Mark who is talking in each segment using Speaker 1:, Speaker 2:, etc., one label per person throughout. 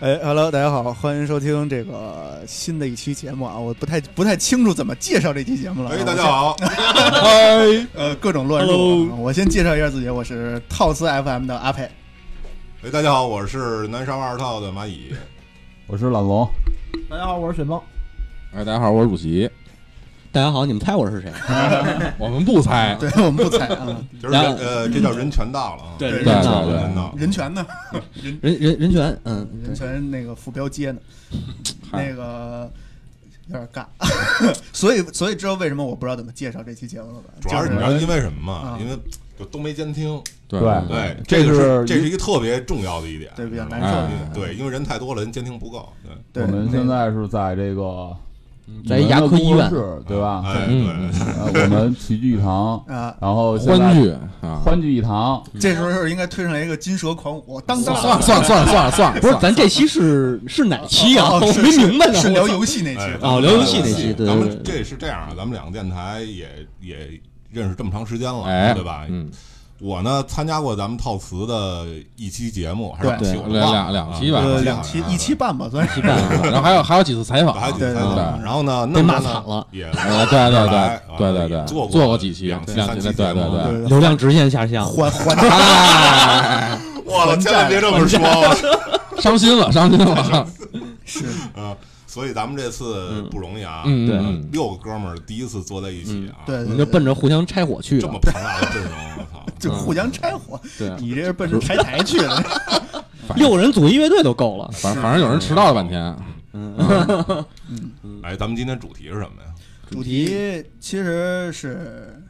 Speaker 1: 哎，Hello，大家好，欢迎收听这个新的一期节目啊！我不太不太清楚怎么介绍这期节目了。
Speaker 2: 哎，大家，好，
Speaker 3: 哎
Speaker 1: 嗨，呃，各种乱入
Speaker 4: Hello
Speaker 1: 啊。我先介绍一下自己，我是套词 FM 的阿佩。
Speaker 2: 哎，大家好，我是南沙二套的蚂蚁。
Speaker 5: 我是老龙，
Speaker 6: 大家好，我是雪猫。
Speaker 3: 哎，大家好，我是主席。
Speaker 4: 大家好，你们猜我是谁？
Speaker 3: 我们不猜，
Speaker 1: 对，我们不猜啊，
Speaker 2: 就是人呃，这叫人权大了啊，
Speaker 4: 对
Speaker 1: 人
Speaker 3: 对
Speaker 1: 权
Speaker 4: 大
Speaker 3: 对
Speaker 2: 人大。
Speaker 1: 人权呢？人
Speaker 4: 人人人权，嗯，
Speaker 1: 人权那个副标接呢？
Speaker 3: 嗨
Speaker 1: 那个有点尬，所以所以知道为什么我不知道怎么介绍这期节目了吧？
Speaker 2: 主要是你知道
Speaker 1: 就是
Speaker 2: 因为什么吗
Speaker 1: 啊？
Speaker 2: 因为就都没监听。
Speaker 3: 对
Speaker 2: 对，
Speaker 5: 这
Speaker 2: 这个
Speaker 5: 是
Speaker 2: 这是一个特别重要的一点，
Speaker 1: 对比较难
Speaker 2: 哎
Speaker 3: 受
Speaker 2: 对，因为人太多了，人监听不够。
Speaker 1: 对
Speaker 2: 对，
Speaker 5: 我们
Speaker 1: 那
Speaker 5: 现在是在这个
Speaker 4: 在一牙科医
Speaker 5: 你们的
Speaker 4: 院
Speaker 5: 工作室，对吧？
Speaker 2: 哎，
Speaker 3: 嗯
Speaker 2: 对，
Speaker 5: 呃我们喜剧一堂，
Speaker 1: 啊，
Speaker 5: 然后现在
Speaker 3: 欢聚啊，
Speaker 5: 欢聚一堂，
Speaker 1: 这时候应该推上来一个金蛇狂舞，当当
Speaker 3: 算了算了算了算了算了，
Speaker 4: 不是，咱这期是是哪期啊？
Speaker 1: 哦
Speaker 4: 我
Speaker 1: 是
Speaker 4: 没明白呢。
Speaker 1: 是
Speaker 4: 我
Speaker 1: 聊
Speaker 4: 操
Speaker 1: 游戏那期
Speaker 2: 哎
Speaker 1: 啊
Speaker 4: 哦聊游戏那期对
Speaker 2: 咱
Speaker 4: 对
Speaker 2: 们
Speaker 4: 对
Speaker 2: 这是这样啊，咱们两个电台也也认识这么长时间了，
Speaker 3: 哎，
Speaker 2: 对吧？
Speaker 3: 嗯，
Speaker 2: 我呢参加过咱们套词的一期节目，还是
Speaker 1: 对
Speaker 2: 两期我忘了
Speaker 3: 两
Speaker 2: 啊
Speaker 3: 两期吧
Speaker 1: 呃，
Speaker 3: 呃
Speaker 1: 两期
Speaker 2: 啊
Speaker 1: 一期半吧，算是。
Speaker 3: 然后还有还有几次采访，
Speaker 2: 还有几
Speaker 1: 对
Speaker 2: 次采
Speaker 1: 对
Speaker 2: 访
Speaker 3: 啊对
Speaker 2: 然后呢，
Speaker 4: 被
Speaker 2: 那
Speaker 4: 骂
Speaker 2: 么呢
Speaker 4: 惨了
Speaker 2: 也
Speaker 3: 啊，对对
Speaker 2: 来啊
Speaker 3: 对对对
Speaker 2: 也
Speaker 3: 对，
Speaker 2: 做
Speaker 3: 做
Speaker 2: 过
Speaker 3: 过几期，
Speaker 2: 两期
Speaker 3: 两
Speaker 2: 三
Speaker 3: 期
Speaker 2: 期
Speaker 3: 对
Speaker 2: 节
Speaker 3: 对
Speaker 2: 目啊
Speaker 3: 对，
Speaker 1: 对
Speaker 4: 流量直线下降，
Speaker 1: 还还
Speaker 2: 哇， 我千万别这么说，我
Speaker 3: 伤心了，伤心了，
Speaker 1: 是
Speaker 2: 啊， 所以咱们这次不容易啊，
Speaker 3: 嗯，
Speaker 4: 对
Speaker 3: 嗯嗯
Speaker 2: 六个哥们儿第一次坐在一起 啊，
Speaker 1: 对，
Speaker 4: 我
Speaker 1: 对
Speaker 4: 们就
Speaker 1: 对，
Speaker 4: 奔着互相拆伙去
Speaker 2: 这
Speaker 4: 了
Speaker 2: 么。庞大的阵容，我 操！
Speaker 1: 就互相拆伙。
Speaker 3: 对，
Speaker 1: 你这是奔着拆台去的，
Speaker 4: 六个人组一乐队都够了。
Speaker 3: 反正反正有人迟到了半天，
Speaker 2: 哎，咱们今天主题是什么呀？
Speaker 1: 主题其实是。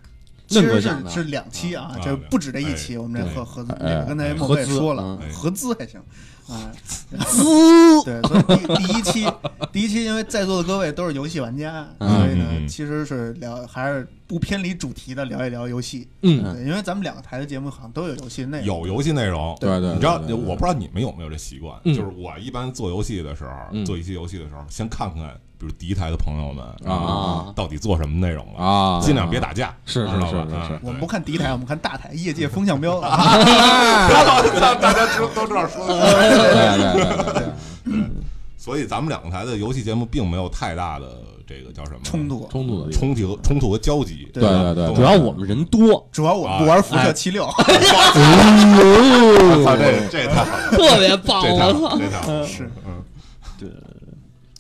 Speaker 1: 其
Speaker 4: 论过
Speaker 1: 实
Speaker 4: 奖
Speaker 1: 是
Speaker 4: 的
Speaker 1: 是两期啊
Speaker 2: 啊，
Speaker 1: 这不止这一期，
Speaker 2: 哎
Speaker 1: 我们这合合资，
Speaker 3: 哎
Speaker 1: 这个刚才
Speaker 2: 哎
Speaker 1: 莫贝
Speaker 4: 合资
Speaker 1: 说了
Speaker 2: 嗯，
Speaker 1: 合资还行啊。
Speaker 4: 滋，
Speaker 1: 对，所以第第一期，第一期因为在座的各位都是游戏玩家，所
Speaker 4: 嗯
Speaker 1: 以呢
Speaker 2: 嗯，嗯
Speaker 1: 其实是聊还是不偏离主题的聊一聊游戏。
Speaker 3: 嗯，
Speaker 1: 对，因为咱们两个台的节目好像都有游戏内容。
Speaker 2: 有游戏内容，
Speaker 3: 对对，对
Speaker 2: 你知道，
Speaker 3: 对对
Speaker 2: 我不知道你们有没有这习惯，
Speaker 3: 嗯
Speaker 2: 就是我一般做游戏的时候，
Speaker 3: 嗯
Speaker 2: 做一期游戏的时候，先看看，比如第一台的朋友们
Speaker 3: 啊
Speaker 2: 到底做什么内容了，
Speaker 3: 啊，
Speaker 2: 尽量别打架，
Speaker 3: 是是
Speaker 2: 知道吧
Speaker 3: 是是是
Speaker 2: 嗯
Speaker 1: 我们
Speaker 2: 对
Speaker 1: 不看敌台，我们看大台，业界风向标。啊
Speaker 3: 哎
Speaker 2: 大家知都知道 说的。
Speaker 3: 对，对对对对对，
Speaker 2: 所以咱们两台的游戏节目并没有太大的这个叫什么
Speaker 1: 冲、突，
Speaker 3: 冲突的地方
Speaker 2: 冲突、冲突和交集。
Speaker 1: 对
Speaker 3: 对对对
Speaker 4: 主要我们人多，
Speaker 1: 主要我们不玩辐射七六，
Speaker 2: 我操，这这太好了，
Speaker 4: 特别棒
Speaker 2: 这太好
Speaker 1: 哦
Speaker 2: 了，这太好了。
Speaker 1: 是
Speaker 2: 嗯，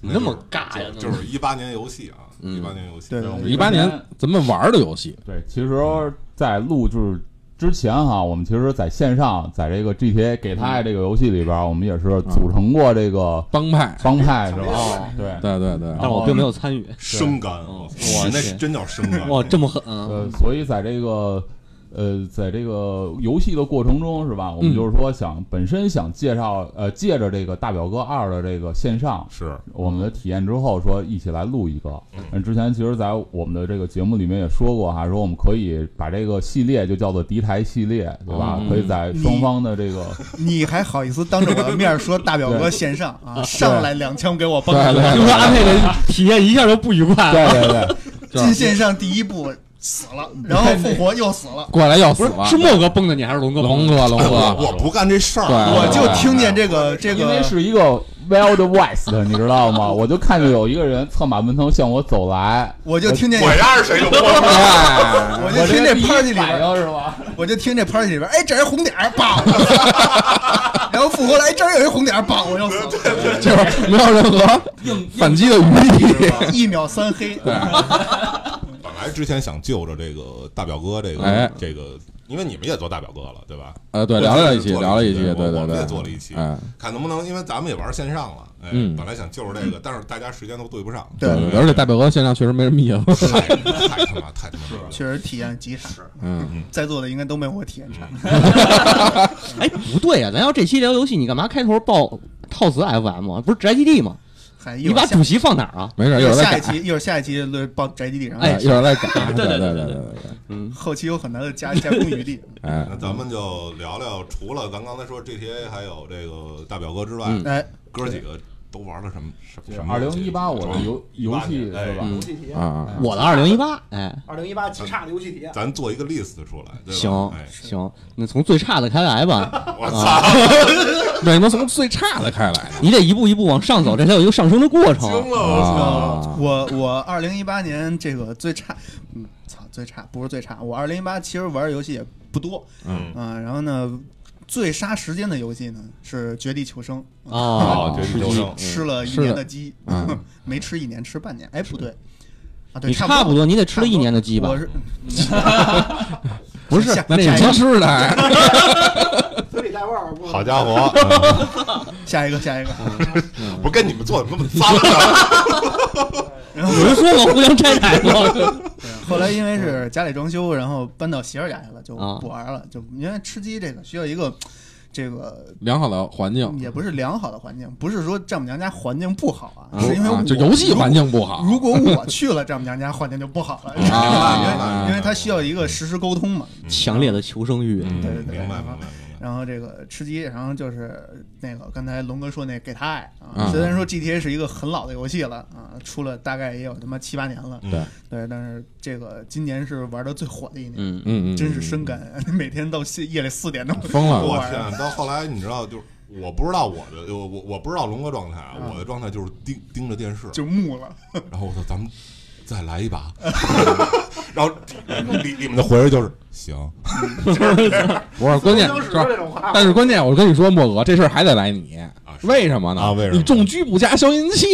Speaker 4: 那么尬呀，
Speaker 2: 就就是一八年游戏啊，一八年游戏。
Speaker 1: 对对
Speaker 2: 然后我们
Speaker 3: 一八年咱们玩的游戏，
Speaker 5: 对，其实，在录就是之前哈，我们其实在线上，在这个 GTA 给他爱这个游戏里边，我们也是组成过这个
Speaker 3: 帮派，
Speaker 5: 帮派，是吧
Speaker 1: 哦？
Speaker 5: 对，
Speaker 3: 对对对，
Speaker 4: 但我并没有参与。
Speaker 2: 生肝，
Speaker 4: 嗯
Speaker 2: 我操
Speaker 4: 哇
Speaker 2: 那
Speaker 4: 塞
Speaker 2: 真叫生肝。
Speaker 4: 哇，这么狠啊！
Speaker 5: 呃，所以在这个呃，在这个游戏的过程中，是吧？我们
Speaker 3: 嗯
Speaker 5: 就是说想本身想介绍呃，借着这个大表哥二的这个线上，
Speaker 2: 是
Speaker 5: 我们的体验之后，说一起来录一个。嗯，之前其实，在我们的这个节目里面也说过哈，说我们可以把这个系列就叫做敌台系列，对吧？
Speaker 3: 嗯
Speaker 5: 可以在双方的这个
Speaker 1: 你还好意思当着我的面说大表哥线上啊？上来两枪给我崩
Speaker 3: 对
Speaker 1: 了，
Speaker 3: 对
Speaker 4: 听说阿佩的体验一下就不愉快
Speaker 5: 对
Speaker 4: 了，
Speaker 5: 对对，
Speaker 1: 进线上第一步死了，然后复活又死了，
Speaker 3: 过来要死了，
Speaker 4: 是莫哥崩的你还是龙哥崩
Speaker 3: 龙
Speaker 4: 的？
Speaker 3: 哥龙
Speaker 2: 我
Speaker 3: 哥，
Speaker 2: 我不干这事儿，
Speaker 3: 对
Speaker 1: 我就听见
Speaker 2: 这
Speaker 1: 这个这
Speaker 5: 因为
Speaker 1: 个。
Speaker 5: 是一个 Wild West，你知道吗？我就看见有一个人策马奔腾向我走来，
Speaker 1: 我就听见，
Speaker 2: 我丫是谁就我
Speaker 3: 哎
Speaker 1: 我
Speaker 5: 我
Speaker 1: 就听这
Speaker 5: 第一
Speaker 1: party 里
Speaker 5: 反
Speaker 1: 边，
Speaker 5: 应是吧？
Speaker 1: 我就听这 party 里边，哎，这儿一红点儿，爆！然后复活了， 哎，这儿有一红点儿，爆！我又死了，
Speaker 3: 就是没有任何反击的余地。
Speaker 1: 一秒三黑。
Speaker 2: 本来之前想就着这个大表哥这
Speaker 3: 哎
Speaker 2: 个这个，因为你们也做大表哥了，对吧？
Speaker 3: 呃，对，
Speaker 2: 我
Speaker 3: 聊了一期，
Speaker 2: 做
Speaker 3: 聊了一期，
Speaker 2: 对
Speaker 3: 对对
Speaker 2: 我们
Speaker 3: 对，
Speaker 2: 也做了一期
Speaker 3: 哎，
Speaker 2: 看能不能，因为咱们也玩线上了，哎，
Speaker 3: 嗯
Speaker 2: 本来想就是这个，但是大家时间都对不上，
Speaker 1: 对
Speaker 3: 对，而且大表哥线上确实没什么意 思，
Speaker 2: 太太他妈太他妈了，
Speaker 1: 确实体验极差，
Speaker 3: 嗯，
Speaker 1: 在座的应该都没有我体验差。
Speaker 4: 哎，不对呀、咱要这期聊游戏，你干嘛开头报套词 FM 啊？不是宅基地吗？
Speaker 1: 嗨，一
Speaker 4: 你
Speaker 1: 会
Speaker 4: 把
Speaker 1: 儿下
Speaker 4: 主席放哪儿啊？
Speaker 3: 没事，
Speaker 1: 一
Speaker 3: 一
Speaker 1: 会儿
Speaker 3: 会儿再
Speaker 1: 下一
Speaker 3: 改，
Speaker 1: 期，一会儿下一期论报宅基地上。
Speaker 4: 哎
Speaker 3: 一会儿再改，对对对对
Speaker 1: 后期有很大的加加工余地。
Speaker 3: 哎，
Speaker 2: 那咱们就聊聊，除了咱刚才说 GTA 还有这个大表哥之外，
Speaker 3: 嗯
Speaker 1: 哎，
Speaker 2: 哥几个都玩了什么什么什么
Speaker 5: 二
Speaker 2: 游
Speaker 5: 零
Speaker 2: 戏？
Speaker 5: 一八我的游游
Speaker 2: 18
Speaker 5: 戏是
Speaker 2: 年哎
Speaker 5: 吧？
Speaker 6: 游戏体验，
Speaker 3: 啊，
Speaker 4: 我的二零一八，哎，
Speaker 6: 二零一八极差的游戏体验。
Speaker 2: 哎咱做一哎个 list 出来，对吧？
Speaker 4: 行
Speaker 2: 哎
Speaker 4: 行，那从最差的开来吧。
Speaker 2: 我操！
Speaker 3: 为什么从最差的开始来的？
Speaker 4: 你得一步一步往上走，这才有一个上升的过程
Speaker 2: 惊。了，我
Speaker 3: 啊
Speaker 1: 我我二零一八年这个最差，嗯，操，最差不是最差，我二零一八其实玩的游戏也不多，
Speaker 2: 嗯
Speaker 1: 啊、然后呢，最杀时间的游戏呢是《绝地求生》
Speaker 4: 哦
Speaker 2: 哦，绝地求生
Speaker 1: 吃了一
Speaker 3: 是的
Speaker 1: 年的鸡，
Speaker 3: 嗯
Speaker 1: 没吃一年，吃半年，哎，不对，啊，对，
Speaker 4: 你
Speaker 1: 不
Speaker 4: 差不多，你得吃了一年的鸡吧
Speaker 1: 我？是
Speaker 4: 不是
Speaker 1: 下，
Speaker 4: 那
Speaker 1: 下
Speaker 4: 什
Speaker 1: 一个
Speaker 4: 么
Speaker 3: 真是的，
Speaker 6: 嘴里带味儿，不
Speaker 2: 好家伙，
Speaker 1: 下一个，下一个，
Speaker 4: 嗯
Speaker 2: 不是跟你们做的那么脏呢？
Speaker 1: 然后
Speaker 4: 有人说我互相拆台吗？
Speaker 1: 后来因为是家里装修，然后搬到媳妇儿家去了，就
Speaker 4: 啊
Speaker 1: 不玩了，就因为吃鸡这个需要一个这个
Speaker 3: 良好的环境，
Speaker 1: 也不是良好的环境，不是说丈母娘家环境不好啊，
Speaker 3: 啊
Speaker 1: 是因为我
Speaker 3: 就游戏环。
Speaker 1: 如果
Speaker 3: 境不好。
Speaker 1: 如果我去了丈母娘家，环境就不 好了，你知道吧
Speaker 3: 啊
Speaker 1: 因为因为他需要一个实时沟通嘛。
Speaker 4: 强烈的求生欲，
Speaker 2: 嗯
Speaker 1: 对对对
Speaker 2: 明白明白
Speaker 1: 然后这个吃鸡，然后就是那个刚才龙哥说那给他爱啊，
Speaker 3: 嗯
Speaker 1: 虽然说 GTA 是一个很老的游戏了啊，出了大概也有他妈七八年了，
Speaker 2: 明白，
Speaker 1: 对，但是这个今年是玩的最火的一年，
Speaker 4: 嗯，
Speaker 3: 嗯嗯，
Speaker 1: 真是深感， 每天到夜夜里四点钟，
Speaker 3: 疯
Speaker 2: 嗯我
Speaker 3: 了。
Speaker 2: 天，到后来你知道就是。我不知道我的我我我不知道龙哥状态啊，
Speaker 5: 嗯
Speaker 2: 我的状态就是盯盯着电视，
Speaker 1: 就木了。
Speaker 2: 然后我说咱们再来一 把，然后里里面的回人就是行，
Speaker 3: 不是关键，
Speaker 6: 当时
Speaker 3: 是吧
Speaker 6: 这种话，
Speaker 3: 但是关键，我跟你说，莫哥这事儿还得来你，
Speaker 2: 是
Speaker 3: 为什么呢？
Speaker 2: 啊为什么
Speaker 3: 你重狙不加消音器，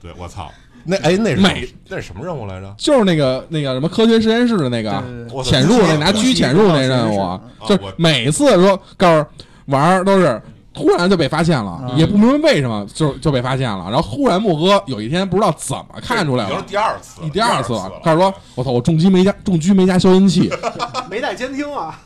Speaker 2: 对我操，那哎那是
Speaker 3: 美
Speaker 2: 那是什么任务来着？
Speaker 3: 就是那个那个什么科学实验室的那个
Speaker 1: 对对对
Speaker 2: 我操
Speaker 3: 潜入那拿
Speaker 2: 这
Speaker 3: 狙潜入那任务啊，就
Speaker 2: 我
Speaker 3: 是每次说告诉玩儿都是。突然就被发现了，
Speaker 1: 嗯。
Speaker 3: 也不明白为什么就就被发现了。然后忽然莫哥有一天不知道怎么看出来
Speaker 2: 你要
Speaker 3: 了
Speaker 2: 是，第二次，
Speaker 3: 你第二次
Speaker 2: 了
Speaker 3: 了，开始说：“我操，我重击没加重狙没加消音器，
Speaker 6: 没带监听 啊，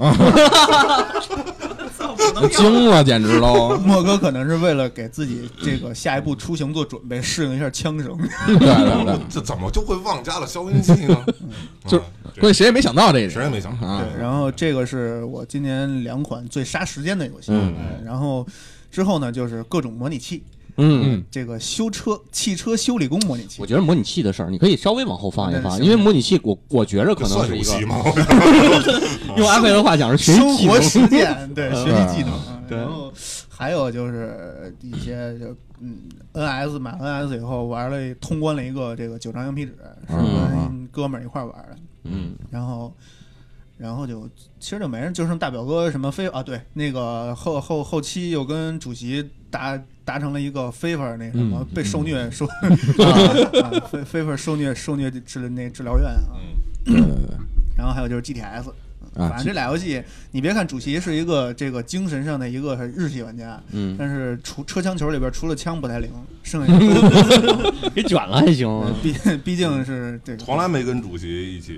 Speaker 3: 我惊了，简直都
Speaker 1: 莫哥可能是为了给自己这个下一步出行做准备，适应一下枪声。
Speaker 3: 对”对对，
Speaker 2: 这怎么就会忘加了消音器呢？
Speaker 3: 嗯 就是
Speaker 2: 对
Speaker 3: 关键谁也没想到这一点，
Speaker 2: 谁也没想到
Speaker 3: 啊。
Speaker 1: 对，然后这个是我今年两款最杀时间的游戏。
Speaker 3: 嗯
Speaker 1: 哎然后之后呢，就是各种模拟器，
Speaker 4: 嗯。
Speaker 3: 嗯，
Speaker 1: 这个修车、汽车修理工模拟器
Speaker 4: 我。觉得模拟器的事儿，你可以稍微往后放一
Speaker 1: 那
Speaker 4: 放，
Speaker 1: 行
Speaker 4: 因为模拟器我，我觉着可能
Speaker 2: 算
Speaker 4: 是
Speaker 2: 游
Speaker 4: 一
Speaker 2: 戏
Speaker 4: 个
Speaker 2: 吗？
Speaker 4: 用阿飞的话讲是学习
Speaker 1: 生
Speaker 4: 技
Speaker 1: 活实
Speaker 4: 能。 嗯
Speaker 1: 践，对，学习技能。嗯
Speaker 4: 对
Speaker 1: 然后还有就是一些就嗯，NS 买 NS 以后玩了通关了一个这个九张羊皮纸，是跟哥们儿一块儿玩的，
Speaker 4: 嗯，
Speaker 1: 然后。然后就其实就没人，就剩大表哥什么非啊，对，那个后后后期又跟主席达达成了一个非法那什么、
Speaker 4: 嗯
Speaker 1: 被受虐 受，啊，非非法受虐受虐治那治疗院啊，
Speaker 3: 对
Speaker 4: 嗯
Speaker 3: 对对，
Speaker 1: 然后还有就是 GTS，
Speaker 3: 啊
Speaker 1: 反正这俩游戏，你别看主席是一个这个精神上的一个日系玩家，
Speaker 4: 嗯，
Speaker 1: 但是除车枪球里边除了枪不太灵， 剩下的
Speaker 4: 给卷了还行。
Speaker 1: 都毕毕竟是这个
Speaker 2: 从来没跟主席一起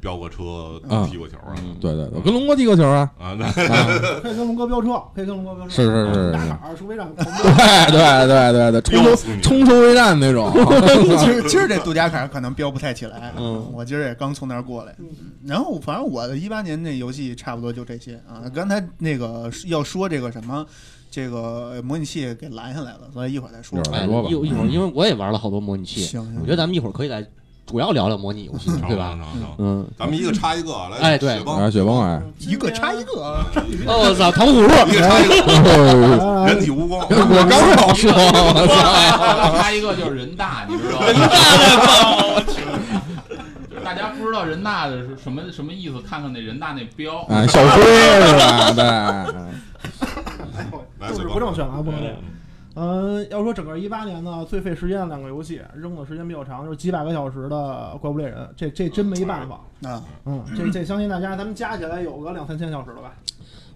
Speaker 2: 飙过车、
Speaker 3: 嗯
Speaker 2: 踢过球啊
Speaker 3: 对对对，我跟龙哥踢过球啊，
Speaker 2: 啊！那
Speaker 6: 可以跟龙哥飙车，可以跟龙哥飙车，
Speaker 3: 是是是
Speaker 6: 打
Speaker 3: 是。
Speaker 6: 坎儿，除 非让
Speaker 3: 对对对对对，冲
Speaker 2: 又
Speaker 3: 锋
Speaker 2: 是你
Speaker 3: 冲锋为战那种，
Speaker 1: 今儿今儿这杜家坎可能标不太起来，
Speaker 4: 嗯
Speaker 1: 我今儿也刚从那儿过来。
Speaker 6: 嗯
Speaker 1: 然后反正我的一八年那游戏差不多就这些啊。刚才那个要说这个什么，这个模拟器给拦下来了，所以一会儿再说
Speaker 3: 一。会儿
Speaker 4: 哎，
Speaker 3: 再说吧
Speaker 4: 一一会儿，因为我也玩了好多模拟器，
Speaker 1: 行行
Speaker 4: 我觉得咱们一会儿可以来主要聊聊模拟游戏，
Speaker 2: 成
Speaker 4: 对
Speaker 2: 成
Speaker 4: 吧？
Speaker 2: 成成，
Speaker 4: 嗯，
Speaker 2: 咱们一个插一个啊，来，
Speaker 4: 哎对
Speaker 2: 雪
Speaker 3: 啊，
Speaker 2: 崩，
Speaker 3: 雪崩哎，
Speaker 1: 一个插一个啊，
Speaker 4: 哦，我操，糖葫芦
Speaker 2: 一个插一个，
Speaker 3: 哦
Speaker 6: 啊嗯
Speaker 2: 人体蜈 蚣，
Speaker 3: 我刚 要说，我操，
Speaker 5: 他一个就是人大，你知道吗？人大就是大家不知道人大的是什么什么意思，看看那人大那标，
Speaker 3: 哎，小辉是吧？对，
Speaker 2: 来，
Speaker 6: 政
Speaker 2: 雪
Speaker 6: 治
Speaker 2: 崩
Speaker 6: 不正确啊，不
Speaker 2: 哎
Speaker 6: 能这样。嗯，要说整个一八年呢，最费时间的两个游戏，扔的时间比较长，就是几百个小时的《怪物猎人》，这这真没办法。
Speaker 1: 啊，
Speaker 6: 嗯，这这相信大家，咱们加起来有个两三千小时了吧？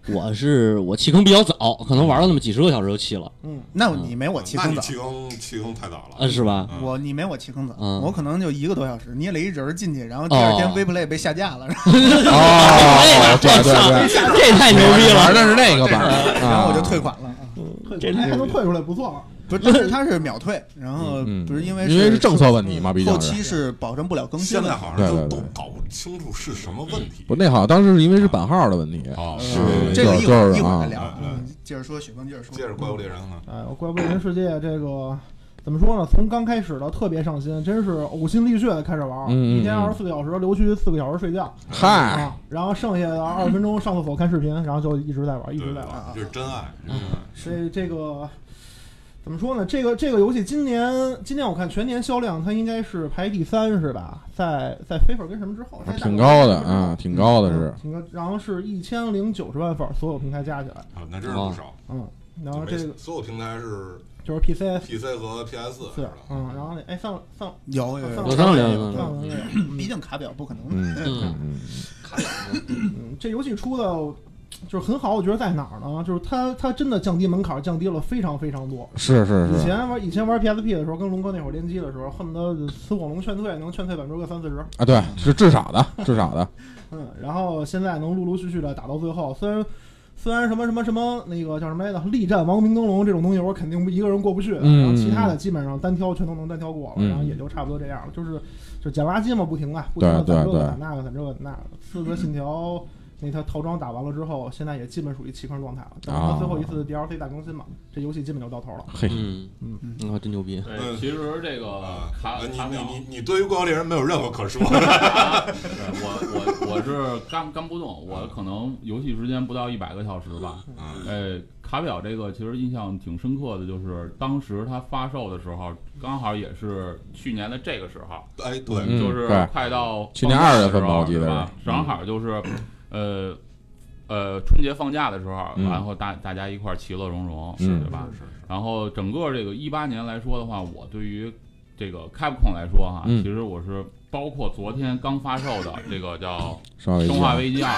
Speaker 4: 我是我弃坑比较早，可能玩了那么几十个小时就弃了，
Speaker 6: 嗯，
Speaker 1: 那你没我气
Speaker 2: 那
Speaker 1: 更
Speaker 2: 你
Speaker 1: 早。
Speaker 2: 气功气功太早
Speaker 4: 呃，
Speaker 2: 了，
Speaker 4: 是吧？
Speaker 2: 嗯
Speaker 1: 我你没我气更早，
Speaker 4: 嗯
Speaker 1: 我可能就一个多小时，捏了一人儿进去，然后第二天
Speaker 4: 哦
Speaker 1: WePlay 被下架了，然后
Speaker 3: 嗯哦，对对
Speaker 4: 操
Speaker 3: 对，
Speaker 4: 这太牛逼了！
Speaker 3: 玩的是那个版，
Speaker 1: 然后我就
Speaker 3: 啊
Speaker 1: 退款了。
Speaker 3: 嗯
Speaker 6: 退
Speaker 4: 这
Speaker 6: 款哎还能退出来，不错了。
Speaker 1: 不是，但是它是秒退，然后
Speaker 3: 嗯嗯
Speaker 1: 不是因为
Speaker 3: 因为是政策问
Speaker 1: 嗯
Speaker 3: 题嘛毕竟
Speaker 1: 后
Speaker 3: 是
Speaker 1: 期是保证不了更新
Speaker 2: 现在
Speaker 1: 的。
Speaker 2: 好
Speaker 3: 对
Speaker 2: 像
Speaker 3: 对
Speaker 2: 都都
Speaker 3: 对
Speaker 2: 搞不清楚是什么问题
Speaker 3: 不，那好像当时是因为是版号的问题，
Speaker 2: 啊，
Speaker 3: 嗯
Speaker 2: 是
Speaker 1: 这个一会儿
Speaker 3: 就是
Speaker 1: 一会儿
Speaker 3: 啊
Speaker 1: 再聊
Speaker 2: 嗯，
Speaker 1: 嗯接着说雪崩，接着说。
Speaker 2: 接着怪物猎人啊，
Speaker 6: 哎，《怪物猎人世界》这个怎么说呢？从刚开始的特别上心，真是呕心沥血的开始玩，
Speaker 3: 嗯嗯
Speaker 6: 一天二十四个小时，留去四个小时睡觉，
Speaker 3: 嗨，
Speaker 6: 啊，然后剩下的二十分钟上厕所看视频，然后就一直在玩，一
Speaker 2: 对对
Speaker 6: 直啊在玩。
Speaker 2: 对，这是真爱。
Speaker 6: 这这个怎么说呢？这个这个游戏今年今年我看全年销量它应该是排第三是吧？在在 FIFA 跟什么之后，在大
Speaker 3: 挺
Speaker 6: 概
Speaker 3: 高的
Speaker 6: 之后
Speaker 3: 啊，，挺高的是。
Speaker 6: 挺高。然后是一千零九十万份儿，所有平台加起来，
Speaker 2: 啊，那真是不少。
Speaker 6: 嗯，然后
Speaker 2: 就
Speaker 6: 这
Speaker 2: 没
Speaker 6: 个
Speaker 2: 所有平台是
Speaker 6: 就是 PC
Speaker 2: PC 和 PS 是
Speaker 6: 四
Speaker 2: 吧，
Speaker 6: 嗯，然后那哎上上
Speaker 1: 有有
Speaker 6: 上
Speaker 4: 有上两
Speaker 6: 上
Speaker 4: 个
Speaker 6: 上
Speaker 1: 有，
Speaker 2: 嗯
Speaker 6: 那个
Speaker 1: 嗯毕竟卡表不可能。
Speaker 3: 嗯
Speaker 4: 嗯
Speaker 3: 嗯
Speaker 6: 嗯，这游戏出的就是很好，我觉得在哪儿呢？就是它它真的降低门槛，降低了非常非常多。
Speaker 3: 是是
Speaker 6: 以
Speaker 3: 是
Speaker 6: 前玩以前玩 PSP 的时候，跟龙哥那会儿联机的时候，恨不得死火龙劝退，能劝退百分之个三四十。
Speaker 3: 啊，对，是至少的，至少的，
Speaker 6: 嗯，然后现在能陆陆续续的打到最后，虽然虽然什么什么什么那个叫什么来着，力战王明灯笼这种东西，我肯定一个人过不去的。
Speaker 3: 嗯
Speaker 6: 然后其他的基本上单挑全都能单挑过了，
Speaker 3: 嗯
Speaker 6: 然后也就差不多这样了。就是就捡垃圾嘛，不停啊，不停的
Speaker 3: 对
Speaker 6: 攒这
Speaker 3: 对
Speaker 6: 个攒那个攒这个攒那个。四个信条那套套装打完了之后，现在也基本属于弃坑状态了。等到最后一次 DLC 大更新嘛，这游戏基本就到头了。
Speaker 3: 嘿，
Speaker 4: 嗯
Speaker 6: 嗯
Speaker 4: 嗯，哇，真牛逼！
Speaker 2: 嗯
Speaker 5: 对，其实这个
Speaker 2: 啊，
Speaker 5: 卡
Speaker 2: 你
Speaker 5: 卡表
Speaker 2: 你你你对于《怪物猎人》没有任何可说的。
Speaker 5: 我我我是干干不动，我可能游戏时间不到一百个小时吧。
Speaker 2: 嗯
Speaker 5: 呃，卡表这个其实印象挺深刻的，就是当时它发售的时候，刚好也是去年的这个时候，
Speaker 2: 哎，对，
Speaker 3: 嗯
Speaker 5: 就是
Speaker 3: 对
Speaker 5: 快到
Speaker 3: 去年
Speaker 5: 放假
Speaker 3: 2月份吧
Speaker 5: 的时候啊
Speaker 3: 我记得嗯
Speaker 5: 是吧，
Speaker 3: 是
Speaker 5: 正好就是，呃呃，春节放假的时候，啊
Speaker 3: 嗯
Speaker 5: 然后大大家一块儿其乐融融，
Speaker 3: 嗯
Speaker 5: 对吧？
Speaker 2: 是是
Speaker 5: 然后整个这个一八年来说的话，我对于这个 Capcom 来说哈，
Speaker 3: 嗯
Speaker 5: 其实我是包括昨天刚发售的这个叫
Speaker 3: 生化
Speaker 5: 《
Speaker 3: 危机
Speaker 5: 生化危机二》，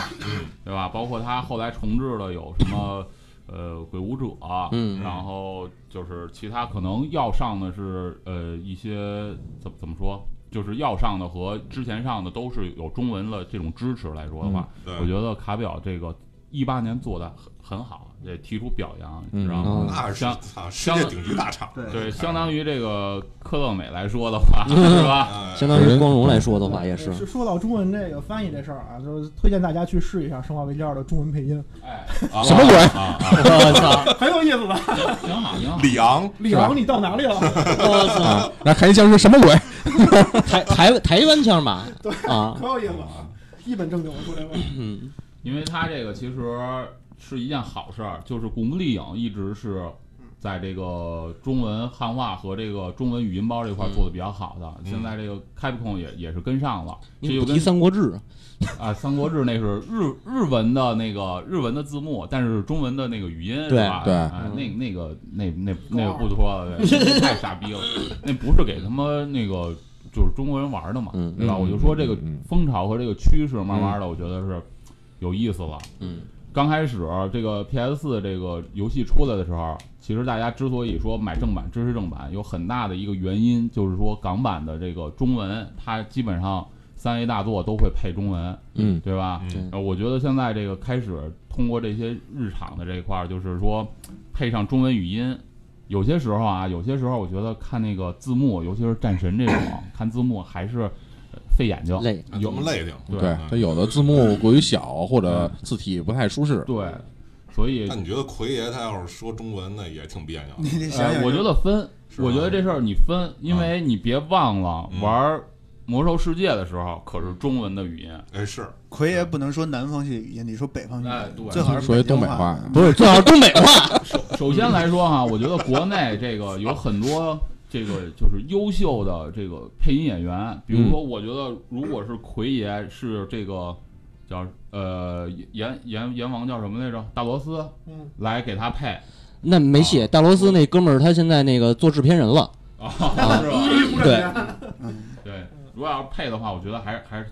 Speaker 5: 对吧？包括它后来重置的有什么呃《鬼武者》，
Speaker 4: 嗯
Speaker 5: 然后就是其他可能要上的是呃一些怎么怎么说，就是要上的和之前上的都是有中文的这种支持来说的话，
Speaker 2: 嗯对
Speaker 5: 我觉得卡表这个一八年做的很很好，也提出表扬，
Speaker 3: 嗯
Speaker 5: 然
Speaker 4: 哦
Speaker 5: 后
Speaker 2: 那是
Speaker 5: 像
Speaker 2: 操世界顶级大厂，
Speaker 5: 对相当于这个科乐美来说的话，是吧？
Speaker 2: 哎
Speaker 4: 嗯相当于光荣来说的话也是
Speaker 6: 是，说到中文这个翻译这事儿啊，就是推荐大家去试一下《生化危机二》的中文配音，
Speaker 5: 哎，
Speaker 3: 什么鬼
Speaker 5: 啊？啊
Speaker 4: 我操！
Speaker 6: 很有意思吧？
Speaker 5: 挺好，挺好。
Speaker 2: 里昂，
Speaker 6: 李昂，你到哪里了？
Speaker 4: 我操！
Speaker 3: 啊，然后看一僵尸什么鬼？
Speaker 4: 台台台湾腔吧？啊，
Speaker 6: 可有意思了，一本正经的说这话。
Speaker 4: 嗯
Speaker 5: 因为它这个其实是一件好事儿，就是《古墓丽影》一直是在这个中文汉化和这个中文语音包这块儿做的比较好的。现在这个 Capcom 也也是跟上了，这
Speaker 4: 嗯你
Speaker 5: 就
Speaker 4: 不
Speaker 5: 跟
Speaker 4: 提《三国志》
Speaker 5: 啊《三国志》那是日日文的那个日文的字幕，但是中文的那个语音是
Speaker 4: 对
Speaker 5: 吧？
Speaker 3: 对
Speaker 5: 啊，那那个那那那个不说了，对太傻逼了，那不是给他们那个就是中国人玩的嘛，
Speaker 4: 嗯
Speaker 5: 对吧？
Speaker 3: 嗯
Speaker 5: 我就说这个
Speaker 3: 嗯
Speaker 5: 风潮和这个趋势，慢慢的我觉得是有意思了。
Speaker 4: 嗯，
Speaker 5: 刚开始这个 PS 四这个游戏出来的时候，其实大家之所以说买正版支持正版，有很大的一个原因就是说港版的这个中文，它基本上三 A 大作都会配中文，
Speaker 3: 嗯，
Speaker 5: 对吧？
Speaker 2: 嗯
Speaker 4: 对
Speaker 5: 呃，我觉得现在这个开始通过这些日常的这一块儿，就是说配上中文语音，有些时候啊，有些时候我觉得看那个字幕，尤其是战神这种，看字幕还是呃费眼睛，
Speaker 4: 累，
Speaker 2: 有啊么累挺。
Speaker 5: 对
Speaker 3: 对，
Speaker 4: 嗯
Speaker 3: 它有的字幕过于小或者字体不太舒适，
Speaker 5: 对，所以
Speaker 2: 那你觉得奎爷他要是说中文，那也挺别扭
Speaker 1: 你
Speaker 2: 的。
Speaker 1: 得想
Speaker 5: 呃
Speaker 1: 想，
Speaker 5: 我觉得分，
Speaker 2: 是吧
Speaker 5: 我觉得这事儿你分，因为你别忘了
Speaker 2: 嗯
Speaker 5: 玩儿魔兽世界的时候可是中文的语音，
Speaker 2: 哎，是
Speaker 1: 奎爷不能说南方系语音，你说北方系
Speaker 5: 哎
Speaker 1: 语
Speaker 5: 对
Speaker 1: 音，最好是
Speaker 3: 说一东北
Speaker 1: 北
Speaker 3: 话，啊
Speaker 4: 不是，最好是东北话。
Speaker 5: 首先来说哈，我觉得国内这个有很多这个就是优秀的这个配音演员，比如说，我觉得如果是奎爷是这个叫呃阎阎阎王叫什么来着，大罗斯
Speaker 6: 嗯，
Speaker 5: 来给他配
Speaker 4: 那没戏，大罗斯那哥们儿他现在那个做制片人了，
Speaker 5: 啊，
Speaker 4: 啊
Speaker 5: 是吧？
Speaker 4: 对，
Speaker 5: 对，
Speaker 6: 嗯
Speaker 5: 如果要是配的话，我觉得还是还是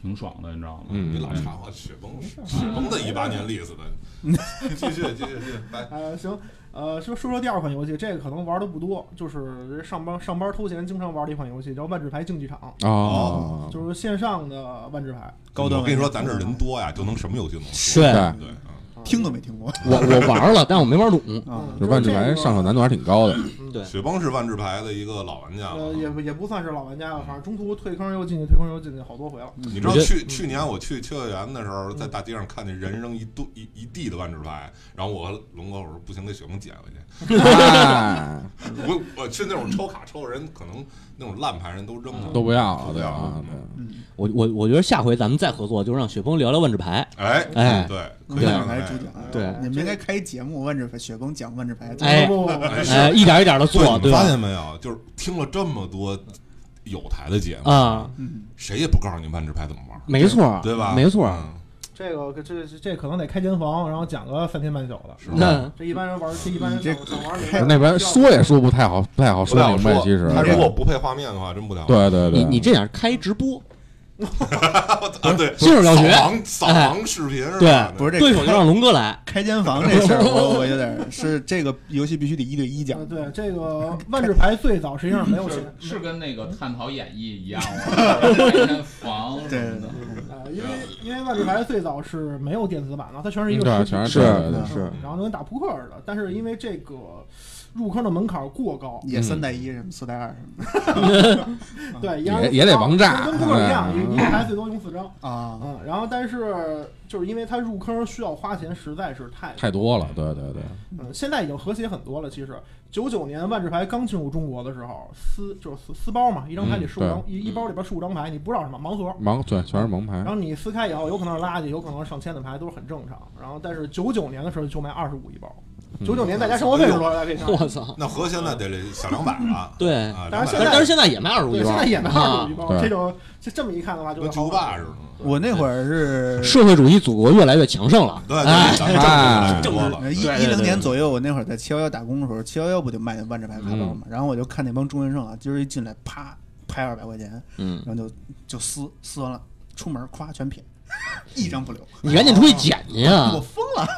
Speaker 5: 挺爽的，你知道吗？
Speaker 3: 嗯
Speaker 2: 你老插话，雪崩，雪崩的一八年历史的，继续继续继续，来，
Speaker 6: 呃，行，呃，说说说第二款游戏，这个可能玩的不多，就是上班上班偷闲经常玩的一款游戏，叫《万智牌竞技场》，
Speaker 3: 哦，
Speaker 6: 就是线上的万智牌。
Speaker 1: 高端。
Speaker 2: 我跟你说，咱这人多呀，就能什么游戏都能说。
Speaker 3: 对，
Speaker 4: 对
Speaker 2: 对，嗯
Speaker 6: 啊
Speaker 1: 听都没听过
Speaker 4: 我我玩了，但我没 玩懂。
Speaker 1: 啊。
Speaker 3: 这万智牌上手难度还是挺 高的，
Speaker 4: 对，
Speaker 2: 雪崩是万智牌的一个老玩家
Speaker 6: 呃，
Speaker 2: 了。啊
Speaker 6: 也不也不算是老玩家了，反正中途退坑又进去，退坑又进去好多回了。
Speaker 2: 你知道
Speaker 4: 我觉得
Speaker 2: 去去年我去秋叶原的时候，在大街上看见人扔一堆一一地的万智牌，然后我和龙哥我说不行，给雪崩捡回去。
Speaker 3: 哎
Speaker 2: 我我去那种抽卡抽的人，可能那种烂牌人都扔了。
Speaker 3: 都不要了，
Speaker 2: 都不
Speaker 3: 对
Speaker 2: 要
Speaker 3: 啊
Speaker 2: 了，
Speaker 3: 对
Speaker 4: 我我我觉得下回咱们再合作，就让雪峰聊聊万智牌。
Speaker 2: 哎
Speaker 4: 哎
Speaker 2: 对，可以啊
Speaker 1: 万智
Speaker 2: 哎让
Speaker 1: 牌
Speaker 2: 他
Speaker 1: 主讲，啊
Speaker 4: 对
Speaker 1: 你们应该开一节目，万智牌雪崩讲万智牌，
Speaker 4: 哎
Speaker 6: 不不不，
Speaker 2: 哎是
Speaker 4: 哎，一点一点的
Speaker 2: 对，
Speaker 4: 做，
Speaker 2: 你们
Speaker 4: 对吧
Speaker 2: 发？现没有？就是听了这么多有台的节目，
Speaker 4: 啊，
Speaker 1: 嗯，
Speaker 2: 谁也不告诉你万智牌怎么
Speaker 3: 嗯
Speaker 2: 玩，
Speaker 4: 没错，
Speaker 2: 对吧？
Speaker 4: 没错，
Speaker 2: 嗯
Speaker 6: 这个这这这可能得开间房，然后讲个三天半宿的。
Speaker 2: 是吧？
Speaker 4: 那
Speaker 6: 这一般人玩，这一般人想想玩明
Speaker 3: 不
Speaker 6: 白
Speaker 3: 是那边说也说不太好，不太
Speaker 2: 嗯
Speaker 3: 好
Speaker 2: 不太好
Speaker 3: 明白，
Speaker 2: 说
Speaker 3: 其实
Speaker 2: 他如果不配画面的话，真不太好。
Speaker 3: 对对对，
Speaker 4: 你
Speaker 2: 嗯
Speaker 4: 你这样开直播，
Speaker 2: 啊，对，
Speaker 4: 进入教学
Speaker 2: 扫盲扫
Speaker 3: 哎
Speaker 2: 盲视频是吧
Speaker 4: 对？
Speaker 1: 不是这
Speaker 4: 对手就让龙哥来，
Speaker 1: 开间房这事儿，我我有点是这个游戏必须得一对一讲
Speaker 6: 呃，，对，这个万智牌最早实际上没有嗯写，
Speaker 5: 是是跟那个探讨演绎一样 吗？房什
Speaker 1: 对
Speaker 5: 么的，
Speaker 6: 呃，因为因为万智牌最早是没有电子版的，它全是一个
Speaker 3: 嗯对啊
Speaker 6: 实体
Speaker 3: 全
Speaker 6: 的
Speaker 3: 是
Speaker 1: 是
Speaker 3: 对对对
Speaker 6: 嗯
Speaker 4: 是
Speaker 6: 然后就跟打扑克似的，但是因为这个入坑的门槛过高，
Speaker 1: 也三带一什么四带二什么
Speaker 5: 嗯
Speaker 6: 对，一
Speaker 3: 也
Speaker 6: 样
Speaker 3: 也得王炸嗯
Speaker 6: 跟跟扑克一样，
Speaker 3: 对
Speaker 6: 一一个牌最多用四张。
Speaker 1: 的啊，
Speaker 6: 嗯，然后但是就是因为它入坑需要花钱，实在是太
Speaker 3: 太多了，对对对，
Speaker 6: 嗯，现在已经和谐很多了。其实九九年万智牌刚进入中国的时候，撕就是撕撕包嘛，一张牌里
Speaker 3: 嗯
Speaker 6: 十五张，
Speaker 3: 对
Speaker 6: 一一包里边十五张牌，你不知道什么盲盒。
Speaker 3: 盲对全是盲牌
Speaker 4: 嗯
Speaker 6: 然，后你撕开以后，有可能是垃圾，有可能是上千的牌，都是很正常。然后，但是九九年的时候就卖二十五一包，
Speaker 4: 嗯
Speaker 6: 九九年再加生活费是多少？大家可以 想
Speaker 4: 我操，
Speaker 2: 那和现在得小两百 了，
Speaker 4: 对。
Speaker 2: 啊，
Speaker 4: 但
Speaker 6: 但是现
Speaker 4: 但
Speaker 6: 在
Speaker 4: 是现在也卖二十五一
Speaker 6: 对，
Speaker 4: 包，
Speaker 6: 现在也卖二十五一
Speaker 4: 啊
Speaker 6: 包，
Speaker 3: 对
Speaker 6: 这种这这么一看的话，就
Speaker 2: 跟
Speaker 6: 是
Speaker 2: 巨无霸似的。
Speaker 1: 我那会儿是
Speaker 4: 社会主义祖国越来越强盛了。
Speaker 2: 对
Speaker 4: 哎
Speaker 2: 对，咱们
Speaker 3: 哎
Speaker 2: 正经
Speaker 1: 一
Speaker 2: 多了，
Speaker 1: 一零年左右，我那会儿在七幺幺打工的时候，七幺幺不就卖万智牌卡包嘛，然后我就看那帮中学生啊，今儿一进来啪拍二百块钱，
Speaker 4: 嗯，
Speaker 1: 然后就就撕撕完了，出门咵全撇，一张不留，
Speaker 4: 你赶紧出去捡去啊
Speaker 1: 我！疯了。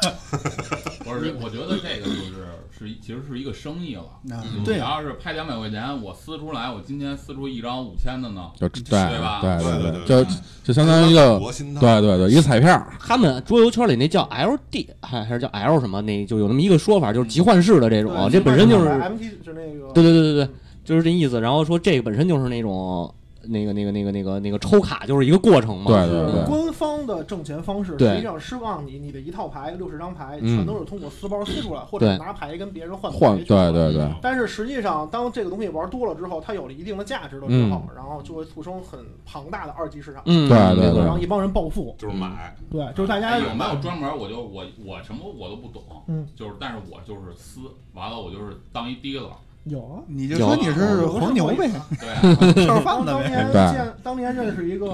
Speaker 5: 不是，我觉得这个就是是其实是一个生意了。
Speaker 1: 那
Speaker 5: 你
Speaker 1: 对啊，
Speaker 5: 要是拍两百块钱，我撕出来，我今天撕出一张五千的呢，
Speaker 3: 就对
Speaker 5: 吧
Speaker 3: 对
Speaker 2: 对对
Speaker 3: 就就相当于一
Speaker 2: 个
Speaker 3: 个
Speaker 2: 国心态，
Speaker 3: 对对对一个彩票，
Speaker 4: 他们桌游圈里那叫 LD 还还是叫 L 什么，那就有那么一个说法，就是集幻式的这种，啊这本身就是
Speaker 6: MT 就是那个
Speaker 4: 对对对对对，就是这意思。然后说这个本身就是那种那个那个那个那个那个抽卡就是一个过程嘛。
Speaker 3: 对对对，
Speaker 6: 官方的挣钱方式，
Speaker 4: 对
Speaker 6: 实际上是让你你的一套牌六十张牌
Speaker 3: 嗯
Speaker 6: 全都是通过撕包撕出来，或
Speaker 4: 对
Speaker 6: 者拿牌跟别人换牌
Speaker 3: 换
Speaker 6: 去
Speaker 3: 对对
Speaker 2: 嗯
Speaker 3: 对，
Speaker 6: 但是实际上，当这个东西玩多了之后，它有了一定的价值了之后，然后就会促生很庞大的二级市场，
Speaker 4: 嗯，
Speaker 3: 对
Speaker 4: 没
Speaker 3: 对
Speaker 4: 错
Speaker 3: 对
Speaker 6: 然后一帮人暴富。
Speaker 2: 就是买，
Speaker 6: 对，就是大家
Speaker 5: 哎有没有专门我就我我什么我都不懂，
Speaker 6: 嗯
Speaker 5: 就是但是我就是撕完了，我就是当一提了，
Speaker 6: 有啊？
Speaker 1: 你就说你是黄牛 呗，
Speaker 5: 对啊，
Speaker 1: 票贩子
Speaker 6: 当当
Speaker 1: 呗。
Speaker 6: 年
Speaker 3: 对
Speaker 6: 见当年认识一个，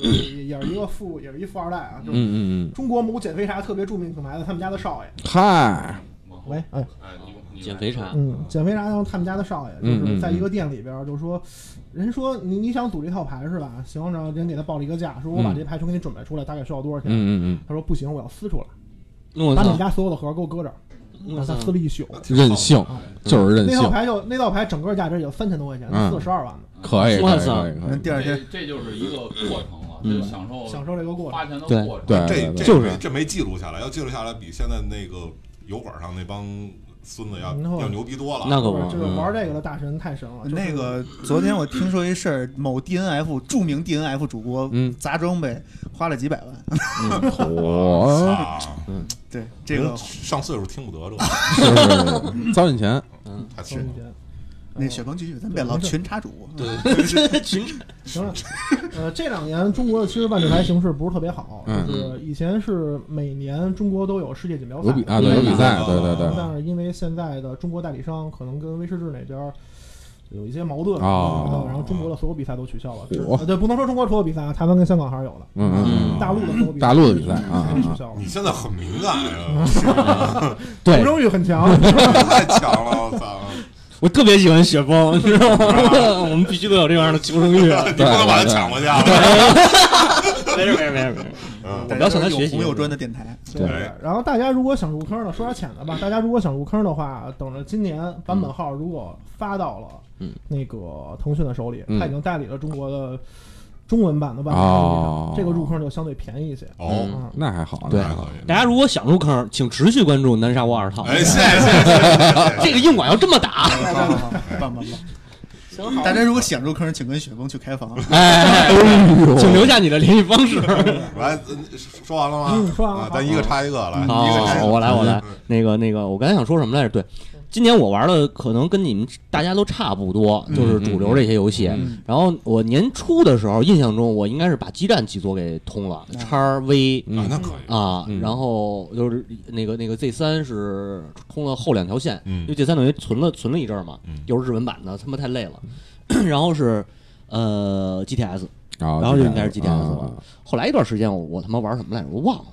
Speaker 6: 也也是一个富，也是一富二代啊，就是
Speaker 3: 嗯嗯嗯，
Speaker 6: 中国某减肥茶特别著名品牌的他们家的少爷。
Speaker 3: 嗨，
Speaker 6: 喂，哎，
Speaker 3: 嗯
Speaker 5: 哎，你
Speaker 4: 哦减肥茶
Speaker 6: 嗯，减肥茶像他们家的少爷，
Speaker 3: 嗯
Speaker 6: 就是在一个店里边儿，就说，人说你你想组这套牌是吧？行，然后人给他报了一个价，说我把
Speaker 3: 嗯
Speaker 6: 这牌全给你准备出来，大概需要多少钱？
Speaker 3: 嗯嗯
Speaker 6: 他说不行，我要撕出来，
Speaker 4: 我
Speaker 6: 把你们
Speaker 4: 操，
Speaker 6: 家所有的盒给我搁这儿，然
Speaker 4: 我
Speaker 6: 后
Speaker 4: 操
Speaker 6: 他，撕了一宿。
Speaker 3: 嗯，任性
Speaker 4: 哦
Speaker 3: 就是任
Speaker 6: 那套
Speaker 3: 性，
Speaker 6: 牌就那套牌整个价值有三千多块钱，
Speaker 3: 嗯
Speaker 6: 四十二万的，
Speaker 3: 可以可以可以，
Speaker 1: 那第二
Speaker 5: 这
Speaker 1: 天
Speaker 5: 这就是一个过程了，就享受
Speaker 6: 享受这个过程。
Speaker 5: 花钱的过程，
Speaker 3: 对
Speaker 2: 这
Speaker 3: 对
Speaker 2: 这
Speaker 3: 对，
Speaker 4: 就是
Speaker 2: 没这没记录下来，要记录下来，比现在那个油管上那帮孙子要
Speaker 6: 嗯后
Speaker 2: 要牛逼多了。
Speaker 4: 那可
Speaker 6: 就是这
Speaker 4: 不，
Speaker 3: 嗯
Speaker 4: 嗯
Speaker 6: 个玩这个的大神太神啊了。就是
Speaker 1: 那个昨天我听说一事儿，某 DNF 著名 DNF 主播
Speaker 3: 嗯
Speaker 1: 砸装备花了几百 万。
Speaker 3: 我
Speaker 2: 啊，
Speaker 1: 对这
Speaker 6: 嗯
Speaker 1: 个
Speaker 2: 上岁数听不 得这，
Speaker 3: 是糟践钱，
Speaker 2: 太次
Speaker 6: 收一
Speaker 2: 了。
Speaker 6: 千
Speaker 1: 那雪崩继续，咱别老群插主播。
Speaker 6: 行了，呃，这两年中国的其实万智牌形势不是特别好，
Speaker 3: 嗯
Speaker 6: 就是以前是每年中国都有世界锦标赛
Speaker 3: 有比啊对有比赛，对对对，
Speaker 6: 但是因为现在的中国代理商可能跟威士忌那边儿有一些矛盾
Speaker 3: 哦
Speaker 6: 然后中国的所有比赛都取消了。
Speaker 3: 嚯
Speaker 6: 呃对，不能说中国所有比赛啊，台湾跟香港还是有的，
Speaker 3: 嗯嗯
Speaker 6: 大陆的所有比赛，
Speaker 3: 大陆的比赛啊
Speaker 6: 取消了
Speaker 2: 你。现在很敏感呀，
Speaker 4: 对
Speaker 6: 求生欲 很强，
Speaker 2: 太强了，我操！
Speaker 4: 我特别喜欢雪峰，你知道吗？ 我们必须得有这样的求生 欲。
Speaker 2: 你不能把他抢啊回家了。
Speaker 4: 没事没事没事没事，
Speaker 2: 嗯
Speaker 4: 我们要向他
Speaker 1: 有
Speaker 4: 学习
Speaker 1: 红。有专的电 台，
Speaker 3: 对
Speaker 6: 然后大家如果想入坑的，说点浅的吧。大家如果想入坑的话，等着今年版本号如果发到了
Speaker 4: 嗯
Speaker 6: 那个腾讯的手里，
Speaker 3: 嗯
Speaker 6: 他已经代理了中国的中文版的万达
Speaker 3: 哦
Speaker 6: 这个入坑就相对便宜一些。
Speaker 2: 哦，
Speaker 4: 嗯
Speaker 6: 嗯，
Speaker 3: 那还好，
Speaker 4: 对
Speaker 3: 那还
Speaker 2: 可
Speaker 3: 好
Speaker 2: 以。
Speaker 4: 大家如果想入坑，请持续关注南沙五二套。
Speaker 2: 哎，谢谢谢谢
Speaker 4: 这个硬广要这么打，
Speaker 1: 棒棒嗯棒 棒棒棒！大家如果想入坑，请跟雪峰去开房。
Speaker 4: 哎，请留 下你的联系方式。
Speaker 2: 来，呃说完了吗？
Speaker 6: 嗯说完了
Speaker 2: 啊咱一个插一个来，一
Speaker 4: 嗯好，
Speaker 2: 个插一个
Speaker 4: 我来，我来
Speaker 2: 嗯。
Speaker 4: 那个，那个，我刚才想说什么来着？对，今年我玩的可能跟你们大家都差不多，就是主流这些游戏。
Speaker 1: 嗯
Speaker 4: 然后我年初的时候，印象中我应该是把基站几座给通了，叉 V
Speaker 2: 啊，那可以，
Speaker 4: 啊
Speaker 3: 嗯，
Speaker 4: 然后就是那个那个 Z 三是通了后两条线，
Speaker 2: 嗯
Speaker 4: 因为 Z 三等于存了存了一阵儿嘛
Speaker 2: 嗯，
Speaker 4: 又是日文版的，他妈太累了。 然后是呃 GTS，
Speaker 3: 然
Speaker 4: 然后就应该是 GTS
Speaker 3: 啊
Speaker 4: 了。后来一段时间我我他妈玩什么来着，我忘了。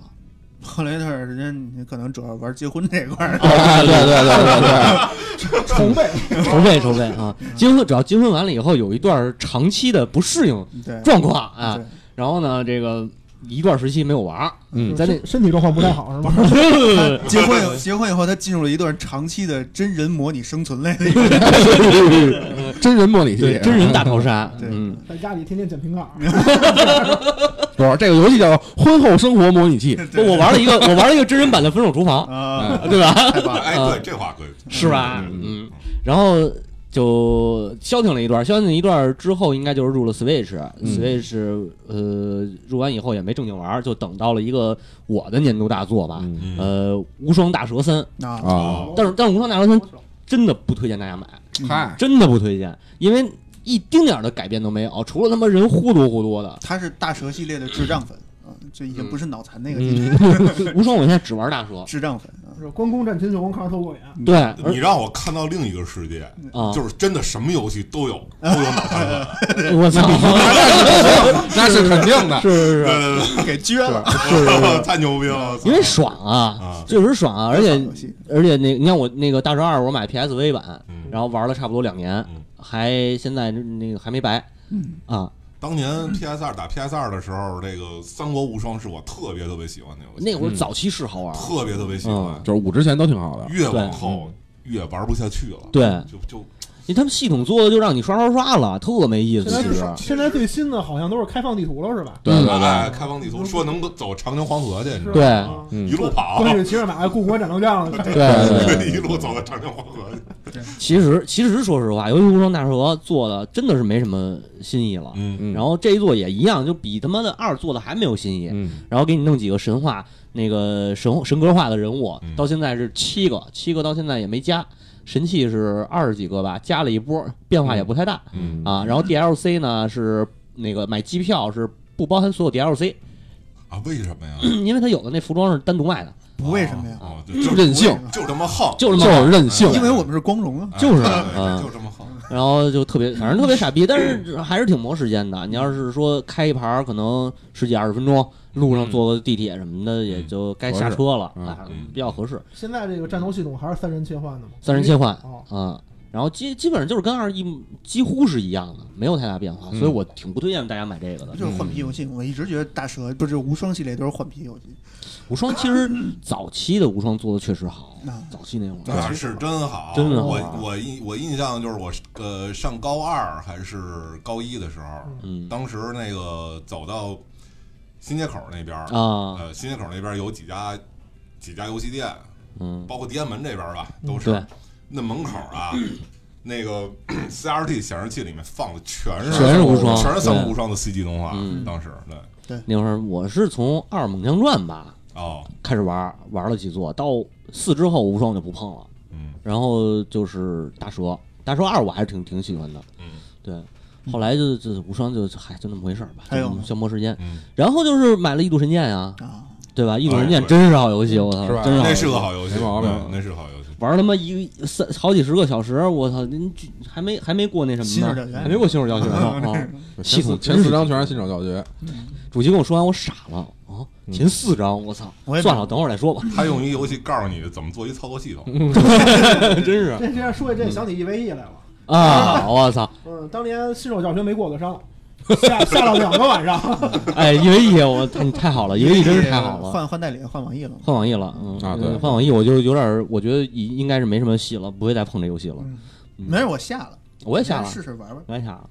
Speaker 1: 后来一段时间，你可能主要玩结婚这一块儿，
Speaker 4: 啊，对对对对对。
Speaker 6: 重备，
Speaker 4: 筹备筹备啊，结婚只要结婚完了以后有一段长期的不适应
Speaker 1: 对
Speaker 4: 状况啊
Speaker 1: 对，
Speaker 4: 然后呢这个一段时期没有玩儿，
Speaker 3: 嗯
Speaker 4: 在那
Speaker 6: 身体状况不太好是吗？
Speaker 1: 结婚以后结婚以后，他进入了一段长期的真人模拟生存类的一个
Speaker 3: 真人模拟器
Speaker 4: 对，真人大逃杀，
Speaker 1: 对
Speaker 4: 嗯，
Speaker 6: 在 家里天天捡瓶盖儿，
Speaker 3: 不是这个游戏叫《婚后生活模拟器》，
Speaker 4: 不我玩了一个我玩了一个真人版的分手厨房，
Speaker 1: 啊，
Speaker 4: 对吧？
Speaker 1: 太棒了！
Speaker 4: 嗯
Speaker 2: 哎，对，这话可以，
Speaker 4: 是吧？嗯，然后就消停了一段，消停了一段之后，应该就是入了 Switch，Switch、呃入完以后也没正经玩儿，就等到了一个我的年度大作吧，
Speaker 3: 嗯
Speaker 2: 嗯
Speaker 4: 呃，无双大蛇三。
Speaker 1: 啊，
Speaker 3: 啊，
Speaker 4: 哦但是但是无双大蛇三真的不推荐大家买，
Speaker 1: 嗯
Speaker 3: 嗨，
Speaker 4: 真的不推荐，因为一丁点儿的改变都没有，除了他妈人呼噜呼噜 的。
Speaker 1: 他是大蛇系列的智障粉啊，就已经不是脑残那个级别
Speaker 4: 嗯，无双我现在只玩大蛇，
Speaker 1: 智障粉啊，
Speaker 6: 是关公战秦琼，看着特过瘾。
Speaker 4: 对，
Speaker 2: 嗯你让我看到另一个世界，
Speaker 4: 啊，
Speaker 2: 就是真的什么游戏都有，
Speaker 6: 嗯
Speaker 2: 都有脑残粉。
Speaker 4: 我操，
Speaker 3: 那是肯定的，
Speaker 4: 是是是，
Speaker 2: 对对
Speaker 1: 给撅了，
Speaker 2: 对， 太牛逼了！我操
Speaker 4: 因为爽啊
Speaker 2: 啊，
Speaker 4: 确实爽啊，而且
Speaker 1: 游戏
Speaker 4: 而且那你看我那个大蛇二，我买 PSV 版，
Speaker 2: 嗯
Speaker 4: 然后玩了差不多两年
Speaker 2: 嗯，
Speaker 4: 还现在那个还没白啊，
Speaker 2: 当年 PS 二打 PS 二的时候，这个《三国无双》是我特别特别喜欢的游戏，
Speaker 4: 那会儿嗯早期是好玩，
Speaker 2: 嗯特别特别喜欢。
Speaker 3: 就是五之前都挺好的，
Speaker 2: 越往后越玩不下去了，
Speaker 4: 啊嗯对
Speaker 2: 就就
Speaker 4: 因为他们系统做的就让你刷刷刷了，特没意思，
Speaker 6: 现
Speaker 4: 其
Speaker 6: 在是
Speaker 4: 实。
Speaker 6: 现在最新的好像都是开放地图了是吧？
Speaker 3: 对对
Speaker 2: 哎，
Speaker 3: 对，
Speaker 2: 开放地图说能够走长江黄河去，你知道
Speaker 4: 对
Speaker 2: 吗？
Speaker 3: 嗯
Speaker 2: 一路跑，
Speaker 6: 啊关羽骑着马，故国斩张将，
Speaker 4: 对对 对
Speaker 2: 一路走到长江黄河去。
Speaker 4: 其实，其实说实话，由于无双大蛇做的真的是没什么新意了。
Speaker 2: 嗯，
Speaker 3: 嗯
Speaker 4: 然后这一座也一样，就比他妈的二做的还没有新意。
Speaker 3: 嗯，
Speaker 4: 然后给你弄几个神话那个神神格化的人物
Speaker 2: 嗯，
Speaker 4: 到现在是七个，七个到现在也没加。神器是二十几个吧，加了一波，变化也不太大、
Speaker 2: 嗯
Speaker 4: 啊。然后 DLC 呢是那个买机票是不包含所有 DLC，
Speaker 2: 啊，为什么呀？
Speaker 4: 因为它有的那服装是单独卖的，
Speaker 1: 不为什么呀？
Speaker 2: 哦，就就
Speaker 3: 任性
Speaker 2: 就这么横，
Speaker 4: 就
Speaker 3: 就是
Speaker 4: 这么卖
Speaker 3: 是任性，
Speaker 1: 因为我们是光荣啊，
Speaker 2: 哎
Speaker 4: 就是
Speaker 2: 对
Speaker 4: 啊
Speaker 2: 就这么横。
Speaker 4: 然后就特别， 反正特别傻逼，但是还是挺磨时间的。你要是说开一盘儿，可能十几二十分钟，路上坐个地铁什么的，也就该下车了
Speaker 3: 嗯
Speaker 4: 啊
Speaker 2: 嗯，
Speaker 4: 比较合适。
Speaker 6: 现在这个战斗系统还是三人切换的吗？
Speaker 4: 三人切换
Speaker 6: 哦，
Speaker 4: 啊，然后基基本上就是跟二一几乎是一样的，没有太大变化，所以
Speaker 2: 嗯
Speaker 4: 我挺不推荐大家买这个的。
Speaker 1: 就是换皮游戏。我一直觉得大蛇不是无双系列都是换皮游戏，
Speaker 4: 无双其实早期的无双做的确实好
Speaker 1: 嗯，
Speaker 4: 早期那会
Speaker 2: 对
Speaker 4: 儿，
Speaker 2: 是真好，
Speaker 4: 啊真的好啊
Speaker 2: 我我印我印象就是我呃上高二还是高一的时候，
Speaker 4: 嗯
Speaker 2: 当时那个走到新街口那边儿，
Speaker 4: 啊，
Speaker 2: 呃，新街口那边有几家几家游戏店，
Speaker 4: 嗯
Speaker 2: 包括地安门这边吧，都
Speaker 4: 对
Speaker 2: 是。那门口啊，那个 CRT 显示器里面放的全是
Speaker 4: 全是无双
Speaker 2: 全是三
Speaker 4: 对
Speaker 2: 国无双的 CG 动画
Speaker 4: 嗯。
Speaker 2: 当时对，
Speaker 4: 那会儿我是从《二猛将传》吧
Speaker 2: 哦，
Speaker 4: 开始玩儿，玩了几座，到四之后无双我就不碰了。
Speaker 2: 嗯
Speaker 4: 然后就是大蛇，大蛇二我还是挺挺喜欢的，
Speaker 2: 嗯
Speaker 4: 对。后来就就无双就嗨就那么回事儿吧，
Speaker 1: 还有
Speaker 4: 就
Speaker 1: 吗
Speaker 4: 消磨时间。
Speaker 2: 嗯，
Speaker 4: 然后就是买了《异度神剑》呀，
Speaker 1: 啊，
Speaker 4: 对吧？《异度神剑
Speaker 2: 对》
Speaker 4: 真是好游戏，我操，
Speaker 3: 是吧
Speaker 4: 真是好
Speaker 2: 那
Speaker 4: 游戏
Speaker 2: 是个好游戏，
Speaker 3: 没毛病
Speaker 2: 对那是个好游戏。
Speaker 4: 玩他妈一个三好几十个小时，我操，您这还没还没嗯过那什
Speaker 1: 新手
Speaker 4: 么
Speaker 1: 教
Speaker 4: 呢？
Speaker 1: 学
Speaker 4: 还没过新手教学呢啊！系统
Speaker 3: 前四张全是新手教学，
Speaker 4: 主席跟我说完，我傻了啊！前四张，我操
Speaker 1: 我也，没
Speaker 4: 算了，等会儿再说吧。
Speaker 2: 他用一游戏告诉你怎么做一操作系统，
Speaker 4: 嗯真是
Speaker 6: 这这样说起
Speaker 4: 嗯
Speaker 6: 这，想起 EVE 来了。
Speaker 4: 啊，我操！
Speaker 6: 嗯，当年新手教学没过过伤， 下下了两个晚上。
Speaker 4: 哎，一 v 一，我太你太好了，一 v 一真是太好了。
Speaker 1: 换换代理，换网易了。
Speaker 4: 换网易了，嗯
Speaker 3: 啊对
Speaker 4: 换网易我就有点儿，我觉得应应该是没什么戏了，不会再碰这游戏了。
Speaker 1: 嗯，没事，我下了，
Speaker 4: 我也下了，
Speaker 1: 试试玩玩。
Speaker 4: 我也下了，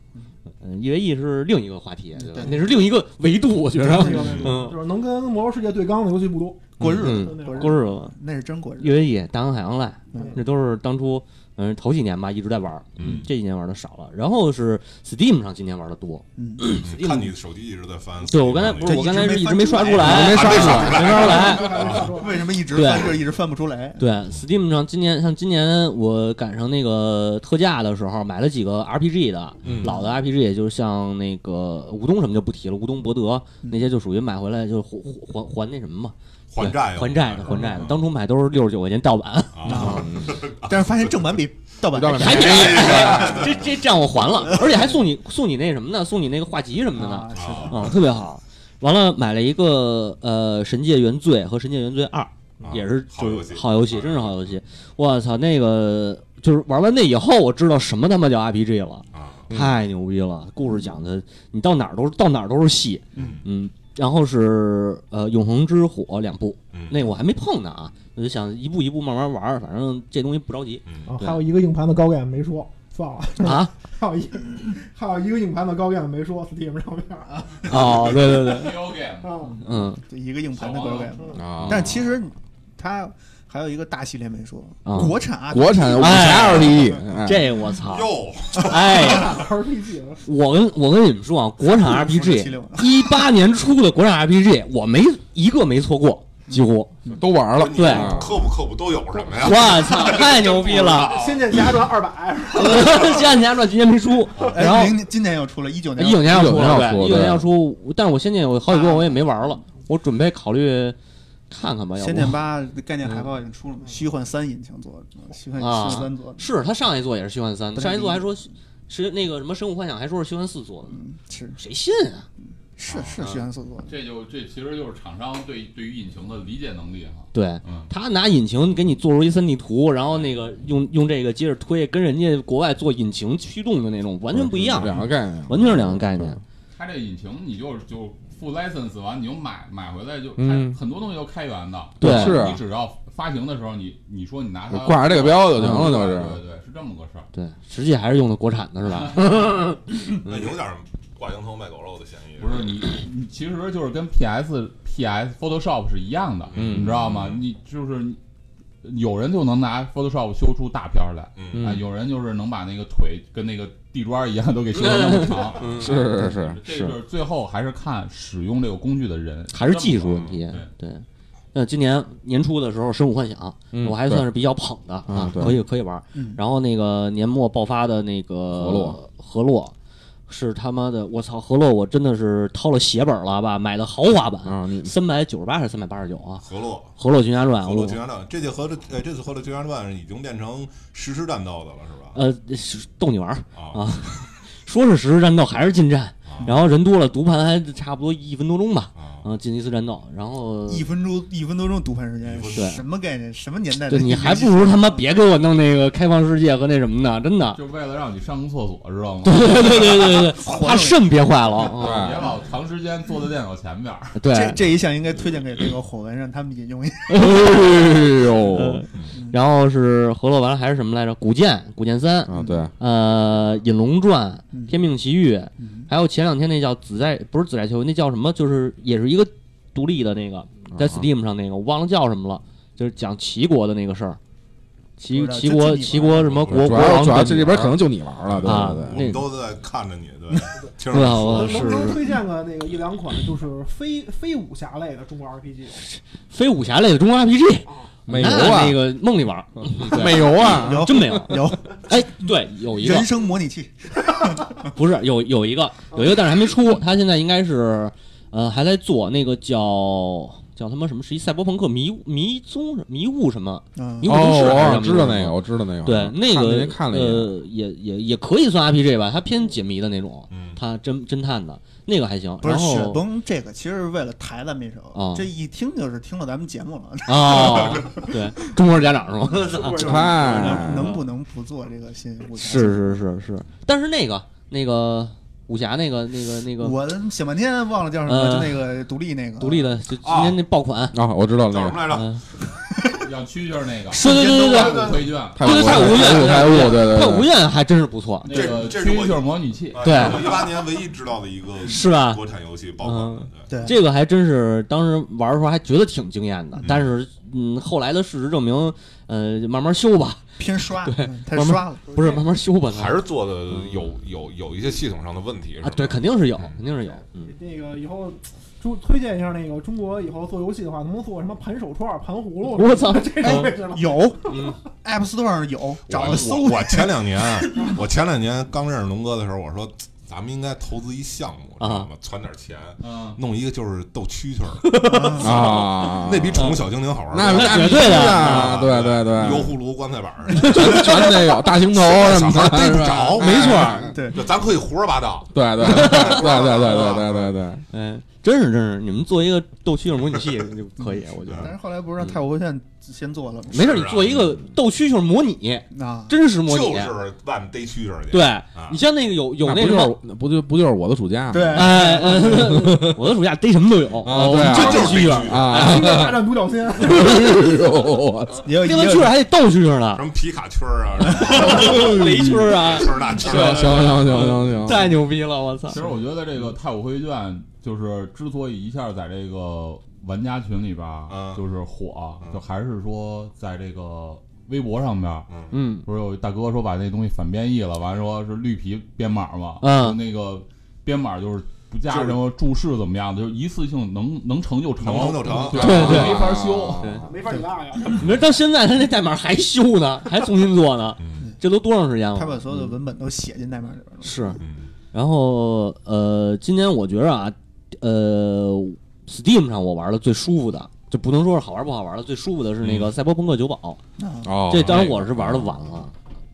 Speaker 4: 嗯一 v 一是另一个话题，对吧
Speaker 1: 对？
Speaker 4: 那是另一个维度，我觉
Speaker 6: 对
Speaker 4: 得
Speaker 6: 那个那个
Speaker 4: 嗯
Speaker 6: 就是能跟魔兽世界对刚的游戏不多，
Speaker 1: 过日子，
Speaker 4: 嗯
Speaker 6: 就那
Speaker 1: 过
Speaker 6: 种
Speaker 4: 过日子嘛，
Speaker 1: 那是真过日
Speaker 4: 一
Speaker 1: 子。
Speaker 4: v 一大航海洋赖，
Speaker 1: 嗯
Speaker 4: 这都是当初嗯头几年吧一直在玩儿，
Speaker 2: 嗯
Speaker 4: 这几年玩的少了。然后是 Steam 上今年玩的多，
Speaker 2: 哎
Speaker 1: 嗯，
Speaker 2: 看你手机一直在翻。
Speaker 4: 对我刚才不是
Speaker 1: 这
Speaker 4: 我刚才
Speaker 1: 一直
Speaker 4: 是
Speaker 1: 没
Speaker 4: 一直没刷
Speaker 1: 翻
Speaker 4: 出
Speaker 1: 出来
Speaker 4: 来，没
Speaker 2: 刷出来
Speaker 4: 没刷出来。
Speaker 1: 为什么一直
Speaker 4: 对
Speaker 1: 翻这儿一直翻不出来？
Speaker 4: 对，Steam 上今年像今年我赶上那个特价的时候，买了几个 RPG 的，
Speaker 2: 嗯
Speaker 4: 老的 RPG，也就是像那个吴东什么就不提了，吴东博德
Speaker 1: 嗯
Speaker 4: 那些就属于买回来就还还还那什么嘛，
Speaker 2: 还债
Speaker 4: 对
Speaker 2: 啊，
Speaker 4: 还债的还债的，
Speaker 2: 嗯
Speaker 4: 当嗯初买都是六十九块钱盗版，
Speaker 2: 啊，
Speaker 1: 但是发现正版比盗版
Speaker 3: 知道吧？
Speaker 4: 还便宜，这这账我还 了，而且还送你送你那什么呢？送你那个画集什么的呢，
Speaker 1: 啊，是的，
Speaker 2: 啊
Speaker 4: 啊，特别好。完了买了一个呃《神界原罪》和《神界原罪二》。也是
Speaker 2: 啊好
Speaker 4: 就
Speaker 2: 游
Speaker 4: 是
Speaker 2: 戏，啊
Speaker 4: 好游戏，真是好游戏。我操，那个就是玩完那以后，我知道什么他妈叫 RPG 了，
Speaker 2: 啊，
Speaker 4: 太牛逼了！故事讲的，你到哪儿都是到哪儿都是戏，嗯。然后是呃《永恒之火》两部，
Speaker 2: 嗯
Speaker 4: 那我还没碰呢啊，我就想一步一步慢慢玩儿，反正这东西不 着急
Speaker 6: 啊，
Speaker 4: 对
Speaker 6: 还有一个硬盘的高盖没说，算了，
Speaker 4: 啊。
Speaker 6: 还有一个还有一个硬盘的高盖没说，Steam 上面 啊，
Speaker 4: 哦，对对对，
Speaker 6: 嗯
Speaker 4: 嗯
Speaker 1: 就一个硬盘的高盖。
Speaker 4: 哦
Speaker 3: 啊，
Speaker 1: 但其实它还有一个大系列没说，
Speaker 4: 啊，
Speaker 1: 国产啊
Speaker 3: 国产武侠
Speaker 4: 哎
Speaker 3: LTE，哎
Speaker 4: 这我操，
Speaker 2: 啊哟，
Speaker 4: 哎呀，
Speaker 6: ，RPG
Speaker 4: 我跟我跟你们说啊，国产
Speaker 1: 说这
Speaker 4: RPG
Speaker 1: 七六
Speaker 4: 一八年出的国产 RPG，我没一个没错过，几乎。
Speaker 3: 都玩了，
Speaker 4: 对
Speaker 3: 啊
Speaker 2: 科普科普都有什么呀？
Speaker 4: 我操，太牛 逼了！
Speaker 6: 仙剑奇侠传二百，
Speaker 4: 《仙剑奇侠传》今年没出，
Speaker 1: 哎
Speaker 4: 然后
Speaker 1: 明年今年要出了，一九
Speaker 4: 一
Speaker 1: 年
Speaker 4: 九哎年要出了，
Speaker 3: 19年要出
Speaker 4: 一九年要出，但是我《仙剑》我好几个我也没玩了，我准备考虑看看吧，
Speaker 1: 《
Speaker 4: 要不
Speaker 1: 仙剑八》概念海报已经出了嘛？虚幻三引擎做的，虚幻虚
Speaker 4: 嗯啊
Speaker 1: 幻三做的，
Speaker 4: 是他上一座也是虚幻三，
Speaker 1: 不太
Speaker 4: 上一座还
Speaker 1: 理解
Speaker 4: 说是那个什么《生物幻想》，还说是虚幻四做的，
Speaker 1: 嗯，是
Speaker 4: 谁信啊？
Speaker 1: 是是虚幻四做的。
Speaker 5: 这就这其实就是厂商对对于引擎的理解能力哈。
Speaker 4: 对
Speaker 5: 嗯
Speaker 4: 他拿引擎给你做出一三 D 图，然后那个用用这个接着推，跟人家国外做引擎驱动的那种完全不一样，
Speaker 3: 两个概念，
Speaker 4: 完全是两个概念。
Speaker 5: 它这引擎你就就付 license 完你就买买回来就，
Speaker 3: 嗯
Speaker 5: 它很多东西都开源的。
Speaker 4: 对
Speaker 3: 是啊
Speaker 5: 你只要发行的时候你你说你拿它
Speaker 3: 挂上这个标就行了，就
Speaker 5: 对
Speaker 3: 是
Speaker 5: 对对，是这么个事儿。
Speaker 4: 对，实际还是用的国产的是吧？
Speaker 2: 那有点挂羊头卖狗肉的嫌疑。
Speaker 5: 不是你，你其实就是跟 PS、PS Photoshop 是一样的，
Speaker 4: 嗯
Speaker 5: 你知道吗？你就是有人就能拿 Photoshop 修出大片儿来，
Speaker 2: 嗯，
Speaker 5: 啊，
Speaker 4: 嗯
Speaker 5: 有人就是能把那个腿跟那个地砖一样都给修成那 么长。
Speaker 4: 嗯
Speaker 2: 嗯
Speaker 3: 是是是，
Speaker 5: 这个就是最后还是看使用这个工具的人，
Speaker 4: 还是技术问题
Speaker 5: 这么个。
Speaker 4: 对，那今年年初的时候，《生物幻想》
Speaker 3: 嗯
Speaker 4: 我还算是比较捧的
Speaker 3: 对
Speaker 4: 啊
Speaker 3: 嗯，对
Speaker 4: 可以可以玩
Speaker 1: 嗯。
Speaker 4: 然后那个年末爆发的那个
Speaker 3: 河洛，
Speaker 4: 河洛是他妈的，我操！河洛我真的是掏了血本了吧，买的豪华版，
Speaker 3: 啊，你
Speaker 4: 三百九十八还是三百八十九啊？
Speaker 2: 河洛。
Speaker 4: 《河洛群侠传》
Speaker 2: 河
Speaker 4: 啊我
Speaker 2: 洛群侠传，这届河洛，呃，这次河洛群侠传已经变成实时战斗的了，是吧？
Speaker 4: 呃是逗你玩儿，
Speaker 2: 啊，
Speaker 4: 说是实时战斗还是近战
Speaker 2: 啊，
Speaker 4: 然后人多了，读盘还差不多一分多钟吧，
Speaker 2: 啊
Speaker 4: 嗯，进一次战斗，然后
Speaker 1: 一分钟一分多钟读盘时间，
Speaker 2: 对
Speaker 1: 什么概念？什么年代的
Speaker 4: 对
Speaker 1: 游戏？
Speaker 4: 你还不如他妈别给我弄那个开放世界和那什么呢，真的。
Speaker 5: 就为了让你上个厕所，知道吗？
Speaker 4: 对对对对对， 怕肾别坏了。啊
Speaker 5: 别老长时间坐在电脑前面儿。
Speaker 4: 对，
Speaker 1: 这这一项应该推荐给这个火文，让他们引用一下。
Speaker 3: 哎
Speaker 4: 嗯
Speaker 3: 呦
Speaker 4: 然后是河洛完了还是什么来着？古剑，古剑三，
Speaker 3: 啊，对，
Speaker 4: 呃，引龙传
Speaker 1: 嗯、
Speaker 4: 天命奇遇，
Speaker 1: 嗯
Speaker 4: 还有前两天那叫紫在，不是紫在球，那叫什么？就是也是一个独立的那
Speaker 1: 啊
Speaker 4: 个，在 Steam 上那个，我忘了叫什么了，就是讲齐国的那个事儿。齐
Speaker 1: 不知道
Speaker 4: 齐
Speaker 1: 这
Speaker 4: 国
Speaker 1: 这你
Speaker 4: 齐
Speaker 1: 玩
Speaker 4: 国什么国
Speaker 3: 主
Speaker 4: 国
Speaker 3: 要
Speaker 4: 王
Speaker 3: 主要
Speaker 4: 本
Speaker 3: 这里边
Speaker 4: 儿
Speaker 3: 可能就你玩了，
Speaker 4: 啊
Speaker 3: 对
Speaker 2: 我
Speaker 3: 对
Speaker 2: 们都在看着你， 对，听着
Speaker 4: 对
Speaker 2: 你
Speaker 4: 啊
Speaker 2: 说
Speaker 4: 我
Speaker 6: 能
Speaker 4: 是
Speaker 6: 不能推荐个那个一两款就是非非武侠类的中国 RPG？
Speaker 4: 非武侠类的中国 RPG，
Speaker 3: 美游
Speaker 4: 那
Speaker 3: 啊
Speaker 4: 那个梦里玩儿，
Speaker 3: 对， 美游啊，
Speaker 1: 有
Speaker 4: 真没有。
Speaker 1: 有
Speaker 4: 哎，对，有一个
Speaker 1: 人生模拟器，
Speaker 4: 不是有有一个有一个，但是还没出，他现在应该是呃还在做那个叫叫他妈什么，是一赛博朋克迷迷踪迷雾什么？
Speaker 1: 嗯
Speaker 4: 你，
Speaker 3: 哦，
Speaker 4: 有故事还是
Speaker 3: 我
Speaker 4: 什么
Speaker 3: 知道
Speaker 4: 的
Speaker 3: 那
Speaker 4: 吗
Speaker 3: 个，我知道那个，啊
Speaker 4: 对，那个
Speaker 3: 看了一眼，
Speaker 4: 呃也也也可以算 RPG 吧，它偏解谜的那种，
Speaker 2: 嗯，
Speaker 4: 它侦侦探的那个还行。
Speaker 1: 不是
Speaker 4: 然
Speaker 1: 雪
Speaker 4: 后
Speaker 1: 崩这个，其实是为了抬咱们一手。
Speaker 4: 啊
Speaker 1: 这一听就是听了咱们节目了，
Speaker 4: 哦， 对，中国式家长是吗？
Speaker 3: 哎，
Speaker 1: 能不能不做这个新武侠？
Speaker 4: 是是是是，但是那个那个武侠那个那个那个
Speaker 1: 我想半天忘了叫什么，
Speaker 4: 呃
Speaker 1: 就那个独立那个
Speaker 4: 独立的，就今天那爆款，
Speaker 3: 啊，我知道
Speaker 2: 叫
Speaker 3: 那
Speaker 2: 什
Speaker 3: 个
Speaker 2: 么来着？
Speaker 4: 嗯，
Speaker 5: 让蛐蛐儿那个
Speaker 4: 是对对对
Speaker 1: 啊
Speaker 4: 对
Speaker 5: 太古绘卷，
Speaker 3: 太
Speaker 4: 对对太无怨了
Speaker 3: 太无怨，对对
Speaker 4: 那
Speaker 3: 对
Speaker 4: 无怨还真是不错，
Speaker 5: 那个
Speaker 2: 这这是我
Speaker 5: 蛐蛐儿模拟器，
Speaker 4: 对
Speaker 2: 我呃一八年唯一知道的一个
Speaker 4: 是吧？嗯
Speaker 2: 国产游戏爆款的，对，
Speaker 1: 对，
Speaker 4: 这个还真是当时玩的时候还觉得挺惊艳的，但是嗯，后来的事实证明，呃，慢慢 修吧，
Speaker 1: 偏刷，嗯太
Speaker 4: 慢慢
Speaker 1: 刷了，
Speaker 4: 不是慢慢修吧，它
Speaker 2: 还是做的有有有一些系统上的问题，是
Speaker 4: 嗯啊
Speaker 2: 吧？，
Speaker 4: 对，肯定是有，肯定是有，嗯，
Speaker 6: 那个以后中推荐一下那个中国以后做游戏的话，能不能做什么盘手串、盘葫芦？
Speaker 4: 我操
Speaker 6: 这种为什么？
Speaker 1: 有，App Store 上有，找
Speaker 2: 我
Speaker 1: 着搜
Speaker 2: 我我前两年，我前两年刚认识龙哥的时候，我说咱们应该投资一项目，知
Speaker 4: 啊
Speaker 2: 道吗？攒点钱，
Speaker 5: 嗯，
Speaker 2: 弄一个就是斗蛐蛐儿，
Speaker 3: 对啊，
Speaker 2: 那比宠物小精灵好玩。
Speaker 3: 那
Speaker 2: 我
Speaker 3: 那
Speaker 4: 绝对的
Speaker 3: 啊，对对
Speaker 2: 油
Speaker 3: 对，
Speaker 2: 葫芦、棺材板儿，
Speaker 3: 全全得有大 行头什
Speaker 2: 小
Speaker 3: 么
Speaker 2: 孩
Speaker 3: 的，
Speaker 2: 儿
Speaker 4: 哎
Speaker 2: 逮不着，
Speaker 3: 没错，
Speaker 1: 对，
Speaker 2: 就咱可以胡说八道。
Speaker 3: 对对对对对对对对对，
Speaker 4: 哎，真是真是，你们做一个斗蛐蛐模拟器就可以，我觉
Speaker 1: 但
Speaker 4: 得
Speaker 1: 是后来不是让泰国回旋先做了吗？
Speaker 4: 没事，
Speaker 2: 是
Speaker 4: 你
Speaker 2: 啊
Speaker 4: 做一个斗蛐蛐模拟，
Speaker 1: 啊，
Speaker 4: 真实模
Speaker 2: 就
Speaker 4: 拟，
Speaker 2: 是万逮蛐蛐儿去。
Speaker 4: 对、
Speaker 2: 啊
Speaker 4: 你像那个有有
Speaker 3: 那
Speaker 4: 那
Speaker 3: 不
Speaker 4: 什
Speaker 3: 就
Speaker 4: 么，
Speaker 3: 是那不就不就是我的暑假吗？
Speaker 1: 对，
Speaker 4: 哎，哎 我的暑假逮什么都有，
Speaker 3: 啊
Speaker 4: 我
Speaker 3: 对啊
Speaker 4: 们
Speaker 2: 这
Speaker 4: 就是
Speaker 2: 就
Speaker 4: 逮
Speaker 2: 是蛐
Speaker 4: 蛐
Speaker 2: 儿，
Speaker 4: 蛐，
Speaker 3: 啊，
Speaker 6: 应该大战独角仙，
Speaker 3: 哎呦我操
Speaker 1: 也有
Speaker 4: 逮完
Speaker 1: 也
Speaker 4: 蛐
Speaker 1: 有
Speaker 4: 儿还得斗蛐蛐呢
Speaker 2: 什，么皮卡蛐儿啊，什
Speaker 4: 雷蛐儿啊，
Speaker 2: 么那蛐
Speaker 3: 行
Speaker 2: 儿，
Speaker 3: 行行行行行，
Speaker 4: 太牛逼了，我操
Speaker 5: 其！实我觉得这个太古绘卷就是之所以一下在这个玩家群里边儿
Speaker 2: 嗯
Speaker 5: 就是火，
Speaker 2: 嗯
Speaker 5: 就还是说在这个微博上边儿。
Speaker 2: 嗯，
Speaker 4: 嗯，
Speaker 5: 不是有大哥说把那东西反编译了，完了说是绿皮编码嘛，
Speaker 4: 嗯
Speaker 5: 就那个编码就是不加
Speaker 2: 就是
Speaker 5: 什么注释怎么样的，就是一次性能能成就成，
Speaker 2: 能成就成啊
Speaker 5: 对
Speaker 4: 对对
Speaker 5: 没法修。
Speaker 4: 对，
Speaker 6: 没法啊你大呀！
Speaker 4: 你说到现在他那代码还修呢，还重新做呢，
Speaker 2: 嗯
Speaker 4: 这都多长时间了？
Speaker 1: 他把所有的文本都写进代码里边了。
Speaker 4: 是，
Speaker 2: 嗯
Speaker 4: 然后呃，今年我觉着啊，呃，Steam 上我玩的最舒服的，就不能说是好玩不好玩的，最舒服的是那
Speaker 1: 嗯
Speaker 4: 个《赛博朋克酒保》
Speaker 1: 啊，
Speaker 3: 哦
Speaker 4: 这当然我是玩的晚了。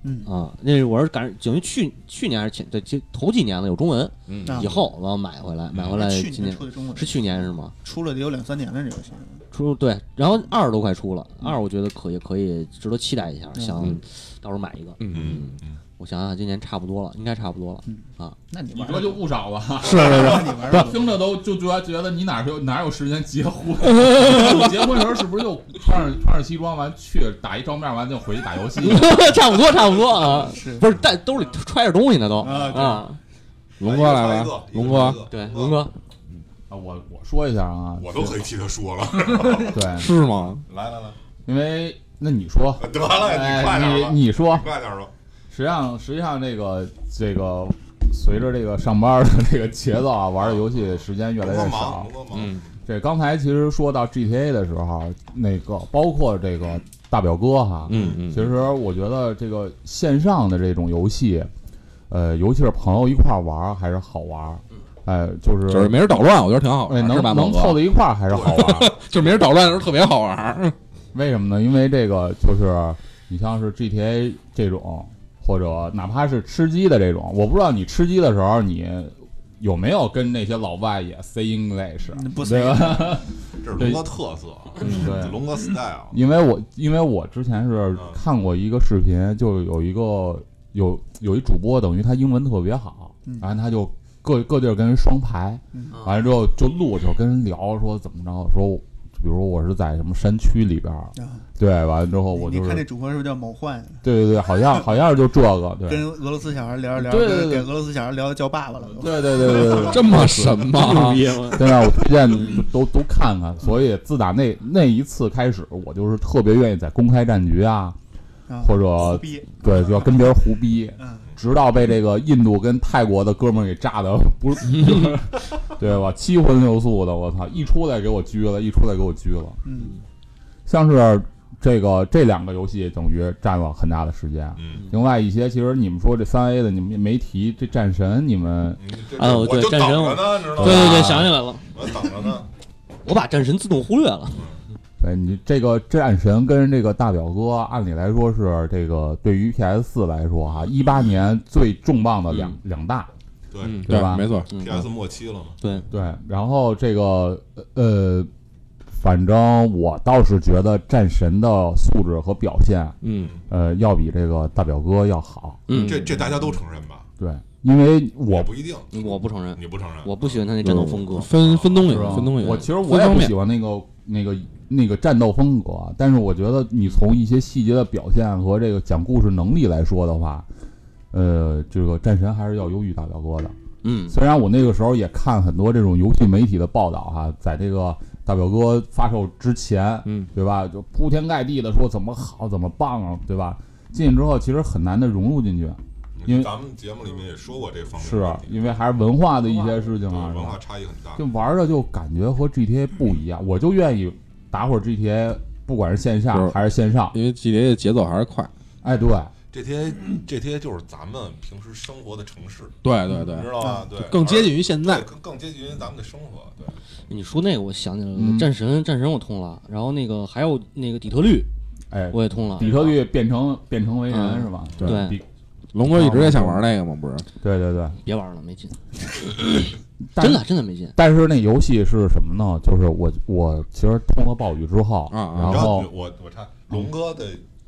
Speaker 1: 嗯
Speaker 4: 啊，那是我是赶等于去去年还是前对，就头几年的有中文，
Speaker 3: 嗯
Speaker 1: 啊嗯
Speaker 4: 以后然后买回来，买回来
Speaker 1: 去
Speaker 4: 今
Speaker 1: 年
Speaker 4: 年
Speaker 1: 出的中文
Speaker 4: 是去年是吗？
Speaker 1: 出了得有两三年了，这游戏
Speaker 4: 出对，然后二都快出了，
Speaker 1: 嗯
Speaker 4: 二我觉得可以可以值得期待一下，想到时候买一个。
Speaker 3: 嗯，
Speaker 2: 嗯嗯，
Speaker 4: 我想想，今年差不多了，应该差不多了。
Speaker 1: 那你
Speaker 5: 你
Speaker 1: 玩
Speaker 5: 说就误少了，
Speaker 1: 是是是，你玩的
Speaker 5: 听着都就觉得觉得你哪有哪有时间结婚？ 你结婚的时候是不是就穿着穿着西装完去打一照面完就回去打游戏？
Speaker 4: 差不多，差不多啊，
Speaker 1: 是
Speaker 4: 不是在兜里揣着东西呢都
Speaker 1: 啊对
Speaker 4: 啊，
Speaker 3: 龙哥来
Speaker 5: 哎
Speaker 3: 了，龙哥，，
Speaker 4: 对，龙，哥，
Speaker 5: 啊，我我说一下啊，
Speaker 2: 我都可以替他说了，
Speaker 5: 对，
Speaker 3: 是吗？
Speaker 2: 来来来，
Speaker 5: 因为那你说，
Speaker 2: 得了，你快点
Speaker 5: 哎
Speaker 2: 吧，
Speaker 5: 你你说，
Speaker 2: 快点吧，
Speaker 5: 实际上，实际上这个这个，随着这个上班的这个节奏啊，玩的游戏时间越来
Speaker 2: 龙哥
Speaker 5: 越
Speaker 2: 忙，
Speaker 5: 少
Speaker 2: 龙。哥忙，
Speaker 3: 嗯
Speaker 5: 这刚才其实说到 GTA 的时候，啊那个包括这个大表哥哈，
Speaker 3: 嗯嗯，
Speaker 5: 其实我觉得这个线上的这种游戏，呃，尤其是朋友一块儿玩儿还是好玩儿，哎，就是
Speaker 3: 就是没人捣乱，我觉得挺好
Speaker 5: 哎
Speaker 3: 玩，
Speaker 5: 能
Speaker 3: 是吧？
Speaker 5: 能凑到一块儿还是好玩 儿。
Speaker 3: 就是没人捣乱的时候特别好玩。
Speaker 5: 为什么呢？因为这个就是你像是 GTA 这种，或者哪怕是吃鸡的这种，我不知道你吃鸡的时候你有没有跟那些老外也 say English，啊
Speaker 1: 嗯不 say
Speaker 5: 对吧？
Speaker 2: 这是龙哥特色，龙哥 style，
Speaker 5: 因为我因为我之前是看过一个视频，就有一个有有一主播，等于他英文特别好，
Speaker 1: 嗯
Speaker 5: 然后他就各各地儿跟人双排，完了之后就录就跟人聊说怎么着，说比如说我是在什么山区里边儿，
Speaker 1: 啊。
Speaker 5: 对，完了之后我
Speaker 1: 你
Speaker 5: 就
Speaker 1: 看
Speaker 5: 是
Speaker 1: 这主播是不是叫某焕？
Speaker 5: 对对对，好像好像就这个，对
Speaker 1: 跟俄罗斯小孩聊着聊着，
Speaker 5: 对对
Speaker 1: 给
Speaker 5: 对
Speaker 1: 给俄罗斯小孩聊的叫爸爸了都。
Speaker 5: 对对对对 对，
Speaker 3: 这么神吗？
Speaker 5: 现在我推荐你都都看看。所以自打那那一次开始，我就是特别愿意在公开战局啊，
Speaker 1: 啊
Speaker 5: 或
Speaker 1: 胡
Speaker 5: 者
Speaker 1: 逼，
Speaker 5: 对，就要跟别人胡逼，
Speaker 1: 嗯，
Speaker 5: 直到被这个印度跟泰国的哥们儿给炸的，不是，就是对吧？七荤六素的，我操！一出来给我拘了，一出来给我拘了。
Speaker 1: 嗯，
Speaker 5: 像是这个这两个游戏，等于占了很大的时间。
Speaker 2: 嗯，
Speaker 5: 另外一些，其实你们说这三 A 的，你们也没提这战神，你们
Speaker 2: 我就等着呢，知道
Speaker 4: 对
Speaker 2: 吗？
Speaker 4: 对对，想起来了，
Speaker 2: 我等着呢，
Speaker 4: 我把战神自动忽略了。
Speaker 5: 对呃你这个战神跟这个大表哥，按理来说是这个对于 PS 四来说哈、1一八年最重磅的两、两大，
Speaker 2: 对
Speaker 3: 嗯，
Speaker 5: 对吧
Speaker 3: 没错，
Speaker 2: ，PS 末期了嘛，
Speaker 4: 对，
Speaker 5: 对。然后这个呃，反正我倒是觉得战神的素质和表现，
Speaker 3: 嗯
Speaker 5: 呃，要比这个大表哥要好。
Speaker 4: 嗯，
Speaker 2: 这这大家都承认吧？
Speaker 5: 对，因为
Speaker 2: 也
Speaker 5: 我
Speaker 2: 不一定，
Speaker 4: 我不承认，
Speaker 2: 你不承认，
Speaker 4: 我不喜欢他那战斗风格。
Speaker 3: 分分东西，
Speaker 5: 是吧
Speaker 3: 分东西，
Speaker 5: 我其实我
Speaker 3: 分
Speaker 5: 也
Speaker 3: 方
Speaker 5: 不
Speaker 3: 面
Speaker 5: 喜欢那个那个那个战斗风格，啊但是我觉得你从一些细节的表现和这个讲故事能力来说的话，呃，这个战神还是要优于大表哥的。
Speaker 4: 嗯
Speaker 5: 虽然我那个时候也看很多这种游戏媒体的报道哈、在这个大表哥发售之前，
Speaker 4: 嗯，
Speaker 5: 对吧？就铺天盖地的说怎么好怎么棒啊，对吧？进去之后其实很难的融入进去，因
Speaker 2: 嗯
Speaker 5: 为
Speaker 2: 咱们节目里面也说过这方面的
Speaker 5: 是
Speaker 2: 问题，
Speaker 5: 因为还是文化的一些事情
Speaker 2: 啊对
Speaker 5: 啊，是
Speaker 2: 文
Speaker 5: 吧
Speaker 2: 化差异很大
Speaker 5: 就。玩着就感觉和 GTA 不一样，我就愿意打会儿 GTA，不管是线
Speaker 3: 就
Speaker 5: 下
Speaker 3: 是
Speaker 5: 还是线上，
Speaker 3: 因为 GTA 的节奏还是快。
Speaker 5: 哎，对，
Speaker 2: 这些这些就是咱们平时生活的城市，
Speaker 3: 对对对
Speaker 2: 你，知道吧？对，
Speaker 3: 更接近于现在
Speaker 2: 对，。更更接近于咱们的生活。对，
Speaker 4: 你说那个我想起来了，
Speaker 5: 嗯
Speaker 4: 战神战神我通了，然后那个还有那个底特律
Speaker 5: 哎，
Speaker 4: 我也通了，
Speaker 5: 底特律变成变成为人
Speaker 3: 嗯
Speaker 5: 是吧？
Speaker 3: 对
Speaker 4: 对
Speaker 5: 底
Speaker 3: 龙哥一直也想玩那个嘛，不是？
Speaker 5: 对对对，
Speaker 4: 啊别玩了，没劲，
Speaker 5: 但
Speaker 4: 真的真的没劲。
Speaker 5: 但是那游戏是什么呢？就是我我其实通了暴雨之后，
Speaker 3: 啊啊
Speaker 5: 然
Speaker 2: 然后
Speaker 5: 后
Speaker 2: 我我看龙哥的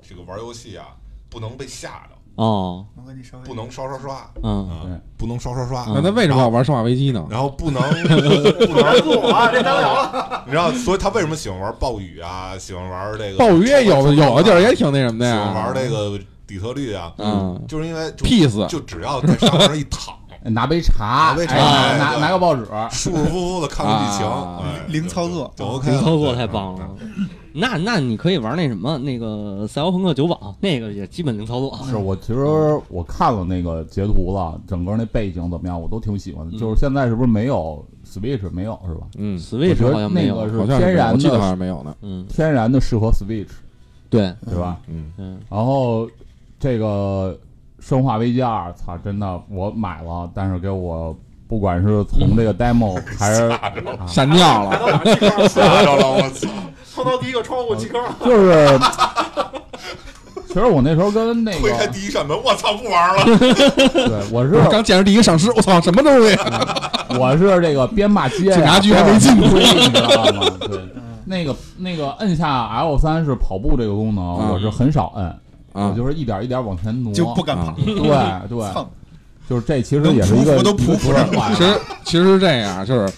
Speaker 2: 这个玩游戏啊，不能被吓着，
Speaker 4: 哦，
Speaker 1: 我跟你稍微
Speaker 2: 不能刷刷刷，
Speaker 4: 嗯，
Speaker 2: 啊
Speaker 5: 对，
Speaker 2: 不能刷刷刷。
Speaker 3: 那他为什么要玩《生化危机》呢？
Speaker 2: 然后不能不能做啊，这当然了。你知道，所以他为什么喜欢玩暴雨啊？喜欢玩这个
Speaker 3: 暴雨也有有的地儿也挺那什么的
Speaker 2: 喜
Speaker 3: 呀，
Speaker 2: 欢玩这个底特律啊，
Speaker 3: 嗯
Speaker 2: 就是因为就
Speaker 3: Peace
Speaker 2: 就只要在沙发上一躺，
Speaker 5: 拿杯茶，
Speaker 2: 拿杯茶
Speaker 5: 哎
Speaker 2: 哎
Speaker 5: 拿
Speaker 2: 对
Speaker 5: 拿个报纸，
Speaker 2: 舒舒服服的看看剧情
Speaker 3: 啊，
Speaker 2: 哎
Speaker 1: 零操作
Speaker 2: 就就 OK，
Speaker 4: 你
Speaker 2: 了
Speaker 4: 操作
Speaker 2: 对
Speaker 4: 太棒了。那那你可以玩那什么那个赛博朋克九堡，那个也基本零操作。
Speaker 5: 是我其实我看了那个截图了，整个那背景怎么样，我都挺喜欢的。
Speaker 4: 嗯
Speaker 5: 就是现在是不是没有 Switch 没有是吧？
Speaker 3: 嗯，
Speaker 5: 我
Speaker 4: Switch
Speaker 5: 觉
Speaker 4: 好
Speaker 5: 得
Speaker 4: 像没
Speaker 5: 那
Speaker 4: 有，
Speaker 5: 个
Speaker 3: 好像是
Speaker 5: 天
Speaker 3: 没有
Speaker 5: 然
Speaker 3: 我记得好
Speaker 5: 的
Speaker 3: 像没有呢。
Speaker 4: 嗯，
Speaker 5: 天然的适合 Switch，
Speaker 4: 对，
Speaker 5: 对吧？
Speaker 3: 嗯，
Speaker 4: 嗯，
Speaker 5: 然后这个《生化危机二》，操，真的我买了，但是给我不管是 从这个 demo 还是
Speaker 3: 吓尿了，
Speaker 2: 吓着了，我操！
Speaker 6: 碰到第一个窗户鸡坑，
Speaker 5: 就是，其实我那时候跟那
Speaker 2: 推开
Speaker 5: 个
Speaker 2: 第一扇门，我操，不玩了。
Speaker 5: 对我是
Speaker 3: 我刚见着第一个丧尸，我操，什么东西？啊
Speaker 5: 我是这个边骂街呀，
Speaker 3: 警察局还没进
Speaker 5: 去，你知道吗？对，那个那个摁下 L 三是跑步这个功能，
Speaker 3: 嗯
Speaker 5: 我是很少摁，
Speaker 3: 啊
Speaker 5: 我，就是一点一点往前挪，
Speaker 1: 就不敢
Speaker 3: 啊
Speaker 4: 嗯
Speaker 1: 跑，
Speaker 5: 对对
Speaker 1: 蹭，
Speaker 5: 就是这其实也是一个
Speaker 1: 能匍匐都匍匐
Speaker 5: 不是坏
Speaker 3: 其实其实是这样，啊就是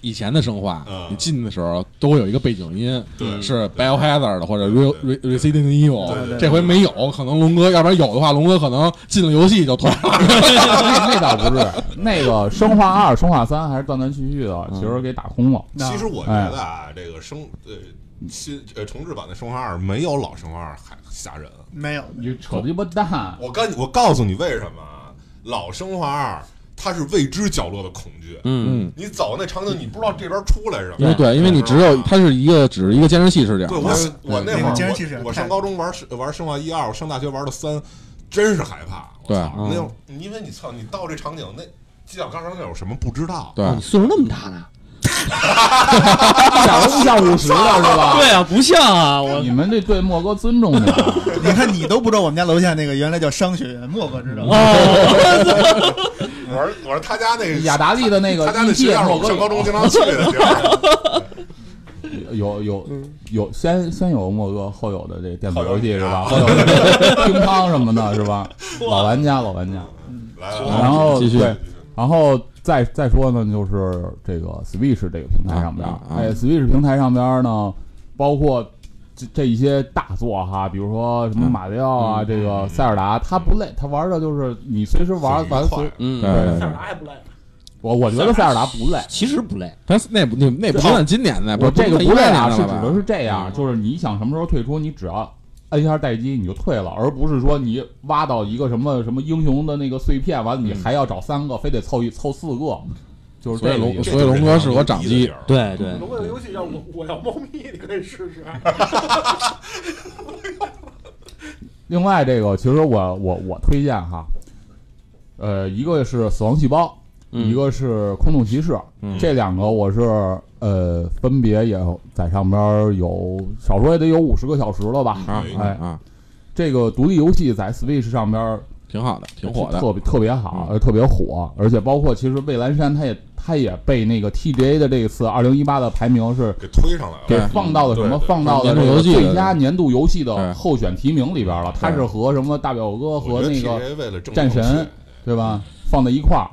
Speaker 3: 以前的生化
Speaker 2: 嗯，
Speaker 3: 你进的时候都会有一个背景音，
Speaker 2: 对
Speaker 3: 是 Biohazard 的或者 Re
Speaker 2: 对
Speaker 3: Re Resident Evil，
Speaker 2: 对对
Speaker 3: 这回没有，可能龙哥，要不然有的话，龙哥可能进了游戏就退了。
Speaker 5: 那那倒不是，那个生化二、生化三还是断断续续的，其实给打通了。
Speaker 1: 那
Speaker 2: 其实我觉得啊，这个生呃新呃重置版的《生化二》没有老《生化二》还吓人。
Speaker 1: 没有，
Speaker 5: 你扯鸡巴蛋！
Speaker 2: 我告我告诉你为什么啊，老《生化二》它是未知角落的恐惧，
Speaker 4: 嗯，
Speaker 2: 你走那场景，你不知道这边出来什么。
Speaker 3: 因为对，因为你只有它是一个只是一个监视器视角，
Speaker 2: 对我
Speaker 3: 它
Speaker 2: 我那
Speaker 1: 那
Speaker 2: 会
Speaker 1: 个
Speaker 2: 儿
Speaker 1: 监视器是
Speaker 2: 我我
Speaker 1: 太
Speaker 2: 上高中玩生玩生化一二，我上大学玩的三，真是害怕。我
Speaker 3: 对
Speaker 2: 操
Speaker 4: 嗯
Speaker 2: 那会儿因为你操，你到这场景那犄角旮旯那有什么不知道？
Speaker 3: 对
Speaker 4: 哦你岁数那么大呢？
Speaker 5: 你长得不像五十的是吧？
Speaker 4: 对啊，不像啊，我
Speaker 5: 你们这对莫哥尊重啊点。
Speaker 1: 你看你都不知道我们家楼下那个原来叫商学
Speaker 4: 嗯
Speaker 1: 院，莫哥知道。
Speaker 2: 我说我说他家那个
Speaker 5: 雅达利的那个
Speaker 2: 他家那
Speaker 5: 一
Speaker 2: 学
Speaker 5: 届
Speaker 2: 校是
Speaker 5: 莫
Speaker 2: 我
Speaker 5: 哥
Speaker 2: 上高中
Speaker 5: 有
Speaker 2: 经常去的地儿，
Speaker 5: 呃有有有先先有莫哥，后有的这电子游戏是吧？后
Speaker 2: 后啊
Speaker 5: 有的这乒乓什么的是 吧？老玩家老玩家。
Speaker 2: 来来来
Speaker 5: 然后
Speaker 3: 继续
Speaker 5: 对，然后再再说呢，就是这个 Switch 这个平台上边儿
Speaker 3: 啊，啊啊
Speaker 5: 哎，Switch 平台上边儿呢，包括这这一些大作哈，比如说什么马里奥啊，这
Speaker 2: 嗯
Speaker 5: 个塞尔达，它不累，它玩的就是你随时玩
Speaker 2: 很
Speaker 5: 玩
Speaker 2: 愉快
Speaker 5: 随，
Speaker 4: 嗯，
Speaker 3: 对
Speaker 6: 哪也不赖。
Speaker 5: 我我觉得塞尔达不累。
Speaker 4: 其实不累，
Speaker 3: 它那不那那不算今年的，
Speaker 5: 我
Speaker 3: 是
Speaker 5: 这个
Speaker 3: 不
Speaker 5: 不累啊，
Speaker 3: 啊，
Speaker 5: 是指的是这样，
Speaker 3: 嗯
Speaker 5: 就是你想什么时候退出，你只要按一下待机你就退了，而不是说你挖到一个什么什么英雄的那个碎片，完了你还要找三个，非得凑一凑四个，就是
Speaker 3: 嗯所以
Speaker 5: 这个
Speaker 3: 龙
Speaker 5: 意思
Speaker 3: 所以龙哥适合掌
Speaker 2: 机
Speaker 3: 机，，
Speaker 4: 对对，
Speaker 6: 龙哥的游戏叫我我要猫咪，你可以试试。
Speaker 5: 另外，这个其实我我我推荐哈，呃，一个是死亡细胞，
Speaker 4: 嗯
Speaker 5: 一个是空洞骑士，
Speaker 3: 嗯
Speaker 5: 这两个我是呃分别也在上边儿有少说也得有五十个小时了吧。
Speaker 3: 啊
Speaker 2: 对
Speaker 3: 啊
Speaker 5: 哎
Speaker 3: 啊，
Speaker 5: 这个独立游戏在 Switch 上边儿
Speaker 3: 挺好的，挺火的，嗯
Speaker 5: 特别特别好，呃特别火，而且包括其实蔚蓝山它也它也被那个 TGA 的这次二零一八的排名是
Speaker 2: 给推上来
Speaker 5: 给
Speaker 2: 了。
Speaker 5: 放到了什么？
Speaker 2: 对对
Speaker 5: 放到了
Speaker 3: 嗯年度
Speaker 5: 这个
Speaker 3: 游戏的
Speaker 5: 最佳年度游戏
Speaker 3: 对
Speaker 5: 的候选提名里边了。它是和什么大表哥和
Speaker 2: 我觉得
Speaker 5: 那个
Speaker 2: TGA 为了挣
Speaker 5: 战神
Speaker 2: 口气
Speaker 5: 对吧？放在一块儿，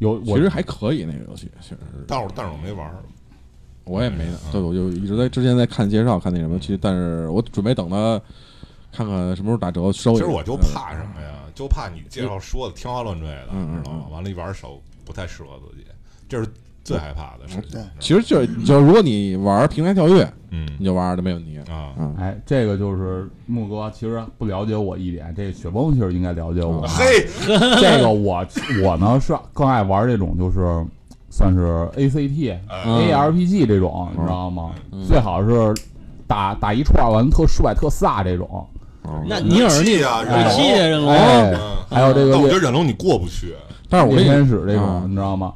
Speaker 5: 有
Speaker 3: 其
Speaker 5: 我
Speaker 3: 实还可以那个游戏，其实是
Speaker 2: 但是但是我没玩儿，
Speaker 3: 我也没呢，对，我就一直在之前在看介绍，看那什么去，但是我准备等它看看什么时候打折
Speaker 5: 哦
Speaker 3: 收一
Speaker 2: 其
Speaker 3: 下。
Speaker 2: 实我就
Speaker 3: 嗯
Speaker 2: 怕什么呀？就怕你介绍说的天花乱坠的，
Speaker 3: 嗯嗯
Speaker 2: 知道吗？完了，一玩手不太适合自己，这是最害怕的事情。
Speaker 1: 对
Speaker 3: 其实就是就是如果你玩平台跳跃，你
Speaker 2: 嗯
Speaker 3: 就玩的没问题。
Speaker 2: 啊，
Speaker 3: 嗯，
Speaker 5: 哎，这个就是木哥，其实不了解我一点，这雪崩其实应该了解
Speaker 3: 哦
Speaker 5: 我。
Speaker 3: 嗯
Speaker 5: 啊
Speaker 2: 嘿，
Speaker 5: 这个我我呢是更爱玩这种，就是算是 ACT、
Speaker 2: 呃
Speaker 3: 嗯
Speaker 5: ARPG 这种，你知道吗？最好是打打一串儿完特帅特飒这种，
Speaker 3: 嗯
Speaker 4: 那尼尔
Speaker 2: 气
Speaker 4: 那
Speaker 2: 啊，
Speaker 4: 忍气
Speaker 2: 忍
Speaker 4: 忍龙，
Speaker 5: 哎，
Speaker 2: 龙，
Speaker 5: 还有这
Speaker 2: 嗯，但
Speaker 5: 个
Speaker 2: 我
Speaker 5: 猎
Speaker 2: 觉得忍龙你过不去，
Speaker 3: 但是我
Speaker 5: 猎
Speaker 3: 跟你
Speaker 5: 天使这种
Speaker 3: 啊，
Speaker 5: 你知道吗？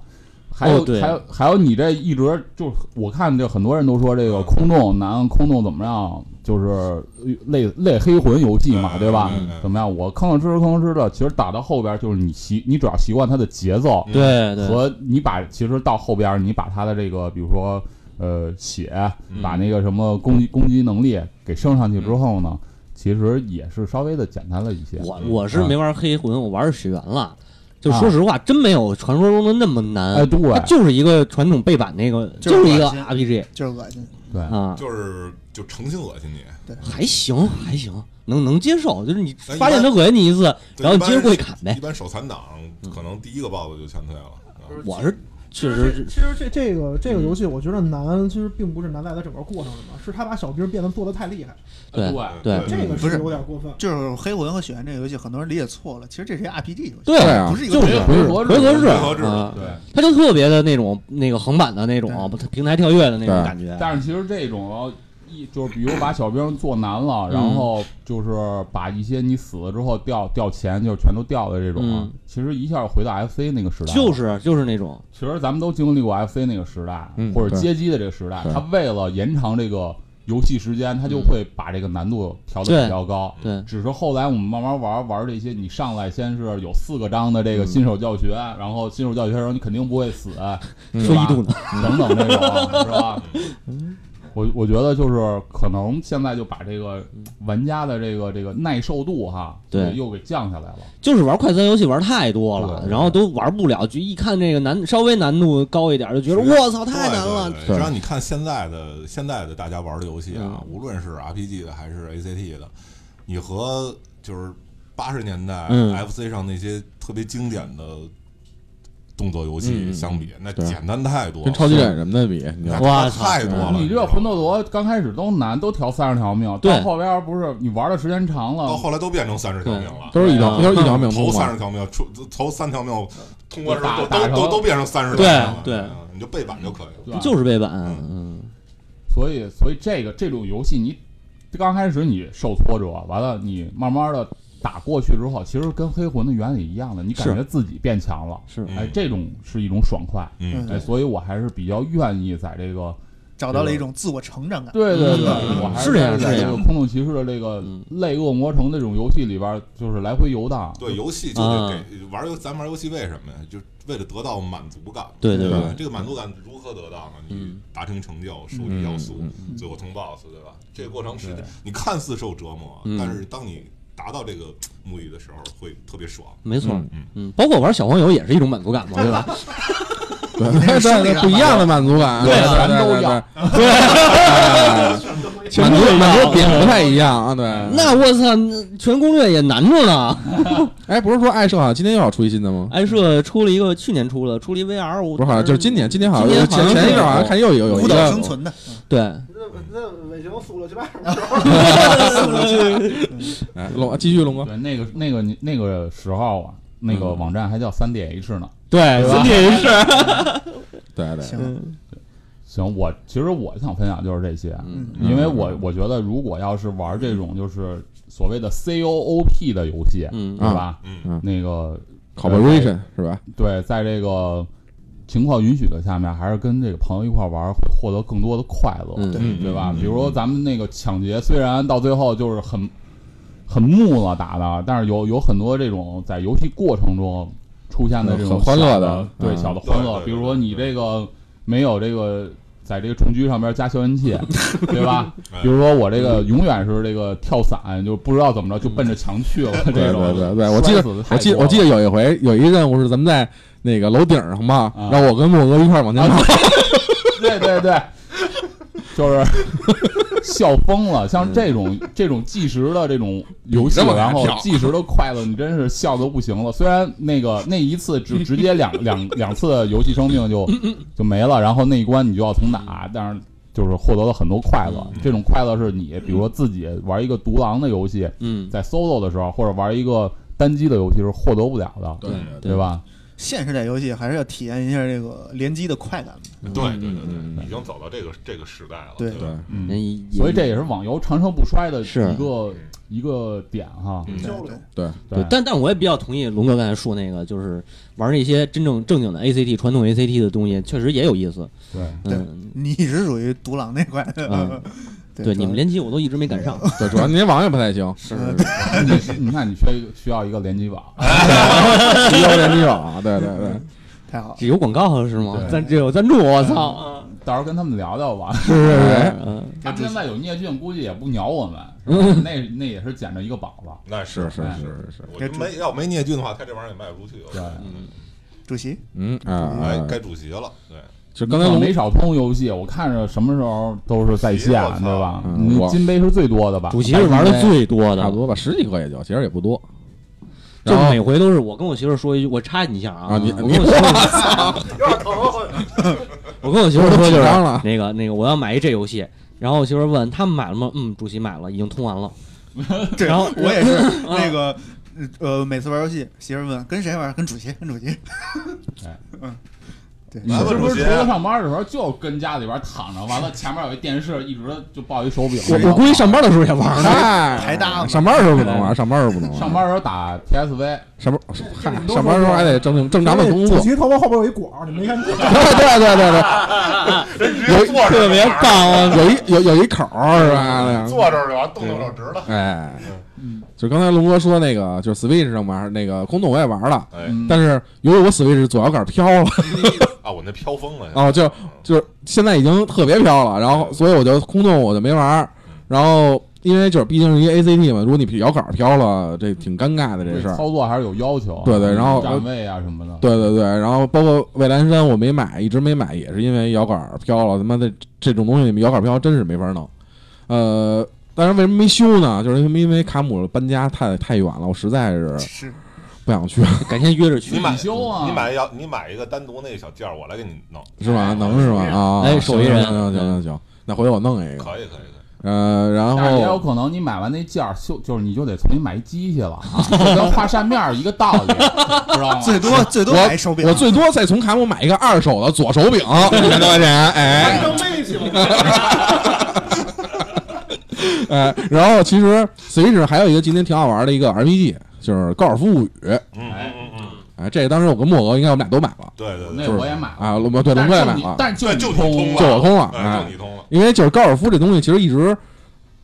Speaker 5: 还有、
Speaker 4: 哦对
Speaker 5: 还有还有，你这一直就是我看这很多人都说这个空洞难，空洞怎么样？就是类类黑魂游戏嘛，
Speaker 2: 嗯
Speaker 5: 对吧？
Speaker 2: 嗯嗯
Speaker 5: 怎么样？我吭吭哧哧吭哧哧的，其实打到后边就是你习，你只要习惯它的节奏，
Speaker 2: 嗯
Speaker 4: 对对，
Speaker 5: 和你把其实到后边儿你把他的这个，比如说呃血，
Speaker 2: 嗯
Speaker 5: 把那个什么攻击攻击能力给升上去之后
Speaker 4: 嗯
Speaker 5: 呢，其实也是稍微的简单了一些。
Speaker 4: 我
Speaker 2: 嗯
Speaker 4: 我是没玩黑魂，我玩血缘了。就说实话，真没有传说中的那么难。
Speaker 5: 哎，对
Speaker 4: 它就是一个传统背板那个，
Speaker 1: 就是
Speaker 4: 就是一个
Speaker 1: 恶心
Speaker 4: RPG
Speaker 1: 就是恶心。
Speaker 5: 对，
Speaker 4: 啊，
Speaker 2: 就是就诚心恶心你。
Speaker 4: 还行还行，能能接受。就是你
Speaker 2: 哎一般
Speaker 4: 发现他恶心你一次，
Speaker 2: 对
Speaker 4: 然后
Speaker 2: 一
Speaker 4: 你
Speaker 2: 般
Speaker 4: 接着过去砍
Speaker 2: 一
Speaker 4: 呗。
Speaker 2: 般手残党可能第一个 BOSS 就劝退了。啊
Speaker 4: 我是确
Speaker 6: 其
Speaker 4: 实
Speaker 6: 实
Speaker 4: 是
Speaker 6: 这，其实这这个这个游戏，我觉得
Speaker 3: 嗯
Speaker 6: 难，其实并不是难在它整个过程什么，是他把小兵变得做得太厉害，
Speaker 3: 嗯
Speaker 4: 对
Speaker 2: 对
Speaker 4: 对
Speaker 6: 这个
Speaker 1: 不是
Speaker 6: 是有点过分。
Speaker 1: 就是黑魂和血缘这个游戏，很多人理解错了。其实这是一 RPG 游戏，
Speaker 4: 对
Speaker 3: 啊
Speaker 1: 不是一个
Speaker 4: 就
Speaker 1: 回
Speaker 4: 是
Speaker 1: 合
Speaker 5: 回合
Speaker 4: 回
Speaker 5: 制
Speaker 4: 合制
Speaker 2: 回合制
Speaker 4: 啊，
Speaker 5: 对。
Speaker 4: 它就特别的那种那个横版的那种啊平台跳跃的那种
Speaker 3: 对
Speaker 4: 感觉。
Speaker 5: 但是其实这种一就是比如把小兵做难了，
Speaker 4: 嗯
Speaker 5: 然后就是把一些你死了之后掉掉钱就全都掉的这种啊，
Speaker 4: 嗯
Speaker 5: 其实一下回到 FC 那个时代了，
Speaker 4: 就是就是那种，
Speaker 5: 其实咱们都经历过 FC 那个时代，
Speaker 3: 嗯
Speaker 5: 或者
Speaker 3: 对
Speaker 5: 街机的这个时代
Speaker 3: 对，
Speaker 5: 它为了延长这个游戏时间，它就会把这个难度调的
Speaker 4: 嗯对
Speaker 5: 比较高。
Speaker 4: 对
Speaker 5: 只是后来我们慢慢玩玩这些，你上来先是有四个章的这
Speaker 4: 嗯
Speaker 5: 个新手教学，然后新手教学的时候你肯定不会死，
Speaker 3: 嗯
Speaker 5: 是
Speaker 4: 说
Speaker 5: 吧
Speaker 4: 一度呢，
Speaker 5: 等等这 种是吧？我我觉得就是可能现在就把这个玩家的这个这个耐受度哈，
Speaker 4: 对
Speaker 5: 就又给降下来了。
Speaker 4: 就是玩快餐游戏玩太多了，
Speaker 5: 对
Speaker 4: 然后都玩不了，就一看这个难，稍微难度高一点就觉得
Speaker 2: 是
Speaker 4: 我操太难了
Speaker 2: 对。对对
Speaker 3: 对
Speaker 2: 实际上，你看现在的现在的大家玩的游戏啊，无论是 RPG 的还是 ACT 的，你和就是八十年代
Speaker 4: 嗯
Speaker 2: FC 上那些特别经典的动作游戏
Speaker 3: 嗯
Speaker 2: 相比，那
Speaker 3: 对
Speaker 2: 简单太多了，
Speaker 3: 跟超级忍什么的比，你知
Speaker 2: 那差
Speaker 3: 道吗？嗯
Speaker 4: 哇操
Speaker 2: 太多了。
Speaker 5: 你
Speaker 2: 知
Speaker 5: 这
Speaker 2: 道
Speaker 5: 个
Speaker 2: 吗
Speaker 5: 魂斗罗刚开始都难，都调三十条命，
Speaker 4: 对
Speaker 5: 到后边儿不是你玩的时间长了，
Speaker 2: 到后来都变成三十条命了。
Speaker 3: 都是一条
Speaker 4: 对
Speaker 3: 都是一条命
Speaker 2: 头
Speaker 3: 通
Speaker 2: 三
Speaker 3: 嘛
Speaker 2: 十。条命，出头三条命通关时
Speaker 5: 打
Speaker 2: 候
Speaker 5: 打
Speaker 2: 都
Speaker 5: 成
Speaker 2: 都都变成三十条命了，
Speaker 4: 对对
Speaker 2: 嗯，你就背板就可以了。
Speaker 5: 对吧
Speaker 4: 就是背板，嗯，
Speaker 5: 所以所以这个这种游戏你刚开始你受挫折，完了你慢慢的打过去之后，其实跟黑魂的原理一样的，你感觉自己变强了，
Speaker 4: 是
Speaker 5: 哎，这种是一种爽快，
Speaker 2: 嗯，
Speaker 5: 哎，
Speaker 1: 嗯，
Speaker 5: 所以我还是比较愿意在这个
Speaker 1: 找到了一种自我成长感。
Speaker 5: 对对对，
Speaker 4: 嗯
Speaker 5: 我还
Speaker 4: 是这样
Speaker 5: 在
Speaker 4: 是这
Speaker 5: 这
Speaker 4: 样
Speaker 5: 个空洞骑士的这个
Speaker 4: 嗯
Speaker 5: 类恶魔城这种游戏里边儿，就是来回游荡，
Speaker 2: 对，游戏就得给、玩游，咱玩游戏为什么呀？就为了得到满足感嘛。
Speaker 4: 对对
Speaker 2: 吧
Speaker 4: 对
Speaker 2: 这个满足感如何得到呢？你
Speaker 4: 嗯
Speaker 2: 达成成就，收集
Speaker 3: 嗯
Speaker 2: 要素，
Speaker 3: 嗯
Speaker 2: 最后通 BOSS，对吧？这个过程是你看似受折磨，
Speaker 4: 嗯
Speaker 2: 但是当你达到这个目的的时候，会特别爽。
Speaker 4: 没错
Speaker 3: 嗯
Speaker 2: 嗯，
Speaker 4: 嗯，包括玩小黄油也是一种满足感嘛，对 吧？
Speaker 3: 对，但是不一样的满足感，
Speaker 4: 对
Speaker 3: 对
Speaker 5: 全都
Speaker 3: 对
Speaker 5: 要
Speaker 4: 对，
Speaker 3: 对满足满足点不太一样啊，对。
Speaker 4: 那我操，那全攻略也难着呢。
Speaker 3: 哎，不是说爱社好像今天又要出一新的吗？
Speaker 4: 爱社出了一个，去年出了，出了一 VR，我
Speaker 3: 不是，好像就是今年，今年好像
Speaker 4: 今年好
Speaker 3: 前
Speaker 4: 像是哦
Speaker 3: 前一阵好像看又有
Speaker 4: 啊
Speaker 3: 有一
Speaker 1: 孤岛
Speaker 3: 个
Speaker 1: 生存的，
Speaker 4: 对，
Speaker 6: 那那尾行速了去吧，
Speaker 3: 嗯
Speaker 1: 嗯
Speaker 3: 哎，龙继续龙哥，
Speaker 5: 对，那个那个那个时候啊，那
Speaker 4: 嗯
Speaker 5: 个网站还叫三 D H 呢。
Speaker 4: 对，三 D 是，
Speaker 3: 对对，
Speaker 1: 行，
Speaker 5: 行，我其实我想分享就是这些，
Speaker 4: 嗯
Speaker 5: 因为我我觉得如果要是玩这种就是所谓的 COOP 的游戏，
Speaker 4: 嗯
Speaker 5: 对吧？
Speaker 2: 嗯，
Speaker 5: 那个
Speaker 3: Corporation 是吧？
Speaker 5: 对，在这个情况允许的下面，还是跟这个朋友一块玩会获得更多的快乐，
Speaker 4: 嗯
Speaker 1: 对
Speaker 5: 对吧？
Speaker 2: 嗯
Speaker 5: 比如说咱们那个抢劫，虽然到最后就是很很木了打的，但是有有很多这种在游戏过程中出现的这种
Speaker 3: 很欢乐
Speaker 5: 小
Speaker 3: 的
Speaker 5: 的，对
Speaker 3: 嗯
Speaker 5: 小的欢
Speaker 2: 对
Speaker 5: 乐
Speaker 2: 对，对
Speaker 5: 比如说你这个没有这个。在这个重狙上边加消音 器，对吧？
Speaker 2: 哎
Speaker 5: 比如说我这个永远是这个跳伞，就不知道怎么着就奔着墙去了。这
Speaker 3: 对
Speaker 5: 种
Speaker 3: 对对对，我记得
Speaker 5: 摔死的太
Speaker 3: 我记得
Speaker 5: 多
Speaker 3: 我记
Speaker 5: 了
Speaker 3: 得有一回有一任务是咱们在那个楼顶上嘛，
Speaker 5: 啊
Speaker 4: 啊
Speaker 3: 然后我跟莫哥一块儿往前跑，
Speaker 5: 对对对，就是笑疯了。像这种这种计时的这种游戏，
Speaker 3: 嗯这么敢
Speaker 5: 然后
Speaker 3: 跳
Speaker 5: 计时的快乐，你真是笑的不行了。虽然那个那一次 直直接两两两次的游戏生命就就没了，然后那一关你就要重打，但是就是获得了很多快乐。
Speaker 3: 嗯
Speaker 5: 这种快乐是你，比如说自己玩一个独狼的游戏，
Speaker 4: 嗯，
Speaker 5: 在 solo 的时候，或者玩一个单机的游戏是获得不了的，
Speaker 3: 对
Speaker 4: 嗯
Speaker 5: 对吧？
Speaker 1: 现实类游戏还是要体验一下这个联机的快感。
Speaker 2: 对对对对，已经走到这个这个时代了，
Speaker 1: 对
Speaker 2: 对吧
Speaker 3: 对，
Speaker 4: 那
Speaker 5: 嗯，
Speaker 4: 也
Speaker 5: 所以这也是网游长盛不衰的
Speaker 4: 是
Speaker 5: 一个一个点哈。
Speaker 2: 嗯
Speaker 1: 交流
Speaker 4: 对，但但我也比较同意龙哥刚才说那个，就是玩那些真正正经的 ACT 传统 ACT 的东西，确实也有意思。
Speaker 5: 对，
Speaker 4: 嗯，
Speaker 1: 你是属于独狼那块
Speaker 4: 嗯
Speaker 1: 的，
Speaker 4: 对，你们
Speaker 1: 这
Speaker 4: 联机我都一直没赶上。
Speaker 3: 对，主要你那网也不太行，是
Speaker 5: 你你看你缺一个需要一个联机网，
Speaker 3: 一个联机网，对对 对，
Speaker 1: 太好了，
Speaker 4: 有广告是吗？
Speaker 5: 对
Speaker 4: 赞这有赞助，我操！
Speaker 5: 到时候跟他们聊聊吧。
Speaker 3: 是是是，
Speaker 4: 嗯，
Speaker 5: 他们现在有聂俊，估计也不鸟 我们，是吧那那也是捡着一个宝了。
Speaker 2: 那
Speaker 3: 是
Speaker 2: 是哎
Speaker 3: 是是是是，
Speaker 2: 我就没要没聂俊的话，他这玩意儿也卖不出去。
Speaker 5: 对，
Speaker 1: 主席
Speaker 3: 嗯啊，
Speaker 2: 哎
Speaker 3: 啊，
Speaker 2: 该主席了，对，
Speaker 3: 就刚才龙
Speaker 5: 没少通游戏，我看着什么时候都是在线
Speaker 2: 主席我，操
Speaker 5: 对吧？
Speaker 3: 嗯
Speaker 5: 你
Speaker 3: 我
Speaker 5: 金杯是最多的吧？
Speaker 4: 主席是玩的
Speaker 5: 白金杯
Speaker 4: 最多
Speaker 3: 差不
Speaker 4: 的，
Speaker 3: 多吧，十几个也就，其实也不多。
Speaker 4: 就
Speaker 3: 然后
Speaker 4: 每回都是我跟我媳妇儿说一句，我插你一下啊，
Speaker 3: 啊你
Speaker 4: 我跟我媳妇儿
Speaker 3: 啊
Speaker 4: 我跟我媳妇儿说就
Speaker 3: 紧
Speaker 4: 是
Speaker 3: 张了
Speaker 4: 那个那个，我要买一这游戏。然后我媳妇儿问他们买了吗？嗯，主席买了，已经通完了。
Speaker 1: 对，
Speaker 4: 然后
Speaker 1: 我也是 那个呃，每次玩游戏，媳妇儿问跟谁玩，跟主席，跟主席。
Speaker 3: 哎
Speaker 1: 嗯
Speaker 5: 你是不
Speaker 2: 主
Speaker 5: 是
Speaker 2: 席
Speaker 5: 除了上班的时候就跟家里边躺着，完了前面有一电视，一直就抱一手柄？
Speaker 4: 我估计上班的时候也玩呢。
Speaker 3: 哎，
Speaker 1: 台大嘛
Speaker 3: 上班的时候不能玩，上班的时候不能玩，
Speaker 5: 上班的时候打 PSV，
Speaker 3: 上班嗨，上班的时候还得正正正常的工作
Speaker 6: 主，席头发后边有一管儿，你没看见？
Speaker 3: 对对对对对。
Speaker 2: 人坐
Speaker 4: 特别棒啊！
Speaker 3: 有一有有一口儿是吧？
Speaker 2: 坐这儿就完，动动手指头。
Speaker 3: 哎，就刚才龙哥说那个，就是 Switch 上玩那个空洞我也玩了，
Speaker 2: 哎
Speaker 5: 嗯
Speaker 3: 但是由于我 Switch 左摇杆飘了，
Speaker 2: 啊，我那飘风了，
Speaker 3: 哦，就就是现在已经特别飘了，然后所以我就空洞我就没玩儿，然后因为就是毕竟是一 ACT 嘛，如果你摇杆飘了，这挺尴尬的这事儿。
Speaker 5: 操作还是有要求啊。
Speaker 3: 对对然后呃
Speaker 5: 站位啊什么的。
Speaker 3: 对对对，然后包括蔚蓝山我没买，一直没买，也是因为摇杆儿飘了。他妈的这种东西，摇杆儿飘真是没法弄。呃，但是为什么没修呢？就是因为因为卡姆搬家太太远了，我实在是
Speaker 1: 是
Speaker 3: 不想去，
Speaker 4: 改天约着去
Speaker 2: 你。买
Speaker 5: 你修啊
Speaker 2: 你买要你买一个单独那小件儿，我来给你弄，
Speaker 3: 是吧？能是吧？啊，
Speaker 4: 哎手
Speaker 3: 手
Speaker 4: 艺
Speaker 3: 艺
Speaker 4: 人
Speaker 3: 行行行行行，那回头我弄一个。
Speaker 2: 可以可以可
Speaker 3: 呃，然
Speaker 5: 但是也
Speaker 3: 后
Speaker 5: 有可能你买完那件儿修，就是你就得重新买一机器了 啊，就跟画扇面儿一个道理，知道吗？
Speaker 1: 最多最多买一手
Speaker 3: 我
Speaker 1: 柄，
Speaker 3: 我最多再从卡姆买一个二手的左手柄，一千多块 钱，哎。
Speaker 6: 还能妹去吗？
Speaker 3: 啊 哎，然后其实 Switch 还有一个今天挺好玩的一个 RPG，就是《高尔夫物语》。
Speaker 2: 以，嗯嗯嗯嗯，
Speaker 3: 哎，这个当时我跟莫哥应该我们俩都买了
Speaker 2: 对对对，
Speaker 5: 那我也买了，
Speaker 3: 啊，龙对龙
Speaker 5: 但
Speaker 3: 哥也
Speaker 5: 是就
Speaker 3: 买
Speaker 5: 你
Speaker 3: 了，
Speaker 5: 但是
Speaker 2: 对
Speaker 5: 就
Speaker 2: 就
Speaker 5: 你啊
Speaker 2: 你通
Speaker 3: 就我通了，
Speaker 2: 哎，就
Speaker 3: 哎
Speaker 2: 你，通了，
Speaker 3: 因为就是高尔夫这东西其实一直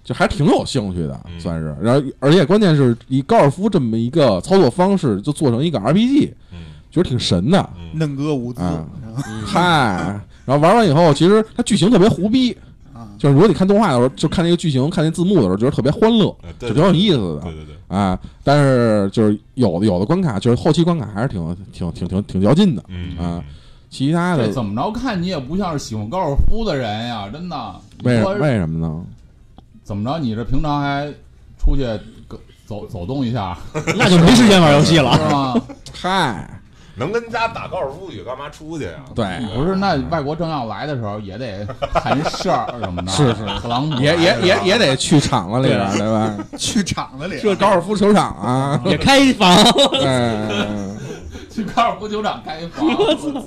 Speaker 3: 就还挺有兴趣的，
Speaker 2: 嗯
Speaker 3: 算是。然后而且关键是以高尔夫这么一个操作方式，就做成一个 RPG，
Speaker 2: 嗯
Speaker 3: 觉得挺神的。
Speaker 2: 嗯，
Speaker 1: 嫩哥无资
Speaker 3: 啊
Speaker 4: 嗯
Speaker 3: 嗨，然后玩完以后，其实它剧情特别胡逼，
Speaker 1: 啊，
Speaker 3: 就是如果你看动画的时候，就看那个剧情、看那字幕的时候，觉得特别欢乐，
Speaker 2: 哎
Speaker 3: 就
Speaker 2: 对
Speaker 3: 挺有意思的。
Speaker 2: 对对对，
Speaker 3: 啊，但是就是有的有的关卡，就是后期关卡还是挺挺挺挺挺较劲的，
Speaker 2: 嗯
Speaker 3: 啊，其他的
Speaker 5: 这怎么着看你也不像是喜欢高尔夫的人呀，真的。你
Speaker 3: 为什
Speaker 5: 说
Speaker 3: 为什么呢？
Speaker 5: 怎么着？你这平常还出去走走走动一下
Speaker 4: 那就没时间玩游戏了。
Speaker 5: 是吗？
Speaker 3: 嗨，
Speaker 2: 能跟家打高尔夫去，干嘛出去啊呀？
Speaker 3: 对，
Speaker 5: 不是，那外国政要来的时候也得谈事儿什么的，
Speaker 3: 是是
Speaker 5: 特朗普来
Speaker 3: 也
Speaker 5: 的时候
Speaker 3: 也也也得去场子里边儿，对 吧？
Speaker 1: 去厂子里
Speaker 3: 这高尔夫球场啊，
Speaker 4: 也开房，
Speaker 3: 嗯，
Speaker 5: 去高尔夫球场开一房，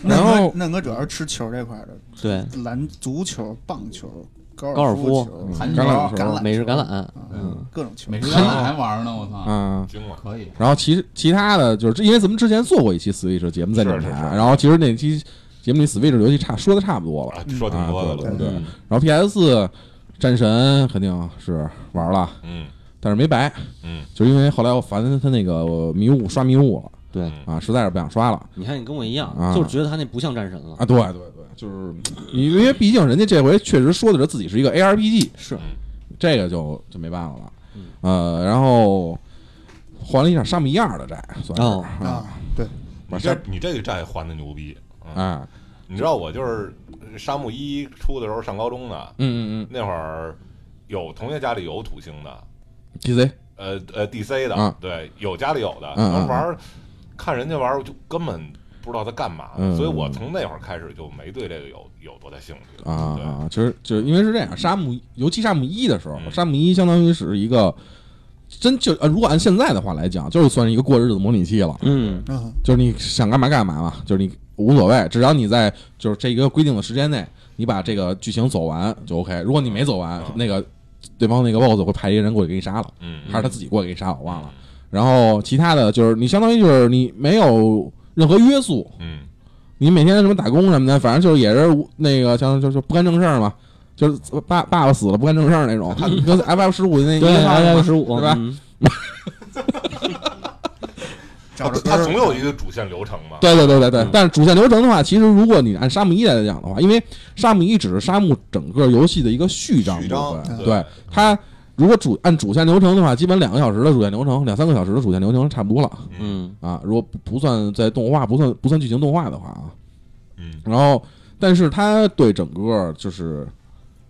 Speaker 1: 嫩
Speaker 3: 然
Speaker 1: 哥
Speaker 3: 后
Speaker 1: 嫩哥主要是吃球这块的，
Speaker 4: 对，
Speaker 1: 篮足球、棒球、高
Speaker 4: 高尔
Speaker 1: 夫
Speaker 4: 夫
Speaker 1: 球、
Speaker 5: 弹球
Speaker 3: 嗯橄榄
Speaker 1: 橄
Speaker 3: 球
Speaker 1: 榄，
Speaker 4: 美式橄榄，
Speaker 1: 嗯，各种球
Speaker 5: 美。食家还玩呢，我操，
Speaker 3: 嗯。
Speaker 2: 惊了，
Speaker 5: 可以。
Speaker 3: 然后其实其他的就是，因为咱们之前做过一期 Switch 的节目在电
Speaker 2: 是
Speaker 3: 台
Speaker 2: 是，是
Speaker 3: 然后其实那期节目里 Switch 游戏差说的差不多了，
Speaker 2: 啊，说挺多的
Speaker 3: 啊
Speaker 2: 了，
Speaker 3: 对然后 PS 四战神肯定是玩了，
Speaker 2: 嗯
Speaker 3: 但是没白，
Speaker 2: 嗯，
Speaker 3: 就是因为后来我烦他那个迷雾刷迷雾了
Speaker 4: 对，
Speaker 3: 啊，实在是不想刷了
Speaker 4: 你看你跟我一样，
Speaker 3: 啊
Speaker 4: 就是觉得他那不像战神了。
Speaker 3: 啊。对对对，就是因为毕竟人家这回确实说的是自己是一个 ARPG，
Speaker 4: 是
Speaker 3: 嗯这个就就没办法了。
Speaker 2: 嗯
Speaker 3: 呃，然后还了一点沙米亚的债，算是、
Speaker 4: 哦
Speaker 1: 啊，对，
Speaker 2: 你这你这个债还的牛逼，嗯
Speaker 3: 啊，
Speaker 2: 你知道我就是沙漠一出的时候上高中呢，
Speaker 3: 嗯嗯
Speaker 2: 那会儿有同学家里有土星的，
Speaker 3: 嗯，DC，
Speaker 2: 呃呃 DC 的，
Speaker 3: 啊
Speaker 2: 对，有家里有的，
Speaker 3: 嗯嗯
Speaker 2: 然后玩儿看人家玩儿，我就根本不知道他干嘛，
Speaker 3: 嗯
Speaker 2: 所以我从那会儿开始就没对这个有有多大兴趣
Speaker 3: 啊
Speaker 2: 对
Speaker 3: 啊，其实就是因为是这样，沙姆尤其沙姆一的时候，
Speaker 2: 嗯
Speaker 3: 沙姆一相当于是一个真就呃，如果按现在的话来讲，就是算是一个过日子模拟器了，
Speaker 4: 嗯
Speaker 1: 嗯，
Speaker 3: 就是你想干嘛干嘛嘛，就是你无所谓，只要你在就是这一个规定的时间内，你把这个剧情走完就 OK。如果你没走完
Speaker 2: 嗯，
Speaker 3: 那个对方那个 BOSS 会派一个人过去给你杀了，
Speaker 2: 嗯，
Speaker 3: 还是他自己过去给你杀了，我忘了。然后其他的就是你相当于就是你没有任何约束，
Speaker 2: 嗯，
Speaker 3: 你每天什么打工什么的，反正就是也是无那个像就就不干正事儿嘛，就是爸爸爸死了不干正事儿那 种，跟 F F 十五那一
Speaker 4: 对
Speaker 3: 样嘛
Speaker 4: ，F 十五嗯
Speaker 3: 对吧？
Speaker 1: 找着
Speaker 2: 他总有一个主线流程嘛，
Speaker 3: 对对对对对
Speaker 4: 嗯，
Speaker 3: 但是主线流程的话，其实如果你按沙漠一来讲的话，因为沙漠一只是沙漠整个游戏的一个序章
Speaker 2: 序
Speaker 3: 部
Speaker 2: 章
Speaker 3: 分，
Speaker 4: 嗯
Speaker 2: 对
Speaker 3: 对它如果主按主线流程的话，基本两个小时的主线流程，两三个小时的主线流程差不多了
Speaker 4: 嗯
Speaker 3: 啊。如果不不算在动画，不算不算剧情动画的话啊，
Speaker 2: 嗯
Speaker 3: 然后但是它对整个就是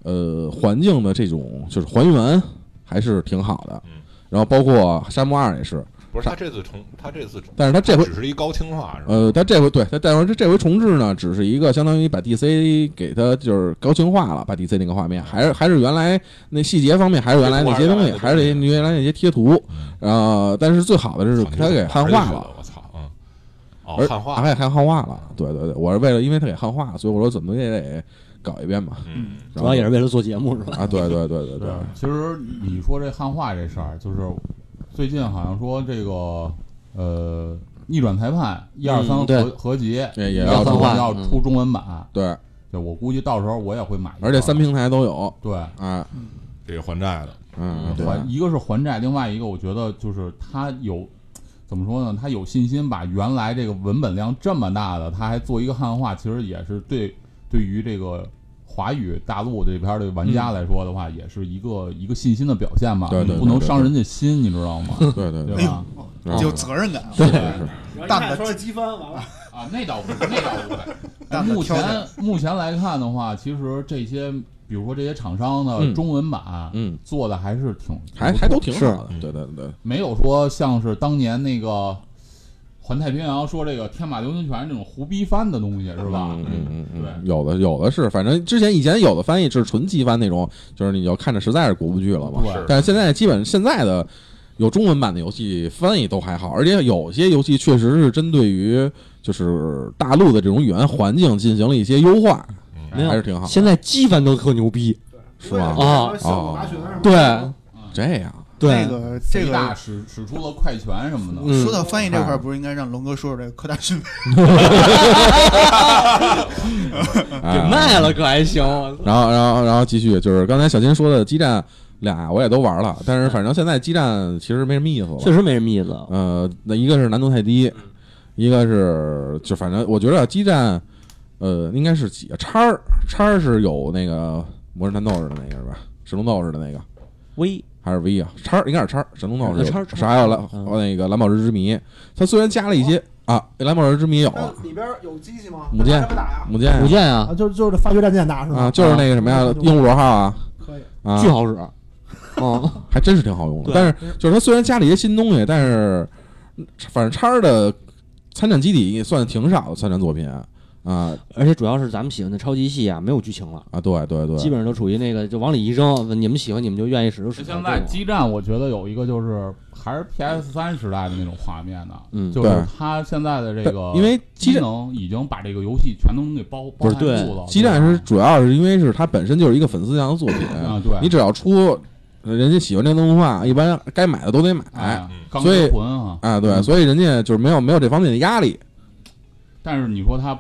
Speaker 3: 呃环境的这种就是还原还是挺好的
Speaker 2: 嗯，
Speaker 3: 然后包括沙漠二也是，
Speaker 2: 不是他这次重，他这次重
Speaker 3: 但是它这回
Speaker 2: 只是一高清化是吧？
Speaker 3: 呃，他这回对他但是这这回重置呢，只是一个相当于把 DC 给他就是高清化了，把 DC 那个画面还是还是原来那细节方面还是原来那些东西，还是原原来那些贴图，呃，但是最好的是
Speaker 2: 操
Speaker 3: 他给汉化，
Speaker 2: 你这玩儿下
Speaker 3: 了
Speaker 2: 去。我操，嗯，哦
Speaker 3: 而，
Speaker 2: 汉化，
Speaker 3: 还还汉化了，对对对，我是为了因为他给汉化，所以我说怎么也得搞一遍吧。
Speaker 2: 嗯
Speaker 3: 然
Speaker 4: 主
Speaker 3: 后
Speaker 4: 要也是为了做节目是吧？
Speaker 3: 啊，对对对对对
Speaker 5: 对，其实你说这汉化这事儿，就是最近好像说这个呃逆转裁判一二三
Speaker 4: 嗯对
Speaker 5: 合合集
Speaker 3: 也也
Speaker 5: 一
Speaker 3: 要嗯
Speaker 5: 二
Speaker 4: 汉
Speaker 5: 三
Speaker 4: 化
Speaker 5: 好像要出中文版，
Speaker 3: 对，
Speaker 5: 对我估计到时候我也会买一份儿，
Speaker 3: 而且三平台都有，
Speaker 5: 对。
Speaker 3: 啊，
Speaker 2: 这个还债的，
Speaker 3: 嗯，对，
Speaker 5: 还一个是还债，另外一个我觉得就是他有怎么说呢？他有信心把原来这个文本量这么大的，他还做一个汉化，其实也是对对于这个华语大陆这边的玩家来说的话，也是一个一个信心的表现吧。
Speaker 3: 嗯对对对
Speaker 5: 你不能伤人家心，你知道吗？
Speaker 3: 对对
Speaker 1: 哎
Speaker 3: 对
Speaker 5: 对吧？
Speaker 1: 呦，有责任感啊，
Speaker 3: 啊嗯对是
Speaker 1: 蛋的
Speaker 6: 说是机翻完了，
Speaker 5: 啊，那倒不是，那倒不是。
Speaker 1: 蛋的
Speaker 5: 目
Speaker 1: 挑
Speaker 5: 前
Speaker 1: 选，
Speaker 5: 目前来看的话，其实这些，比如说这些厂商的
Speaker 3: 嗯
Speaker 5: 中文版
Speaker 3: 嗯，
Speaker 5: 做的还是挺
Speaker 3: 还
Speaker 5: 挺不
Speaker 3: 还
Speaker 5: 错
Speaker 3: 都挺好的，
Speaker 2: 是
Speaker 3: 对对对，嗯
Speaker 5: 没有说像是当年那个环太平洋说这个天马流星拳这种胡逼翻的东西是吧？
Speaker 3: 嗯嗯嗯嗯嗯，
Speaker 5: 对
Speaker 3: 有的有的是，反正之前以前有的翻译就是纯机翻那种，就是你要看着实在是过不去了嘛。
Speaker 5: 对
Speaker 2: 是
Speaker 3: 但是现在基本现在的有中文版的游戏翻译都还好，而且有些游戏确实是针对于就是大陆的这种语言环境进行了一些优化，
Speaker 2: 嗯，
Speaker 4: 没有
Speaker 3: 还是挺好的。
Speaker 4: 现在机翻都特牛逼，
Speaker 3: 是吧哦
Speaker 6: 啊，
Speaker 4: 啊
Speaker 6: 效果拔群什么的
Speaker 4: 对
Speaker 3: 这样，
Speaker 4: 对
Speaker 1: 这，个
Speaker 5: 北
Speaker 1: 这
Speaker 5: 大
Speaker 1: 个。
Speaker 5: 使使出了快拳什么的，
Speaker 4: 嗯
Speaker 1: 啊说到翻译这块儿，不是应该让龙哥说说这个科大讯飞？
Speaker 3: 哎
Speaker 4: 给卖了可还行，我操
Speaker 3: 然后，然后，然后继续，就是刚才小金说的基站俩，我也都玩了，但是反正现在基站其实没什么意思了
Speaker 4: 确。实没什么意思。啊
Speaker 3: 呃，那一个是难度太低，一个是就反正我觉得基站，呃，应该是几个叉儿，叉儿是有那个魔神战斗士的那个是吧？神龙斗士的那个
Speaker 4: 微
Speaker 3: 还是 V 啊？叉儿应该是叉儿，神龙斗士有
Speaker 4: 呃叉儿
Speaker 3: 是还有蓝
Speaker 4: 嗯
Speaker 3: 那个蓝宝石之谜，它虽然加了一些啊，蓝宝石之谜有啊
Speaker 6: 那
Speaker 3: 了，
Speaker 6: 里边有机器吗？
Speaker 3: 母舰
Speaker 6: 怎么打呀？
Speaker 3: 母舰呀
Speaker 4: 古剑
Speaker 6: 啊，
Speaker 4: 啊，
Speaker 6: 就是就是发掘战舰打是吧？
Speaker 3: 啊，就是那个什么呀，鹦鹉螺号啊
Speaker 6: 可以，
Speaker 3: 啊
Speaker 4: 巨，好使， 嗯，
Speaker 3: 还真是挺好用的。
Speaker 4: 对
Speaker 3: 但是就是它虽然加了一些新东西，但是嗯反正叉儿的参展基底也算挺少的参展作品啊
Speaker 4: 而且主要是咱们喜欢的超级系啊，没有剧情了。
Speaker 3: 啊，对对对，
Speaker 4: 基本上都处于那个，就往里一扔，你们喜欢你们就愿意使就使。
Speaker 5: 现在基站我觉得有一个就是还是 PS 三时代的那种画面呢，
Speaker 4: 嗯
Speaker 5: 就是
Speaker 3: 对
Speaker 5: 它现在的这个
Speaker 3: 因为基
Speaker 5: 机
Speaker 3: 站
Speaker 5: 能已经把这个游戏全都能给包
Speaker 4: 不
Speaker 5: 包
Speaker 4: 是
Speaker 5: 含
Speaker 4: 对
Speaker 5: 住了。
Speaker 3: 基
Speaker 5: 对吧
Speaker 3: 站是主要是因为是它本身就是一个粉丝向的作品，
Speaker 5: 啊，对，
Speaker 3: 你只要出，呃人家喜欢这动画，一般该买的都得买。
Speaker 5: 哎
Speaker 2: 嗯，
Speaker 5: 钢
Speaker 3: 所以
Speaker 5: 之魂啊，
Speaker 3: 啊，对，
Speaker 5: 嗯
Speaker 3: 所以人家就是没有没有这方面的压力。
Speaker 5: 但是你说它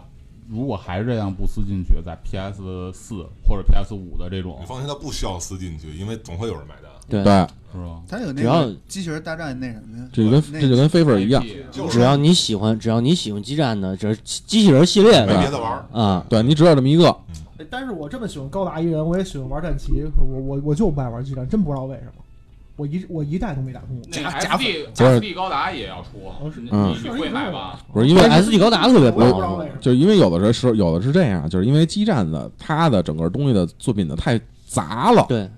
Speaker 5: 如果还是这样不思进取，在 PS 四或者 PS 五的这种
Speaker 2: 你，放心，他不需要撕进去，因为总会有人买单，
Speaker 4: 对，
Speaker 3: 对，
Speaker 5: 是吧？
Speaker 1: 他有那
Speaker 4: 只要
Speaker 1: 个机器人大战那什么呀？
Speaker 3: 这就跟
Speaker 1: 那
Speaker 3: 这就跟 favor 一样，
Speaker 2: 就是
Speaker 4: 只要你喜欢，只要你喜欢基站的，只是机器人系列
Speaker 2: 没别
Speaker 4: 的
Speaker 2: 的玩儿，
Speaker 4: 啊，
Speaker 3: 对你只有这么一个，
Speaker 6: 哎但是我这么喜欢高达伊人，我也喜欢玩战旗，我我我就不爱玩机战，真不知道为什么。我一我一代都没打通过。
Speaker 5: 那个
Speaker 1: 假假
Speaker 5: SD
Speaker 3: 不是
Speaker 5: SD 高达也要出
Speaker 6: 哦是，
Speaker 5: 你
Speaker 3: 嗯
Speaker 5: 你会买吧？
Speaker 3: 不是因
Speaker 4: 对
Speaker 3: 为
Speaker 4: SD 高达特别
Speaker 6: 我也不知道
Speaker 4: 棒
Speaker 6: 为，什么。
Speaker 3: 就因为有的时候是有的是这样，就是因为基站的它的整个东西的作品的太杂了，
Speaker 4: 对，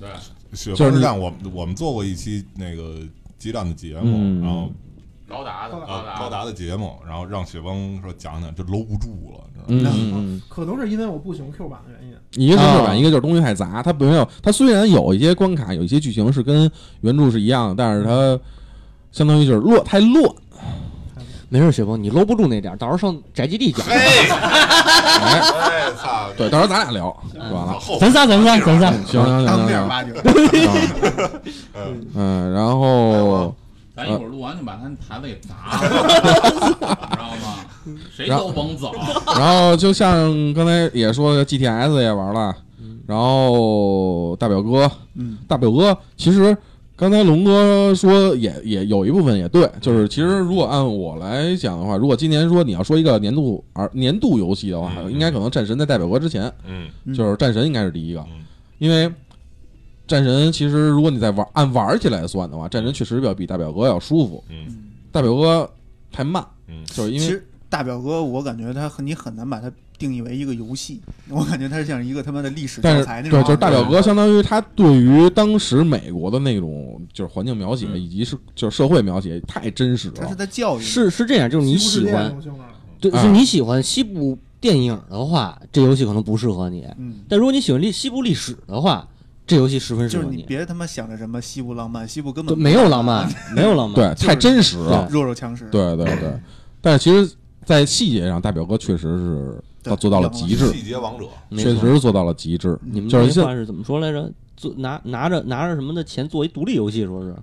Speaker 5: 对，
Speaker 2: 雪
Speaker 3: 就
Speaker 2: 峰
Speaker 3: 是你
Speaker 2: 之战，我们我们做过一期那个激战的节目，
Speaker 3: 嗯
Speaker 2: 然后
Speaker 5: 高达的
Speaker 6: 高
Speaker 5: 高
Speaker 2: 呃
Speaker 5: 达
Speaker 2: 高达的节目，然后让雪峰说讲讲，就搂不住了，你知道吗？
Speaker 3: 嗯嗯嗯，
Speaker 6: 可能是因为我不喜欢 Q 版的原因。
Speaker 3: 一个是日
Speaker 4: 啊
Speaker 3: 版，一个就是东西太杂，它没有它虽然有一些关卡，有一些剧情是跟原著是一样的，但是它相当于就是乱太乱，
Speaker 4: 没事，雪峰，你搂不住那点儿，到时候上宅基 地讲，
Speaker 2: 哎，哎，操！
Speaker 3: 嗯对，到时候咱俩聊就完了。
Speaker 2: 后
Speaker 4: 咱仨，咱仨，咱仨，
Speaker 3: 行行
Speaker 1: 当
Speaker 3: 行
Speaker 1: 面
Speaker 3: 行
Speaker 1: 挖掘。
Speaker 3: 行，
Speaker 2: 嗯
Speaker 3: 嗯，然后
Speaker 5: 咱一会儿录完就把他那盘子给砸了， 你知道吗？谁都甭走，
Speaker 3: 然后就像刚才也说的，GTS 也玩了，然后大表哥，
Speaker 1: 嗯，
Speaker 3: 大表哥其实刚才龙哥说也也有一部分也对，就是其实如果按我来讲的话，如果今年说你要说一个年度而年度游戏的话，
Speaker 2: 嗯
Speaker 3: 应该可能战神在大表哥之前，
Speaker 2: 嗯
Speaker 1: 嗯
Speaker 3: 就是战神应该是第一个，
Speaker 2: 嗯
Speaker 3: 因为。战神其实，如果你在玩按玩起来算的话，战神确实要比大表哥要舒服。
Speaker 2: 嗯
Speaker 3: 大表哥太慢，
Speaker 2: 嗯，
Speaker 3: 就是因
Speaker 1: 其
Speaker 3: 为
Speaker 1: 实大表哥，我感觉他很你很难把它定义为一个游戏，我感觉它像一个他妈的历史
Speaker 3: 但
Speaker 1: 教
Speaker 3: 是
Speaker 1: 材那种
Speaker 3: 对，
Speaker 1: 感觉。
Speaker 3: 就是大表哥，相当于他对于当时美国的那种就是环境描写
Speaker 1: 嗯
Speaker 3: 以及是就是社会描写太真实
Speaker 1: 他是
Speaker 3: 了。
Speaker 1: 在教育你。
Speaker 4: 是是这样，就是你
Speaker 6: 西
Speaker 4: 喜
Speaker 6: 部世界那
Speaker 4: 欢，
Speaker 6: 种性质的
Speaker 4: 对，
Speaker 3: 嗯
Speaker 4: 是你喜欢西部电影的话，这游戏可能不适合你；
Speaker 1: 嗯，
Speaker 4: 但如果你喜欢历西部历史的话，这游戏十分适
Speaker 1: 就是
Speaker 4: 合
Speaker 1: 你别他妈想着什么西部浪漫，西部根
Speaker 4: 对
Speaker 1: 本
Speaker 4: 没有浪漫， 没有浪漫，
Speaker 3: 对，太真实了。
Speaker 1: 弱肉强食。
Speaker 3: 对对对，但是其实，在细节上，大表哥确实是
Speaker 1: 对
Speaker 3: 到做到了极致，
Speaker 2: 细节王者，
Speaker 4: 没错
Speaker 3: 确实是做到了极致。
Speaker 4: 你们
Speaker 3: 就
Speaker 4: 那
Speaker 3: 是
Speaker 4: 话
Speaker 3: 现
Speaker 4: 是怎么说来着？做拿拿着拿着什么的钱做一独立游戏，说是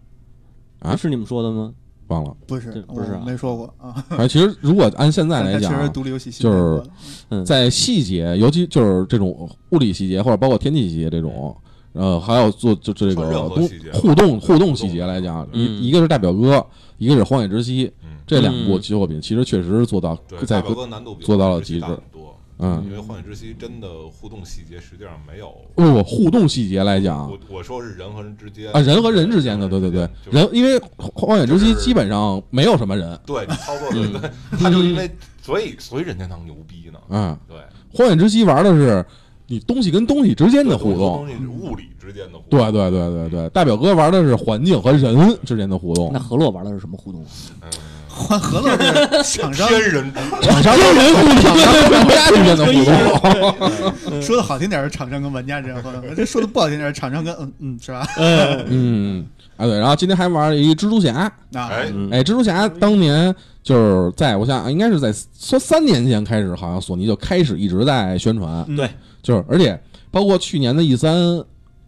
Speaker 3: 啊
Speaker 4: 是你们说的吗？
Speaker 3: 忘了，
Speaker 1: 不是
Speaker 4: 对，不是啊
Speaker 1: 我没说过啊。
Speaker 3: 反正其实如果按现在 来
Speaker 1: 但
Speaker 3: 讲
Speaker 1: 它确实
Speaker 3: 啊，
Speaker 1: 独立游戏新
Speaker 3: 就是
Speaker 1: 中国的
Speaker 3: 在细节，尤其就是这种物理细节，或者包括天气细节这种，呃，还有做就这
Speaker 2: 说
Speaker 3: 个
Speaker 2: 任何
Speaker 3: 东
Speaker 2: 细节吧
Speaker 3: 互动互动细节来讲，
Speaker 4: 嗯
Speaker 3: 一一个是大表哥，一个是荒野之息，
Speaker 2: 嗯
Speaker 3: 这两部作品其实确实是做到
Speaker 2: 对，大
Speaker 3: 在
Speaker 2: 表哥难度比
Speaker 3: 做到了
Speaker 2: 幻视
Speaker 3: 极
Speaker 2: 大
Speaker 3: 致
Speaker 2: 很多，
Speaker 3: 嗯
Speaker 2: 因为幻影之息真的互动细节实际上没有。
Speaker 3: 不不互动细节来讲
Speaker 2: 我我说是人和人之间
Speaker 3: 啊，人和人之间的，对
Speaker 2: 人和
Speaker 3: 对对
Speaker 2: 人之，间就是
Speaker 3: 人因为荒野之息
Speaker 2: 就是
Speaker 3: 基本上没有什么人，
Speaker 2: 对你操作的，对 他就因为所以所以人家能牛逼呢，
Speaker 3: 嗯，
Speaker 2: 对，
Speaker 3: 荒野之息玩的是你东西跟东西之间的
Speaker 2: 对
Speaker 3: 互动
Speaker 2: 东。西是物理之间的互动，
Speaker 3: 对对对对对，大表哥玩的是环境和人之间的互动
Speaker 4: 那，河洛玩的是什么互动？啊
Speaker 1: 换何乐 是厂商，
Speaker 3: 嗯
Speaker 2: 天人之
Speaker 3: 厂商跟人互动，厂商跟玩家之间的互动。
Speaker 1: 说的好听点是厂商跟玩家之间互动，这说的不好听点是厂商跟嗯嗯是吧？
Speaker 3: 嗯，啊对，然后今天还玩了一蜘蛛侠，
Speaker 1: 啊，
Speaker 2: 哎，
Speaker 4: 嗯，
Speaker 3: 哎，蜘蛛侠当年就是在我想应该是在说三年前开始，好像索尼就开始一直在宣传，
Speaker 1: 对，
Speaker 3: 就是而且包括去年的 E 三，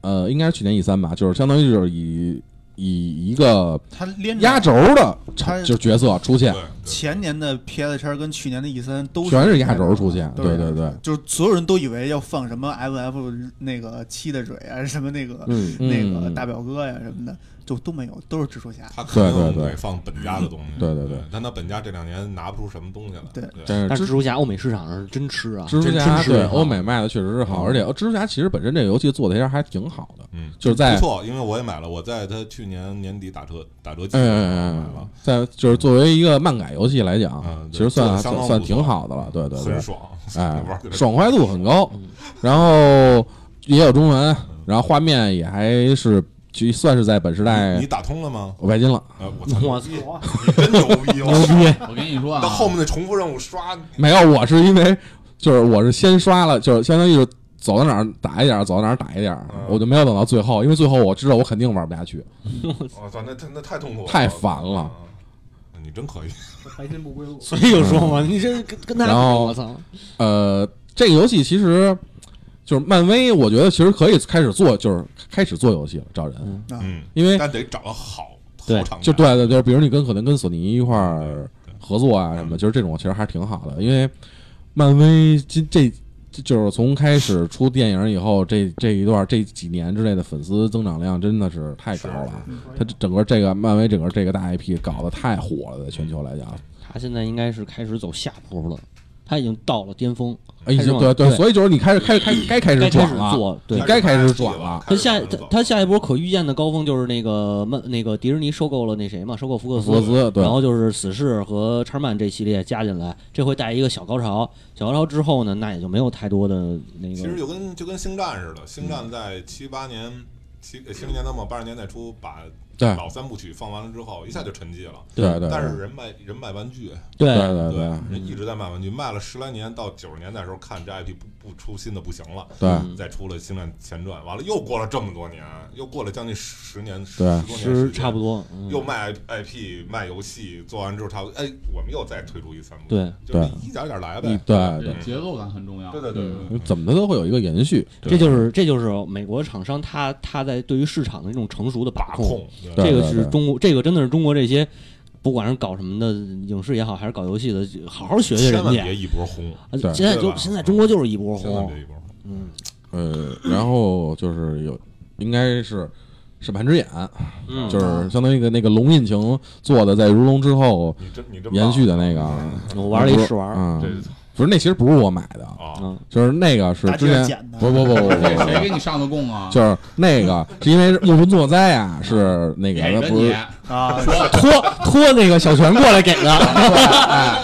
Speaker 3: 呃，应该是去年 E 三吧，就是相当于就是以以一个
Speaker 1: 他连着
Speaker 3: 压轴的
Speaker 1: 他
Speaker 3: 就角色出
Speaker 2: 对
Speaker 3: 现，
Speaker 2: 对
Speaker 1: 前年的 PS 叉跟去年的 E 三都
Speaker 3: 全是压轴出现，
Speaker 1: 都
Speaker 3: 对
Speaker 1: 是
Speaker 3: 对对，
Speaker 1: 就是所有人都以为要放什么 FF 那个七的嘴啊，什么那个、
Speaker 4: 嗯
Speaker 1: 那个
Speaker 3: 嗯
Speaker 1: 大表哥呀、什么的，就都没有，都是蜘蛛侠。
Speaker 2: 他肯
Speaker 3: 对对
Speaker 2: 定
Speaker 3: 对
Speaker 2: 得放本家的东西，
Speaker 3: 对对对，
Speaker 2: 但他本家这两年拿不出什么东西来，
Speaker 1: 对
Speaker 2: 对，
Speaker 3: 但
Speaker 4: 但
Speaker 3: 是
Speaker 4: 是
Speaker 3: 蜘
Speaker 4: 蜘蛛侠欧美市场上是真吃啊，
Speaker 3: 呃蜘蛛
Speaker 4: 真
Speaker 3: 侠
Speaker 4: 真吃
Speaker 3: 对
Speaker 4: 啊
Speaker 3: 欧美卖的确实是好，而且呃蜘蛛侠其实本身这个游戏做的其实还挺好的，
Speaker 2: 嗯，
Speaker 3: 就是在
Speaker 2: 不错，因为我也买了，我在他去年年底打折打折季
Speaker 3: 嗯
Speaker 2: 买
Speaker 3: 嗯嗯
Speaker 2: 了
Speaker 3: 嗯，，在就是作为一个漫改游戏来讲
Speaker 2: 嗯，
Speaker 3: 其
Speaker 2: 对
Speaker 3: 实算
Speaker 2: 做得相
Speaker 3: 算
Speaker 2: 当
Speaker 3: 算
Speaker 2: 不
Speaker 3: 挺
Speaker 2: 错
Speaker 3: 好的了，对对对
Speaker 2: 很，爽，
Speaker 3: 哎
Speaker 2: 玩，嗯的
Speaker 3: 爽快度很高，然后也有中文，然后画面也还是就算是在本时
Speaker 2: 你
Speaker 3: 代
Speaker 2: 你打通了吗？
Speaker 3: 我白金了，
Speaker 2: 呃，我 操，
Speaker 4: 我
Speaker 6: 我
Speaker 2: 你真牛逼！牛逼！
Speaker 5: 我跟你说啊
Speaker 2: 到，后面的重复任务刷，
Speaker 3: 没有，我是因为就是我是先刷了，就是相当于是走到哪儿打一点儿，走到哪儿打一点儿，
Speaker 2: 嗯
Speaker 3: 我就没有等到最后，因为最后我知道我肯定玩不下去，
Speaker 2: 我操，那太那太痛苦了，
Speaker 3: 太烦了。
Speaker 2: 嗯。你真可以，
Speaker 6: 开心不归路。
Speaker 4: 所以就说嘛，你这跟跟他
Speaker 3: 嗯然后
Speaker 4: 我操，
Speaker 3: 呃，这个游戏其实就是漫威，我觉得其实可以开始做，就是开始做游戏了，找人，
Speaker 2: 嗯，
Speaker 3: 因为
Speaker 2: 但得找个好
Speaker 4: 对
Speaker 2: 好厂家
Speaker 3: 就对对对，比如你跟可能跟索尼一块儿
Speaker 2: 对
Speaker 3: 合作啊什么的，就是这种其实还是挺好的，因为漫威今这。这就是从开始出电影以后，这这一段这几年之内的粉丝增长量真的是太高了。它整个这个漫威整个这个大 IP 搞得太火了，在全球来讲，
Speaker 4: 他现在应该是开始走下坡了，他已经到了巅峰，
Speaker 3: 哎，已经
Speaker 4: 对
Speaker 3: 对
Speaker 4: 对
Speaker 3: 所以就是你开始开开该开始
Speaker 4: 该开
Speaker 3: 转
Speaker 4: 始
Speaker 3: 了，
Speaker 4: 做对
Speaker 3: 你。该开始转了
Speaker 4: 他下他他下一波可预见的高峰就是那个曼那个迪士尼收购了那谁嘛，收购福克斯，
Speaker 3: 福克斯对
Speaker 4: 然后就是死侍和叉曼这系列加进来，这会带一个小高潮。小高潮之后呢，那也就没有太多的那个。
Speaker 2: 其实就跟就跟星战似的，星战在七八年、七七零年代末八十年代初把
Speaker 3: 对
Speaker 2: 老三部曲放完了之后，一下就沉寂了。
Speaker 3: 哎对对，对
Speaker 2: 但是人卖人卖玩具，
Speaker 3: 对
Speaker 4: 对
Speaker 3: 对啊嗯对
Speaker 2: 人一直在卖玩具，卖了十来年，到九十年代的时候看这 IP 不不出新的不行了，
Speaker 3: 对
Speaker 4: 嗯
Speaker 2: 再出了《星战前传》，完了又过了这么多年，又过了将近十十年，十
Speaker 3: 对
Speaker 2: 十多年时
Speaker 4: 是
Speaker 2: 间
Speaker 4: 差不多，嗯
Speaker 2: 又卖 IP 卖游戏，做完之后差不多，哎，我们又再推出一三部，，
Speaker 4: 对，
Speaker 2: 就是一点点来呗
Speaker 3: 你。对嗯对
Speaker 5: 对，节奏感很重要。
Speaker 2: 对对对对，对
Speaker 3: 怎么的都会有一个延续，
Speaker 4: 这就是这就是美国厂商他他在对于市场的那种成熟的把
Speaker 2: 把控，对
Speaker 3: 对
Speaker 4: 这个
Speaker 3: 对
Speaker 4: 是
Speaker 3: 对
Speaker 4: 中国，这个真的是中国这些，不管是搞什么的影视也好，还是搞游戏的，好好学学人
Speaker 2: 千万
Speaker 4: 家
Speaker 2: 别。一波轰，
Speaker 4: 呃
Speaker 3: 对
Speaker 4: 现在
Speaker 2: 对
Speaker 4: 就
Speaker 2: 吧
Speaker 4: 现在中国就是一波
Speaker 2: 千万别
Speaker 4: 红，
Speaker 2: 一波轰。
Speaker 4: 嗯，
Speaker 3: 呃，然后就是有应该是审判之眼，
Speaker 4: 嗯
Speaker 3: 就是相当于那个那个龙引擎做的，在如龙之后
Speaker 2: 你真你真
Speaker 3: 延续
Speaker 2: 的
Speaker 3: 的那个，
Speaker 4: 嗯我玩了一试玩儿，
Speaker 3: 啊，
Speaker 5: 对
Speaker 3: 嗯不是那其实不是我买的，
Speaker 2: 啊，
Speaker 4: 嗯，
Speaker 3: 就是那个是
Speaker 1: 大
Speaker 3: 之
Speaker 1: 街上
Speaker 3: 前
Speaker 1: 捡的
Speaker 3: 不不不不不
Speaker 5: 这
Speaker 3: 不
Speaker 5: 谁
Speaker 3: 不，
Speaker 5: 给你上的供啊？
Speaker 3: 就是那个是因为木村拓哉啊，是那
Speaker 5: 给
Speaker 3: 个
Speaker 5: 着
Speaker 3: 不
Speaker 5: 你
Speaker 3: 是，哦
Speaker 1: 啊，
Speaker 3: 拖拖那个小泉过来给 的。哎，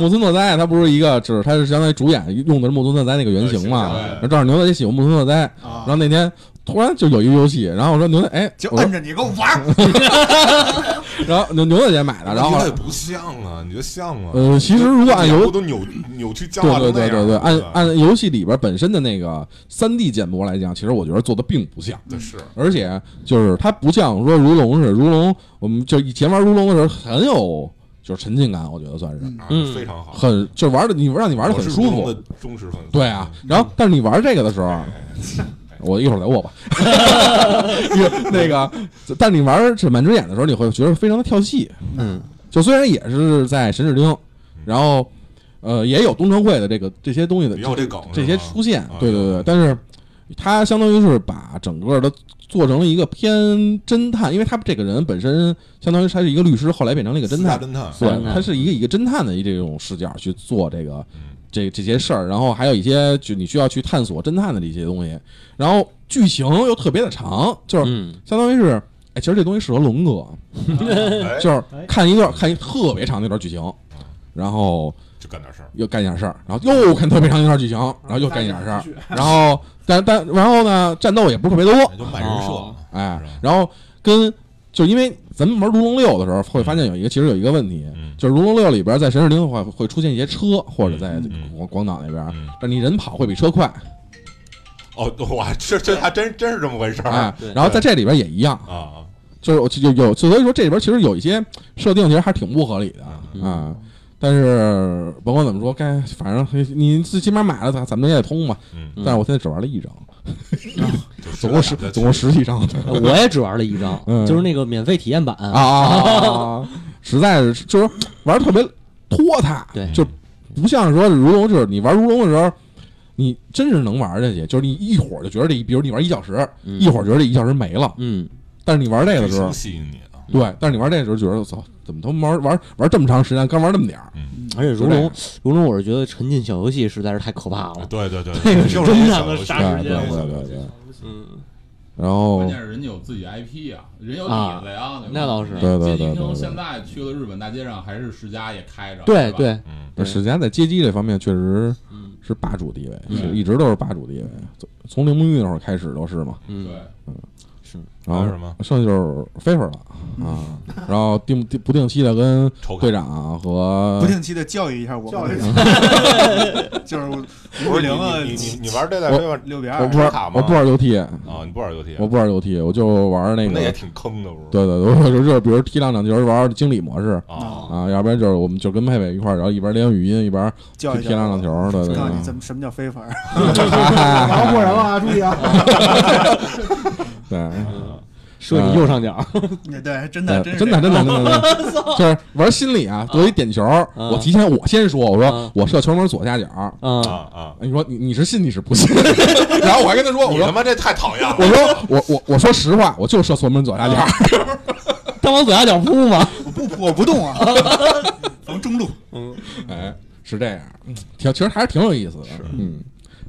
Speaker 3: 木村拓哉他不是一个，只是他是相当于主演用的是木村拓哉那个原型嘛
Speaker 2: 对。啊
Speaker 3: 然后正好牛仔也喜欢木村拓哉，然后那天突然就有一个游戏，然后我说牛仔，哎，
Speaker 1: 啊就
Speaker 3: 我说
Speaker 1: 摁着你给我玩儿，
Speaker 3: 然后牛牛仔姐买的，啊然后
Speaker 2: 你
Speaker 3: 后
Speaker 2: 觉得
Speaker 3: 来
Speaker 2: 也不像啊，你觉得像吗？
Speaker 3: 呃，其实如果按游
Speaker 2: 都扭扭曲僵
Speaker 3: 对
Speaker 2: 化
Speaker 3: 对
Speaker 2: 成
Speaker 3: 对
Speaker 2: 那
Speaker 3: 对
Speaker 2: 样啊
Speaker 3: 对，
Speaker 2: 了，
Speaker 3: 按
Speaker 2: 吧
Speaker 3: 按游戏里边本身的那个三 D 建模来讲，其实我觉得做的并不像。
Speaker 2: 对是啊
Speaker 3: 而且就是它不像说如龙似的，如龙我们就以前玩如龙的时候很有就是沉浸感，我觉得算是
Speaker 1: 嗯
Speaker 2: 啊
Speaker 4: 嗯
Speaker 2: 非常好，
Speaker 3: 很就玩的你让你玩的
Speaker 2: 我
Speaker 3: 很
Speaker 2: 是
Speaker 3: 舒
Speaker 2: 如龙
Speaker 3: 服，
Speaker 2: 的忠实粉丝。
Speaker 3: 对啊。然后但是你玩这个的时候，啊 我一会儿再握吧。 那个，但是你玩《审判之眼》的时候，你会觉得非常的跳戏，
Speaker 4: 嗯，
Speaker 3: 就虽然也是在神指
Speaker 2: 嗯
Speaker 3: 町，然后呃也有东城会的这个这些东西的
Speaker 2: 也有这梗，
Speaker 3: 这
Speaker 2: 是
Speaker 3: 些
Speaker 2: 吗
Speaker 3: 出现
Speaker 2: 啊，
Speaker 3: 对对对，但是他相当于是把整个的做成了一个偏侦探，因为他这个人本身相当于他是一个律师，后来变成了一个侦
Speaker 2: 私家
Speaker 3: 探，
Speaker 2: 侦探，
Speaker 4: 私家侦
Speaker 3: 对，
Speaker 4: 探
Speaker 3: 他是一个一个侦探的一这种视角去做这个
Speaker 2: 嗯
Speaker 3: 这这些事儿，然后还有一些就你需要去探索侦探的这些东西，然后剧情又特别的长，就是
Speaker 4: 嗯，
Speaker 3: 相当于是。哎，其实这东西适合龙哥，
Speaker 2: 哎
Speaker 3: 就是
Speaker 6: 哎
Speaker 3: 看一段看一特别长的一段剧情，然后
Speaker 2: 就干点事儿。
Speaker 3: 又干一点事儿，然后又看特别长一段剧情，然后又干一点事儿，然后但但然后呢，战斗也不是特别多，
Speaker 2: 就卖人设
Speaker 4: 哦，
Speaker 3: 哎
Speaker 2: 是吧，
Speaker 3: 然后跟就因为咱们玩《如龙六》的时候，会发现有一个其实有一个问题，
Speaker 2: 嗯
Speaker 3: 就是《如龙六》里边在神市町的话会出现一些车，或者在
Speaker 2: 嗯嗯
Speaker 3: 广广岛那边
Speaker 2: 嗯，
Speaker 3: 但你人跑会比车快，
Speaker 2: 哦，我还这这还真真是这么回事儿
Speaker 3: 哎
Speaker 2: 啊
Speaker 4: 对，
Speaker 3: 然后在这里边也一样，
Speaker 2: 啊！
Speaker 3: 就是有有所以说这里边其实有一些设定其实还挺不合理的
Speaker 4: 嗯
Speaker 3: 啊。但是甭管怎么说，该反正你最起码买了咱咱们也得通吧。
Speaker 2: 嗯，
Speaker 3: 但是我现在只玩了一张，
Speaker 2: 就
Speaker 3: 总共十总共十几张
Speaker 4: 呃 我也只玩了一张，
Speaker 3: 嗯
Speaker 4: 就是那个免费体验版
Speaker 3: 啊，啊！ 实在是就是玩得特别拖沓，
Speaker 4: 对
Speaker 3: 就不像说如龙，就是你玩如龙的时候，你真是能玩下去，就是你一会儿就觉得这一，比如你玩一小时，
Speaker 4: 嗯
Speaker 3: 一会儿觉得这一小时没了，
Speaker 4: 嗯，
Speaker 3: 但是你玩这
Speaker 2: 这
Speaker 3: 个的时候
Speaker 2: 挺，吸引你啊，
Speaker 3: 对，但是你玩这个时候觉得我操，怎么都玩玩玩这么长时间，刚玩那么点儿，
Speaker 4: 而且如
Speaker 3: 就这
Speaker 4: 龙
Speaker 3: 样，
Speaker 4: 如龙，我是觉得沉浸小游戏实在是太可怕
Speaker 3: 哦
Speaker 4: 了，
Speaker 2: 对 对对，
Speaker 4: 那个是
Speaker 2: 啊就是
Speaker 4: 真
Speaker 2: 一
Speaker 4: 他
Speaker 2: 小
Speaker 4: 妈
Speaker 2: 游戏
Speaker 4: 杀
Speaker 3: 对
Speaker 4: 时
Speaker 3: 对
Speaker 4: 间，
Speaker 3: 对
Speaker 4: 我
Speaker 3: 对对，
Speaker 4: 嗯，
Speaker 3: 然后
Speaker 5: 关键是人家有自己 IP 啊，人有底子呀，对吧
Speaker 4: 那倒是
Speaker 3: 对对对
Speaker 5: 街机
Speaker 3: 对对
Speaker 5: 厅现在去了日本大街上，还是世家也开着，
Speaker 4: 对
Speaker 5: 吧，
Speaker 4: 对，
Speaker 2: 嗯，
Speaker 4: 对
Speaker 3: 史家在街机这方面确实
Speaker 4: 嗯
Speaker 3: 是霸主地位，
Speaker 5: 嗯
Speaker 3: 是一直都是霸主地位，从从铃木玉那会儿开始都是嘛。
Speaker 4: 嗯，
Speaker 5: 对，
Speaker 3: 然
Speaker 2: 还
Speaker 3: 后
Speaker 2: 有什么
Speaker 3: 剩下就是飞飞了
Speaker 1: 嗯
Speaker 3: 啊，然后定定不定期的跟
Speaker 2: 抽
Speaker 3: 队长和
Speaker 1: 不定期的教育一下我，
Speaker 6: 教育
Speaker 1: 就是五
Speaker 2: 不
Speaker 1: 比
Speaker 2: 是你
Speaker 1: 零啊，
Speaker 2: 你你你玩这代
Speaker 3: 我
Speaker 2: 飞吧
Speaker 1: 六比
Speaker 3: 我
Speaker 1: 二
Speaker 3: 不，玩
Speaker 2: 抽卡吗
Speaker 3: 我不玩游戏，
Speaker 2: 啊，你不玩游戏啊，
Speaker 3: 我不玩游戏，我就玩那
Speaker 2: 那也
Speaker 3: 个。
Speaker 2: 挺坑的，不是？
Speaker 3: 对对对，我就是比如踢两场球玩经理模式
Speaker 2: 啊，
Speaker 3: 啊，要不然就是我们就跟佩佩一块儿，然后一边连语音一边
Speaker 1: 教育一
Speaker 3: 踢
Speaker 1: 下
Speaker 3: 两场球，对对
Speaker 1: 告诉
Speaker 3: 对
Speaker 1: 你。怎么什么叫非法，
Speaker 6: 然后过人了啊，注意啊，
Speaker 3: 对，
Speaker 4: 射你右上角，
Speaker 1: 对，真的真
Speaker 3: 对
Speaker 1: 是
Speaker 3: 真的真的 真的，真的就是玩心理啊，得一点球，我提前我先说，我说
Speaker 4: 嗯
Speaker 3: 我射球门左下角，
Speaker 2: 啊
Speaker 4: 嗯，
Speaker 2: 啊！
Speaker 3: 你说你你是信你是不信？ 然后我还跟他说，我
Speaker 2: 你
Speaker 3: 说
Speaker 2: 他妈这太讨厌
Speaker 3: 我
Speaker 2: 了，
Speaker 3: 说我我我说实话，我就射错门左下角，
Speaker 4: 他往左下角扑嘛，
Speaker 1: 我不我不动啊，咱们中路
Speaker 3: 哎，是这样，挺其实还是挺有意思的，嗯。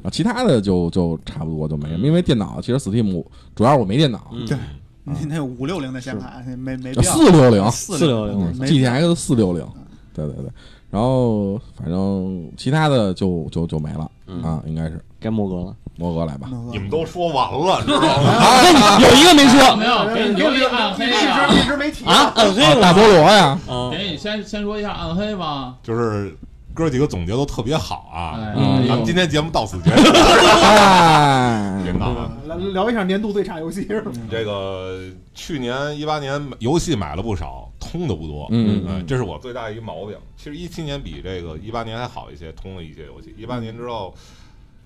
Speaker 3: 啊，其他的就就差不多就没什么，因为电脑其实 Steam 主要我没电脑，呃
Speaker 4: 嗯
Speaker 1: 对你那五六零的显卡没没必要。
Speaker 3: 四六零
Speaker 1: 460
Speaker 3: 嗯
Speaker 1: 没必要
Speaker 3: ，GTX 四六零，对对对，然后反正其他的就就就没了
Speaker 4: 嗯
Speaker 3: 啊，应该是
Speaker 4: 该莫哥了。
Speaker 3: 摩哥来
Speaker 4: 嗯
Speaker 3: 吧，
Speaker 2: 你们都说完了，知道吗？
Speaker 4: 哎有一个没说
Speaker 5: 没有， 给你留一个暗黑
Speaker 6: 一
Speaker 5: 啊
Speaker 6: 直一直没提
Speaker 4: 啊，暗黑
Speaker 3: 啊，大菠萝呀，
Speaker 4: 啊，
Speaker 5: 给你先先说一下暗黑吧。
Speaker 2: 就是哥几个总结都特别好啊。
Speaker 5: 哎
Speaker 3: 嗯
Speaker 2: 咱们今天节目到此结 束，
Speaker 3: 哎，
Speaker 2: 领导啊。
Speaker 6: 来聊一下年度最差游戏是吧？
Speaker 2: 这个去年一八年游戏买了不少，通的不多，
Speaker 3: 嗯
Speaker 2: 呃这是我最大一个毛病。其实一七年比这个一八年还好一些，通了一些游戏。一八年之后，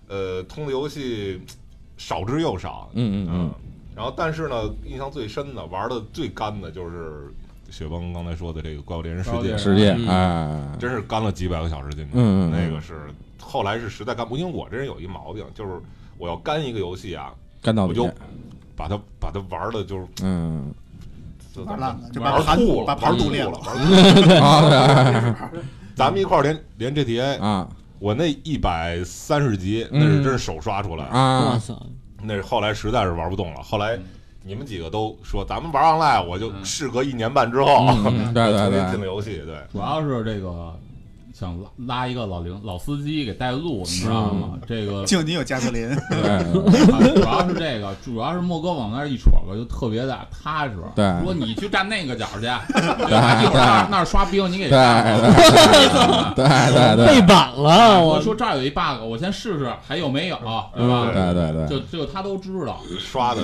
Speaker 2: 呃，通的游戏少之又少，
Speaker 3: 嗯嗯嗯
Speaker 2: 然后但是呢，印象最深的、玩的最干的就是雪崩刚才说的这个《怪物猎人世
Speaker 5: 怪物
Speaker 2: 界
Speaker 5: 猎人》，
Speaker 3: 世界，
Speaker 4: 嗯
Speaker 3: 哎，
Speaker 2: 真是干了几百个小时进去。
Speaker 3: 嗯嗯嗯
Speaker 2: 那个是后来是实在干不，因为我这人有一毛病，就是我要干一个游戏啊，
Speaker 3: 干到
Speaker 2: 我就
Speaker 3: 底，
Speaker 2: 把它把它玩的就是。
Speaker 3: 嗯，
Speaker 2: 就
Speaker 1: 玩烂了，就把
Speaker 2: 玩
Speaker 1: 盘
Speaker 2: 吐了，
Speaker 1: 把
Speaker 2: 玩
Speaker 1: 盘
Speaker 2: 吐
Speaker 1: 堵裂
Speaker 2: 了。玩
Speaker 3: 啊
Speaker 2: 咱们一块儿连连 GTA，、
Speaker 3: 对啊
Speaker 2: 我那一百三十级那是真是手刷出来，
Speaker 4: 我
Speaker 3: 啊，
Speaker 4: 操，
Speaker 2: 那是后来实在是玩不动了。后
Speaker 3: 嗯
Speaker 2: 来你们几个都说咱们玩 online，我就
Speaker 5: 嗯
Speaker 2: 事隔一年半之后，
Speaker 3: 嗯嗯对对
Speaker 2: 重
Speaker 3: 对
Speaker 2: 新进了游戏。对，
Speaker 5: 主要是这个想拉拉一个老零老司机给带路，你知道吗？这个呃
Speaker 1: 就你有加特林，
Speaker 3: 对
Speaker 5: 主要是这个， 主要是莫哥往那儿一戳个就特别的踏实。
Speaker 3: 对
Speaker 5: 说你去站那个角去，对吧？一会儿那儿那儿刷兵，你给
Speaker 3: 对
Speaker 5: 干了。
Speaker 3: 对对对
Speaker 4: 背
Speaker 3: 对
Speaker 4: 板
Speaker 2: 哎
Speaker 4: 了，我
Speaker 5: 我说这儿有一 bug，我先试试还有没有，对吧？
Speaker 3: 对对
Speaker 5: 就
Speaker 3: 对，
Speaker 5: 就他都知道，
Speaker 2: 刷
Speaker 3: 嗯
Speaker 2: 的，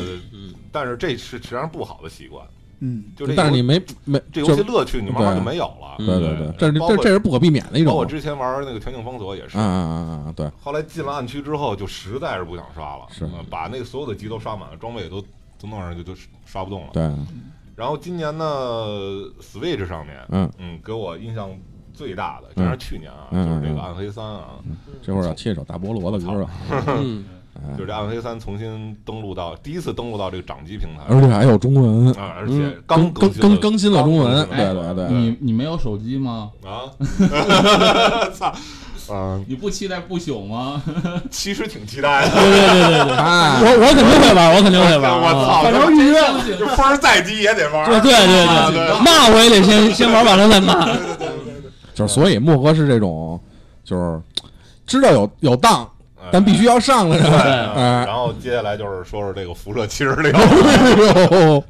Speaker 2: 但是这是实际上不好的习惯。
Speaker 1: 嗯，
Speaker 2: 就这，
Speaker 3: 但是你没没
Speaker 2: 这
Speaker 3: 就
Speaker 2: 游戏乐趣你慢慢就没有了。
Speaker 3: 对对对，这是
Speaker 2: 包
Speaker 3: 这
Speaker 2: 括
Speaker 3: 这是不可避免的一
Speaker 2: 包括我
Speaker 3: 种，
Speaker 2: 之前玩那个《全境封锁》也是
Speaker 3: 啊啊，啊啊，对，
Speaker 2: 后来进了暗区之后，就实在是不想刷了，
Speaker 3: 是
Speaker 2: 嗯把那个所有的级都刷满了，装备也都都弄上去，就刷不动了。
Speaker 3: 对，
Speaker 2: 然后今年呢，Switch 上面，
Speaker 3: 嗯
Speaker 2: 嗯，给我印象最大的，当然去年啊，
Speaker 3: 嗯
Speaker 2: 就是这个《暗黑三》啊，
Speaker 3: 这会儿要切一首大菠萝的歌了，啊
Speaker 4: 嗯，
Speaker 2: 就是这《暗黑三》重新登录到第一次登录到这个掌机平台
Speaker 3: 而且还有中文，
Speaker 2: 啊，而且
Speaker 3: 嗯，
Speaker 2: 刚
Speaker 3: 更
Speaker 2: 新
Speaker 3: 更
Speaker 2: 了
Speaker 3: 更新了中文，
Speaker 2: 刚更
Speaker 3: 对
Speaker 2: 新了
Speaker 3: 对对，
Speaker 5: 你你没有手机吗？
Speaker 2: 啊，操，嗯，
Speaker 5: 你不期待不朽吗？
Speaker 2: 其实挺期待的，
Speaker 4: 对对对 对对，
Speaker 3: 啊，
Speaker 4: 我我肯定会玩，我肯定会玩，
Speaker 2: 我
Speaker 4: 啊！
Speaker 2: 操，
Speaker 6: 反正预约
Speaker 5: 相信
Speaker 2: 这分儿再低也得玩
Speaker 4: 对
Speaker 2: 儿，
Speaker 4: 对对
Speaker 2: 啊对
Speaker 4: 对，骂我也得先先玩完了再骂，
Speaker 3: 就是所以莫哥是这种，就是知道有有档，
Speaker 2: 哎
Speaker 3: 但必须要上的人，
Speaker 2: 对啊
Speaker 3: 哎
Speaker 2: 然后接下来就是说说这个辐射七十六，啊
Speaker 3: 呦，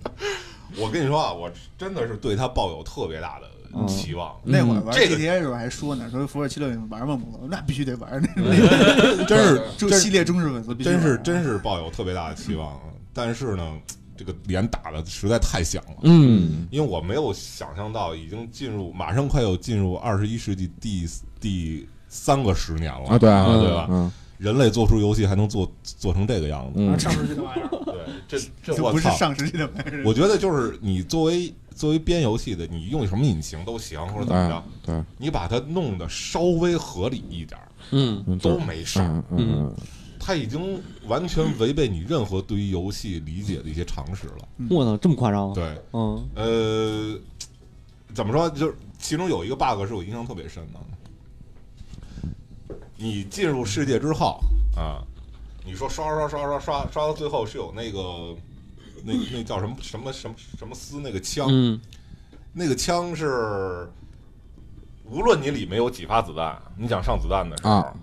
Speaker 2: 我跟你说啊，我真的是对它抱有特别大的期望，
Speaker 1: 那会儿玩
Speaker 2: 这个
Speaker 1: GTA 的时候还说呢，说辐射七六零玩吗？我那必须得玩，那那
Speaker 2: 真是
Speaker 1: 就
Speaker 2: 真
Speaker 1: 系列忠实粉丝必须
Speaker 2: 真是
Speaker 3: 啊
Speaker 1: 玩
Speaker 2: 真是抱有特别大的期 望，啊但是呢，这个脸打的实在太响了，
Speaker 3: 嗯，
Speaker 2: 因为我没有想象到已经进入马上快要进入二十一世纪第第三个十年了
Speaker 3: 啊对
Speaker 2: 啊对吧？
Speaker 3: 嗯
Speaker 2: 人类做出游戏还能做做成这个样子，
Speaker 3: 嗯
Speaker 6: 上面这个玩意儿，
Speaker 2: 对，这这
Speaker 1: 就
Speaker 2: 我
Speaker 1: 不是
Speaker 2: 操！
Speaker 1: 上世纪的玩意儿。
Speaker 2: 我觉得就是你作为作为编游戏的，你用什么引擎都行，或者怎么着，
Speaker 3: 对嗯对
Speaker 2: 你把它弄得稍微合理一点儿
Speaker 4: 嗯，
Speaker 3: 嗯，
Speaker 2: 都没事儿。
Speaker 3: 嗯嗯
Speaker 2: 它已经完全违背你任何对于游戏理解的一些常识了。
Speaker 4: 我操，这么夸张吗？
Speaker 2: 对，
Speaker 4: 嗯，
Speaker 2: 呃，怎么说？就是其中有一个 bug 是我印象特别深的。你进入世界之后啊，你说刷刷刷刷刷刷到最后是有那个那那叫什么什么什么什么丝那个枪，
Speaker 4: 嗯，
Speaker 2: 那个枪是无论你里面有几发子弹，你想上子弹的时候，
Speaker 3: 啊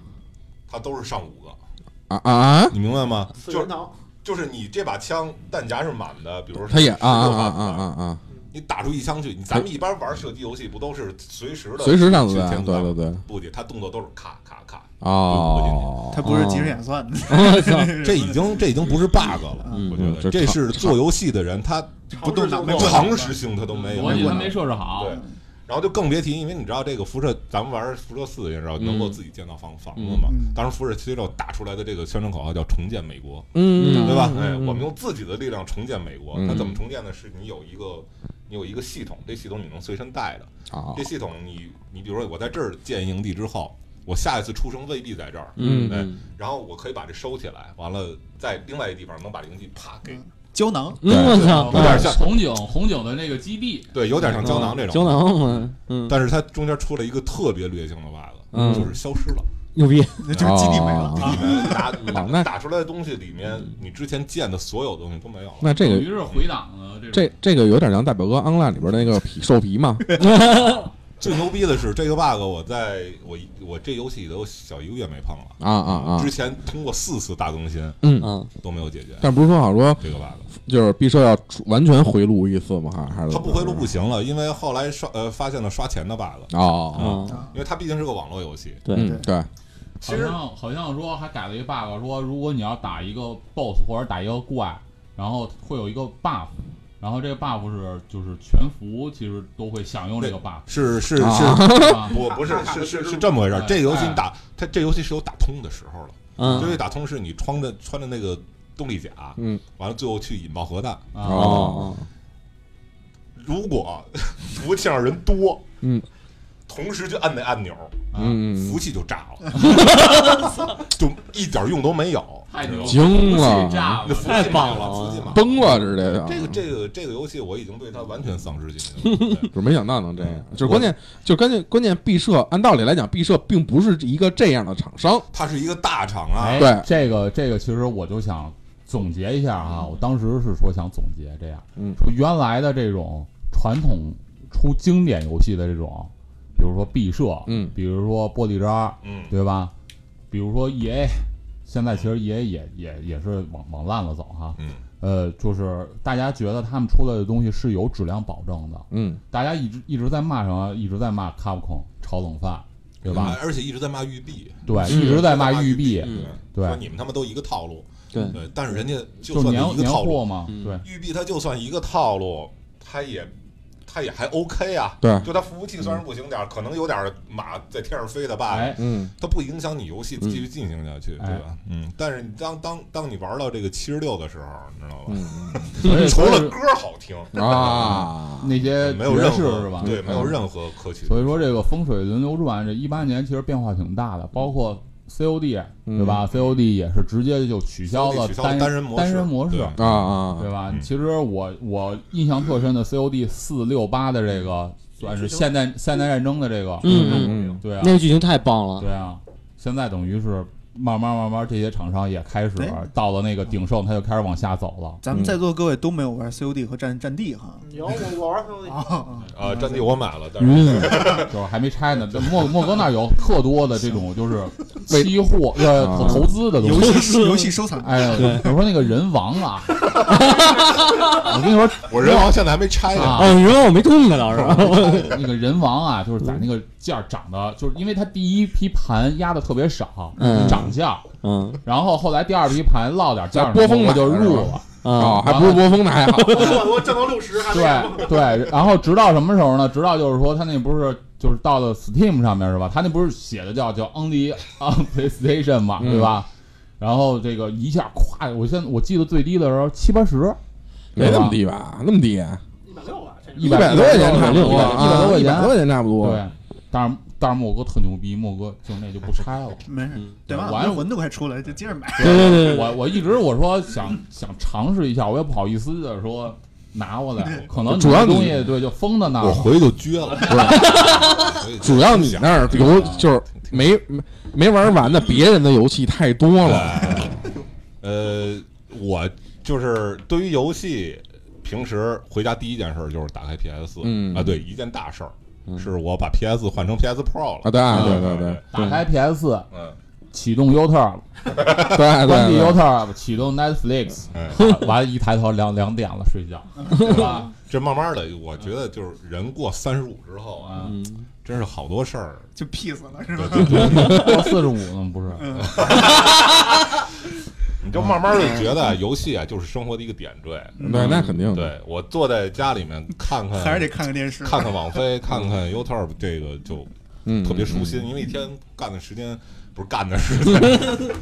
Speaker 2: 它都是上五个，
Speaker 3: 啊啊，
Speaker 2: 你明白吗？
Speaker 6: 四
Speaker 2: 就
Speaker 6: 人堂
Speaker 2: 就是你这把枪弹夹是满的，比如说
Speaker 3: 他也啊啊
Speaker 2: 16发
Speaker 3: 啊
Speaker 2: 子
Speaker 3: 啊
Speaker 2: 弹
Speaker 3: 啊啊，
Speaker 2: 你打出一枪去，你咱们一般玩射击游戏不都是随时啊的
Speaker 3: 随时上
Speaker 2: 子
Speaker 3: 子弹，
Speaker 2: 填
Speaker 3: 对
Speaker 2: 弹
Speaker 3: 对
Speaker 2: 吗？
Speaker 3: 对，
Speaker 2: 不仅他动作都是咔咔咔，
Speaker 3: 哦，
Speaker 1: 他不是即时演算的，
Speaker 2: 这已经这已经不是 bug 了，
Speaker 3: 嗯
Speaker 2: 我觉得
Speaker 3: 这
Speaker 2: 这是做游戏的人他
Speaker 1: 不动脑没
Speaker 6: 没过
Speaker 1: 过
Speaker 2: 常识性他都没有
Speaker 5: 逻辑
Speaker 2: 过
Speaker 5: 他
Speaker 2: 脑
Speaker 5: 没设置好
Speaker 2: 对。然后就更别提，因为你知道这个辐射，咱们玩辐射四的人知道能够自己建造房房子嘛
Speaker 1: 嗯？
Speaker 2: 当时辐射七六打出来的这个宣传口号叫“重建美国”，
Speaker 3: 嗯，
Speaker 2: 对吧？哎，我们用自己的力量重建美国。
Speaker 3: 嗯
Speaker 2: 那怎么重建呢？是你有一个你有一个系统，这系统你能随身带着。
Speaker 3: 啊
Speaker 2: 这，系统你你比如说我在这儿建营地之后，我下一次出生未必在这儿，
Speaker 4: 嗯
Speaker 2: 对
Speaker 4: 嗯，
Speaker 2: 然后我可以把这收起来，完了在另外一地方能把这营地啪给，
Speaker 1: 胶囊
Speaker 4: 嗯，我操，
Speaker 2: 有点像
Speaker 5: 红警红警的那个基地，
Speaker 3: 嗯啊
Speaker 2: 对，有点像胶囊这种，
Speaker 4: 胶囊嘛，嗯，
Speaker 2: 但是它中间出了一个特别劣性的 bug，
Speaker 4: 嗯
Speaker 2: 就是消失了。
Speaker 4: 牛逼，
Speaker 1: 那就是基地没了。
Speaker 3: 哦
Speaker 2: 里面 打
Speaker 3: 啊那嗯
Speaker 2: 打出来的东西里面，你之前建的所有东西都没有了。
Speaker 3: 那这
Speaker 5: 等于
Speaker 3: 个
Speaker 5: 是回档的这
Speaker 3: 这这个有点像大表哥 online 里边那个皮兽皮嘛，
Speaker 2: 最牛逼的是这个 bug，我在我一我这游戏里都小一个月没碰了。
Speaker 3: 啊啊啊
Speaker 2: 之，前通过四次大更新
Speaker 3: 嗯，
Speaker 4: 嗯，
Speaker 2: 都没有解决
Speaker 3: 但不是说好说
Speaker 2: 这个 bug，
Speaker 3: 就是必设要出完全回炉一次吗？还是还是
Speaker 2: 它不回炉不行了，因为后来刷呃发现了刷钱的 bug，
Speaker 3: 哦，
Speaker 4: 嗯，
Speaker 2: 因为它毕竟是个网络游戏。
Speaker 4: 对，
Speaker 3: 嗯，对，
Speaker 2: 其
Speaker 5: 好
Speaker 2: 实
Speaker 5: 像好像说还改了一个 bug，说如果你要打一个 boss 或者打一个怪，然后会有一个 buff，然后这个 buff 是就是全服其实都会享用这 个 buff，
Speaker 2: 是是
Speaker 3: 啊
Speaker 2: 是，
Speaker 5: 是吧？
Speaker 2: 不不是是是嗯是这么回事儿。
Speaker 5: 哎
Speaker 2: 这游戏你打它这游戏是有打通的时候了，这游
Speaker 4: 嗯，
Speaker 2: 戏打通是你穿着穿着那个动力甲，
Speaker 3: 嗯，
Speaker 2: 完了最后去引爆核弹。
Speaker 5: 啊，
Speaker 3: 哦，
Speaker 2: 如果 服务器上人多，
Speaker 3: 嗯，
Speaker 2: 同时就按那按钮，
Speaker 3: 嗯
Speaker 2: 服务，器就炸了， 就一点用都没有，
Speaker 5: 太牛了，
Speaker 3: 惊了
Speaker 5: 服气炸
Speaker 2: 那
Speaker 5: 了，
Speaker 2: 服务器
Speaker 4: 太棒
Speaker 2: 没有服务器
Speaker 4: 了
Speaker 2: 没有
Speaker 3: 崩了直接
Speaker 2: 这
Speaker 3: 就
Speaker 2: 个这个这个游戏我已经对它完全丧失信心 了。对
Speaker 3: 就是没想到能这样，就是关键，就是关键，关键毕设，按道理来讲，毕设并不是一个这样的厂商，
Speaker 2: 它是一个大厂啊，
Speaker 5: 哎，
Speaker 3: 对
Speaker 5: 这个这个其实我就想总结一下啊，我当时是说想总结这样，
Speaker 3: 嗯
Speaker 5: 说原来的这种传统出经典游戏的这种，比如说毕设，
Speaker 3: 嗯
Speaker 5: 比如说玻璃渣，
Speaker 2: 嗯，
Speaker 5: 对吧？比如说 E A，现在其实 E A 也也也是往往烂了走哈。
Speaker 2: 嗯，
Speaker 5: 呃，就是大家觉得他们出来的东西是有质量保证的，
Speaker 3: 嗯，
Speaker 5: 大家一直一直在骂什么？一直在骂 Capcom 炒冷饭，对吧？？
Speaker 2: 啊而且一直在骂育碧，
Speaker 5: 对，一直在骂育碧，
Speaker 4: 嗯
Speaker 5: 对
Speaker 2: 说你们他妈都一个套路，
Speaker 4: 对
Speaker 2: 对，但是人家
Speaker 5: 就
Speaker 2: 算
Speaker 5: 年
Speaker 2: 是一个
Speaker 5: 年
Speaker 2: 套
Speaker 5: 货
Speaker 2: 路，
Speaker 5: 嘛，
Speaker 4: 嗯
Speaker 5: 对。
Speaker 2: 育碧它就算一个套路，它也它也还 OK 啊，
Speaker 3: 对
Speaker 2: 就它服务器虽然不行点儿，可能有点儿马在天上飞的 bug，
Speaker 5: 哎，
Speaker 3: 嗯，
Speaker 2: 它不影响你游戏继续
Speaker 5: 嗯
Speaker 2: 进行下去，对吧？嗯，但是你当当当你玩到这个七十六的时候，你知道吧？
Speaker 5: 嗯所 以
Speaker 2: 除
Speaker 5: 所
Speaker 2: 了
Speaker 5: 以
Speaker 2: 歌儿好听， 嗯
Speaker 3: 啊，
Speaker 5: 那些
Speaker 2: 没有
Speaker 5: 爵
Speaker 2: 任
Speaker 5: 士
Speaker 2: 何
Speaker 5: 是吧？
Speaker 2: 对，没有
Speaker 5: 嗯
Speaker 2: 任何可取。
Speaker 5: 所以说这个风水轮流转，这一八年其实变化挺大的，
Speaker 2: 嗯
Speaker 5: 包括 COD 对吧？COD 也是直接就取消了
Speaker 2: COD 取消了单人模式
Speaker 5: 单人模式，
Speaker 2: 对
Speaker 3: 啊啊，
Speaker 5: 对吧
Speaker 2: 嗯？
Speaker 5: 其实我我印象特深的 COD 四六八的这个算
Speaker 2: 嗯
Speaker 5: 是现代现代战争的这个，
Speaker 4: 嗯嗯，
Speaker 3: 嗯
Speaker 5: 对啊
Speaker 4: 那个剧情太棒了，
Speaker 5: 对啊，现在等于是慢慢慢慢这些厂商也开始
Speaker 1: 哎
Speaker 5: 到了那个鼎盛，它就开始往下走了。
Speaker 1: 咱们在座各位都没有玩 COD 和战战地哈，
Speaker 6: 嗯有我我玩 COD，
Speaker 1: 啊，
Speaker 2: 啊，战地我买了，但是
Speaker 3: 嗯，
Speaker 5: 就是还没拆呢。这莫莫哥那儿有特多的这种就是期货呃
Speaker 3: 啊
Speaker 5: 投投资的东
Speaker 1: 游
Speaker 5: 西。
Speaker 1: 戏游戏收藏，
Speaker 5: 哎呀，我说那个人王啊，我跟你说，
Speaker 2: 我人王现在还没
Speaker 3: 哎
Speaker 2: 拆呢。
Speaker 5: 啊
Speaker 4: 哦，你说我没动呢，倒是，
Speaker 5: 那个人王啊，就是在那个价涨的，就是因为他第一批盘压的特别少，
Speaker 4: 嗯
Speaker 5: 涨价，
Speaker 4: 嗯
Speaker 5: 然后后来第二批盘落点价，
Speaker 3: 在波峰买
Speaker 5: 我就
Speaker 3: 的
Speaker 5: 入
Speaker 3: 是
Speaker 5: 了。
Speaker 3: 啊，
Speaker 2: 哦
Speaker 4: 啊，
Speaker 3: 还不如波峰的还 好，
Speaker 6: 我我挣到六十还没
Speaker 5: 对对，然后直到什么时候呢？直到就是说，他那不是就是到了 Steam 上面是吧？他那不是写的叫叫 Only on PlayStation 嘛，
Speaker 3: 嗯
Speaker 5: 对吧？然后这个一下咵，我现在我记得最低的时候七八十，
Speaker 3: 没那么低吧？那么低，啊
Speaker 6: 一百六吧，啊这
Speaker 5: 一
Speaker 3: 百多块钱差不多，啊一
Speaker 5: 啊
Speaker 3: 百多块钱差不多，
Speaker 5: 对。但是但是莫哥特牛逼，莫哥就那就不拆了。
Speaker 1: 没事
Speaker 4: 嗯，
Speaker 1: 对吧？
Speaker 5: 完了
Speaker 1: 那魂都快出来，就接着买。
Speaker 4: 对对对对，
Speaker 5: 我我一直我说想想尝试一下，我也不好意思的说拿过来，可能你
Speaker 3: 主要
Speaker 5: 这东
Speaker 3: 你
Speaker 5: 西对就封在那儿
Speaker 2: 我
Speaker 5: 了。
Speaker 2: 回去就撅了， 回去就
Speaker 3: 主要你那儿游就是没没没玩完的别人的游戏太多了，
Speaker 2: 呃，我就是对于游戏，平时回家第一件事就是打开 PS，
Speaker 3: 嗯
Speaker 2: 啊，对，一件大事儿，
Speaker 5: 嗯
Speaker 2: 是我把 PS 换成 PS Pro
Speaker 3: 啊，
Speaker 2: 了，
Speaker 3: 对对对对
Speaker 5: 打开 PS，
Speaker 2: 嗯，
Speaker 5: 启动 U Turn，
Speaker 3: 对哎对，
Speaker 5: 关闭 YouTube，启动 Netflix，
Speaker 2: 哎，
Speaker 5: 完了，一抬头两两点了，睡 觉，对吧？
Speaker 2: 这慢慢的，我觉得就是人过三十五之后啊，
Speaker 5: 啊，
Speaker 2: 真是好多事儿，
Speaker 1: 就 peace 了是
Speaker 2: 对
Speaker 1: 吧？
Speaker 2: 对对，
Speaker 5: 到四十五呢，不是？
Speaker 2: 嗯
Speaker 5: 嗯
Speaker 2: 你就慢慢的觉得游戏啊，就是生活的一个点缀。
Speaker 3: 对，那肯定，
Speaker 2: 对我坐在家里面看看，
Speaker 1: 还是得看个电视。
Speaker 2: 看看网飞，看看 YouTube，这个就
Speaker 3: 嗯，
Speaker 2: 特别舒心，因为一天干的时间不是干的时间，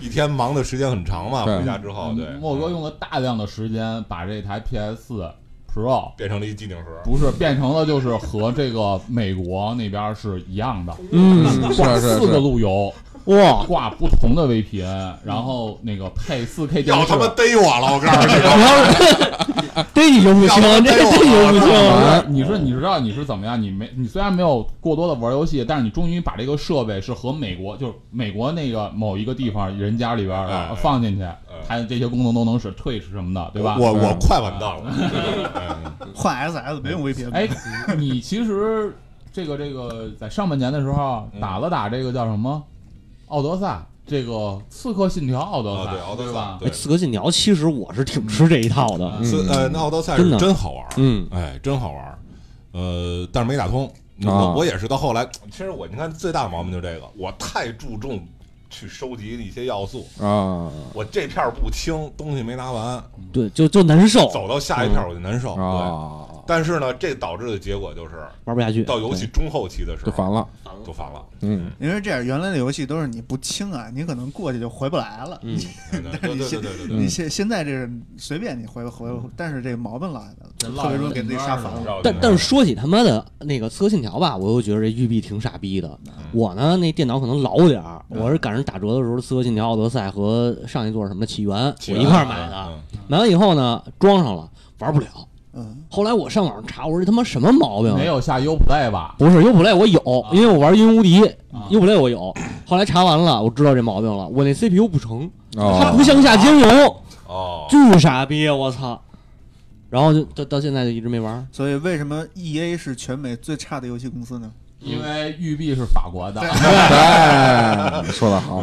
Speaker 2: 一天忙的时间很长嘛。
Speaker 3: 对
Speaker 2: 回家之后，对，
Speaker 5: 嗯莫哥用了大量的时间把这台 PS 四 Pro
Speaker 2: 嗯变成了一机顶盒。
Speaker 5: 不是变成了就是和这个美国那边是一样的，
Speaker 3: 嗯，是
Speaker 5: 挂
Speaker 3: 是
Speaker 5: 四个
Speaker 3: 是，
Speaker 5: 路由，
Speaker 3: 哇，
Speaker 5: 挂不同的 VPN，然后那个配四 K 电
Speaker 2: 要
Speaker 5: 视
Speaker 2: 他，妈逮我了！我告诉你，
Speaker 4: 这你就不
Speaker 2: 要
Speaker 4: 行
Speaker 2: 他妈，
Speaker 4: 这
Speaker 2: 逮
Speaker 4: 这
Speaker 2: 我
Speaker 4: 你就不
Speaker 2: 了！
Speaker 4: 行，
Speaker 7: 啊你是你知道你是怎么样？你没你虽然没有过多的玩游戏，但是你终于把这个设备是和美国就是美国那个某一个地方人家里边儿
Speaker 2: 哎哎
Speaker 7: 的放进去
Speaker 2: 哎，
Speaker 7: 它这些功能都能使 Twitch 什么的，对吧？
Speaker 2: 我我
Speaker 3: 嗯
Speaker 2: 快完蛋了，嗯
Speaker 1: 换 SS 没用 VPN，
Speaker 7: 哎，你其实这个这个在上半年的时候
Speaker 2: 嗯
Speaker 7: 打了打这个叫什么《奥德赛》，这个《刺客信条》奥德
Speaker 2: 啊
Speaker 7: 赛，
Speaker 2: 对，奥德
Speaker 7: 对吧
Speaker 2: 萨，？
Speaker 4: 哎
Speaker 2: 对，
Speaker 4: 刺客信条其实我是挺吃这一套的，
Speaker 2: 是呃，那奥德赛
Speaker 4: 嗯真
Speaker 2: 是
Speaker 4: 的
Speaker 2: 真好玩儿，
Speaker 4: 嗯，
Speaker 2: 哎，真好玩儿，呃，但是没打通。
Speaker 3: 啊
Speaker 2: 我我也是到后来，其实我你看最大的毛病就这个，我太注重去收集一些要素，
Speaker 3: 啊
Speaker 4: 嗯
Speaker 2: 我这片儿不清，东西没拿完，
Speaker 4: 对，就就难受，
Speaker 2: 走到下一
Speaker 4: 嗯
Speaker 2: 片儿我就难受。对，
Speaker 3: 啊，
Speaker 2: 但是呢，这导致的结果就是
Speaker 4: 玩不下去。
Speaker 2: 到游戏中后期的时
Speaker 3: 就
Speaker 2: 候
Speaker 3: 烦了，
Speaker 2: 就烦了，
Speaker 3: 嗯，
Speaker 1: 因为这样原来的游戏都是你不清啊，你可能过去就回不来了。
Speaker 4: 嗯
Speaker 2: 对对对对对对对。
Speaker 3: 嗯
Speaker 1: 你现现在这是随便你回回，但是这毛病落下来了，就特别容易给自己杀烦了。
Speaker 2: 嗯
Speaker 4: 但但是说起他妈的那个《刺客信条》吧，我又觉得这育碧挺傻逼的。
Speaker 2: 嗯
Speaker 4: 我呢，那电脑可能老点儿，我是赶上打折的时候，《刺客信条：奥德赛》和上一座什么《起源》，
Speaker 2: 起
Speaker 4: 我
Speaker 2: 源
Speaker 4: 一块儿买的。
Speaker 2: 嗯
Speaker 4: 买完以后呢，装上了，玩不了。
Speaker 1: 嗯，
Speaker 4: 后来我上网上查，我说这他妈什么毛病啊？
Speaker 7: 没有下 U Play 吧？
Speaker 4: 不是 Uplay 我有，因为我玩英雄无敌
Speaker 7: 啊
Speaker 4: ，Uplay 我有。后来查完了，我知道这毛病了，我那 CPU 不成，它
Speaker 3: 啊
Speaker 4: 不向下兼容，
Speaker 2: 哦，
Speaker 4: 巨傻逼，我操！然后就到到现在就一直没玩儿。
Speaker 1: 所以为什么 E A 是全美最差的游戏公司呢？
Speaker 3: 嗯
Speaker 7: 因为育碧是法国的，
Speaker 3: 哎，说的好，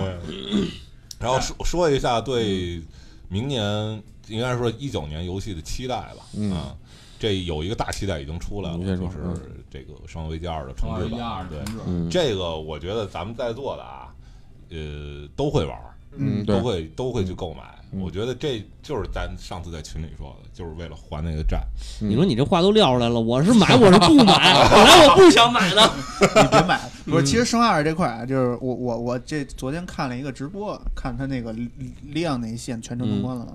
Speaker 2: 然后说
Speaker 3: 哎
Speaker 2: 说一下对
Speaker 3: 嗯
Speaker 2: 明年，应该说一九年游戏的期待吧。
Speaker 3: 嗯
Speaker 2: 啊，这有一个大期待已经出来了，
Speaker 3: 你
Speaker 2: 就
Speaker 3: 先说
Speaker 2: 是这个《生化危机二》的重
Speaker 7: 乘
Speaker 2: 置
Speaker 7: 以
Speaker 2: 版。
Speaker 7: 二
Speaker 2: 对，
Speaker 7: 乘以
Speaker 3: 嗯
Speaker 2: 这个我觉得咱们在座的啊，呃，都会玩儿，
Speaker 3: 嗯，对
Speaker 2: 都，会都会去购买。
Speaker 3: 嗯
Speaker 2: 我觉得这就是咱上次在群里说的，就是为了还那个债。
Speaker 3: 嗯
Speaker 4: 你说你这话都撂出来了，我是 买，我是不买，本来我不想买的。
Speaker 1: 嗯你别买了。不是，其实《生化二》这块啊，就是我我我这昨天看了一个直播，看他那个力力量那一线全程通关了嘛。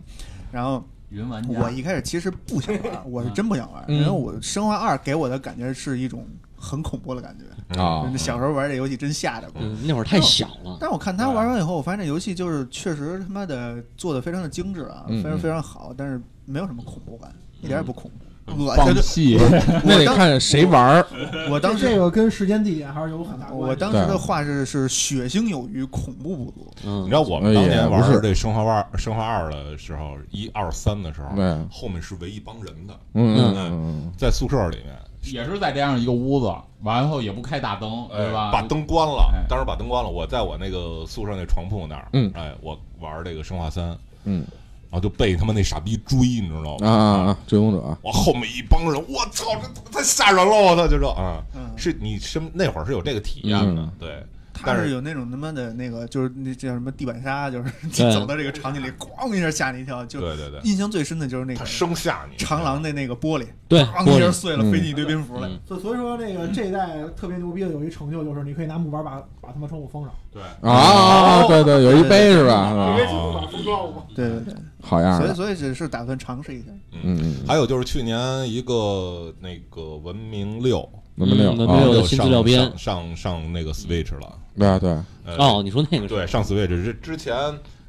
Speaker 1: 然后
Speaker 7: 云玩家，
Speaker 1: 我一开始其实不想玩，我是真不想玩，
Speaker 3: 嗯
Speaker 1: 因为我《生化二》给我的感觉是一种很恐怖的感觉。
Speaker 3: 啊
Speaker 1: 就是小时候玩这游戏真吓着过。
Speaker 4: 嗯，那会儿太小了，
Speaker 1: 但我看
Speaker 6: 啊
Speaker 1: 他玩完以后，我发现这游戏就是确实他妈的做的非常的精致啊，
Speaker 3: 嗯
Speaker 1: 非常非常好，但是没有什么恐怖感，一点也不恐怖，恶
Speaker 7: 放屁，
Speaker 1: 心。
Speaker 3: 那
Speaker 1: 我
Speaker 3: 得
Speaker 1: 当
Speaker 3: 看谁玩儿，
Speaker 1: 我当
Speaker 6: 这
Speaker 1: 时
Speaker 6: 个跟时间地点还是有很大关系。
Speaker 1: 我当时的话是是血腥有余，恐怖不足。
Speaker 2: 你
Speaker 4: 嗯
Speaker 2: 知，道我们当
Speaker 3: 哎呀
Speaker 2: 年
Speaker 3: 不
Speaker 2: 玩
Speaker 3: 是
Speaker 2: 这《生化二》《生化二》的时候，一二三的时候，
Speaker 3: 对，
Speaker 2: 后面是围一帮人的，
Speaker 3: 嗯嗯
Speaker 2: 在宿舍里面，
Speaker 7: 也是在这样一个屋子，完后也不开大灯，对
Speaker 2: 哎
Speaker 7: 吧？
Speaker 2: 把灯关了
Speaker 7: 哎，
Speaker 2: 当时把灯关了。我在我那个宿舍那床铺那儿，
Speaker 3: 嗯
Speaker 2: 哎，我玩这个《生化三》，
Speaker 3: 嗯
Speaker 2: 然后就被他妈那傻逼追，你知道吗？
Speaker 3: 嗯啊，追踪者，
Speaker 2: 我后面一帮人，我操，这他妈太吓人了！我操，就这啊，
Speaker 1: 嗯，
Speaker 2: 是你身那会儿是有这个体验的
Speaker 3: 嗯，
Speaker 2: 对，
Speaker 1: 他
Speaker 2: 但是
Speaker 1: 是有那种他妈的那个，就是那叫什么地板杀，就是你
Speaker 4: 对
Speaker 1: 走到这个场景里，咣一下吓你一跳。就
Speaker 2: 对对对，
Speaker 1: 印象最深的就是那
Speaker 2: 他
Speaker 1: 个
Speaker 2: 生吓你，
Speaker 1: 长廊的那个玻璃，
Speaker 4: 对，
Speaker 1: 咣一
Speaker 4: 玻
Speaker 1: 下
Speaker 4: 璃
Speaker 1: 碎
Speaker 3: 嗯
Speaker 1: 了，飞进一堆蝙蝠来。
Speaker 6: 所所以说，那个这一代特别牛逼的有一成就，就是你可以拿木板把把他们窗户封上，
Speaker 2: 对，
Speaker 3: 啊，对对，有一杯是吧？是
Speaker 6: 因
Speaker 3: 吧
Speaker 6: 为是木板封窗户。
Speaker 1: 对对对，
Speaker 3: 好样
Speaker 1: 所以
Speaker 3: 的，
Speaker 1: 所以只是打算尝试一下。
Speaker 3: 嗯嗯，
Speaker 2: 还有就是去年一个那个《文明六》，
Speaker 3: 那么六
Speaker 4: 嗯文明
Speaker 3: 啊
Speaker 4: 六，
Speaker 2: 就
Speaker 4: 的新
Speaker 2: 上
Speaker 4: 资料片
Speaker 2: 上上上那个 Switch 了，
Speaker 3: 对啊对啊，
Speaker 2: 呃，
Speaker 4: 哦，你说那个是
Speaker 2: 对，上 Switch 之之前，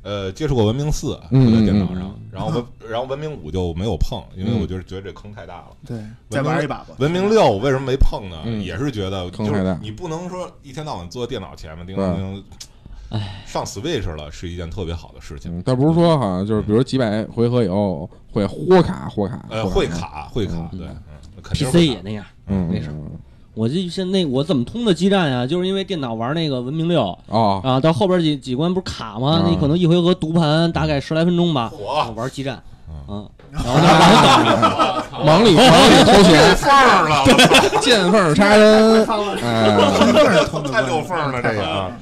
Speaker 2: 呃，接触过《文明四》
Speaker 3: 嗯
Speaker 2: 就在电
Speaker 3: 嗯
Speaker 2: 脑
Speaker 3: 嗯
Speaker 2: 上，然后文然后《文明五》就没有碰，因为
Speaker 3: 嗯
Speaker 2: 我就是觉得这坑太大了。
Speaker 1: 对，再玩一把吧。
Speaker 2: 文明六为什么没碰呢？
Speaker 3: 嗯
Speaker 2: 也是觉得
Speaker 3: 坑
Speaker 2: 就
Speaker 3: 太
Speaker 2: 是
Speaker 3: 大
Speaker 2: 你不能说一天到晚坐电脑前面叮咚叮咚，上 Switch 了是一件特别好的事情。
Speaker 3: 嗯，但不是说好像就是比如几百回合以后会豁卡豁卡，
Speaker 2: 呃，
Speaker 3: 豁
Speaker 2: 会，卡会卡，
Speaker 3: 嗯
Speaker 2: 对，嗯肯定会
Speaker 4: PC 也
Speaker 2: 卡
Speaker 4: 那样。
Speaker 3: 嗯，
Speaker 4: 没事
Speaker 3: 嗯
Speaker 4: 我就现那我怎么通的基站呀、就是因为电脑玩那个文明六
Speaker 3: 哦，
Speaker 4: 啊，到后边几几关不是卡吗？
Speaker 3: 啊
Speaker 4: 你可能一回合读盘大概十来分钟吧，啊
Speaker 2: 火啊
Speaker 4: 我玩基站，嗯，
Speaker 3: 忙里忙里偷闲，
Speaker 2: 缝儿了，我操
Speaker 3: 见缝儿插针，哎，
Speaker 2: 太漏缝儿了这个啊，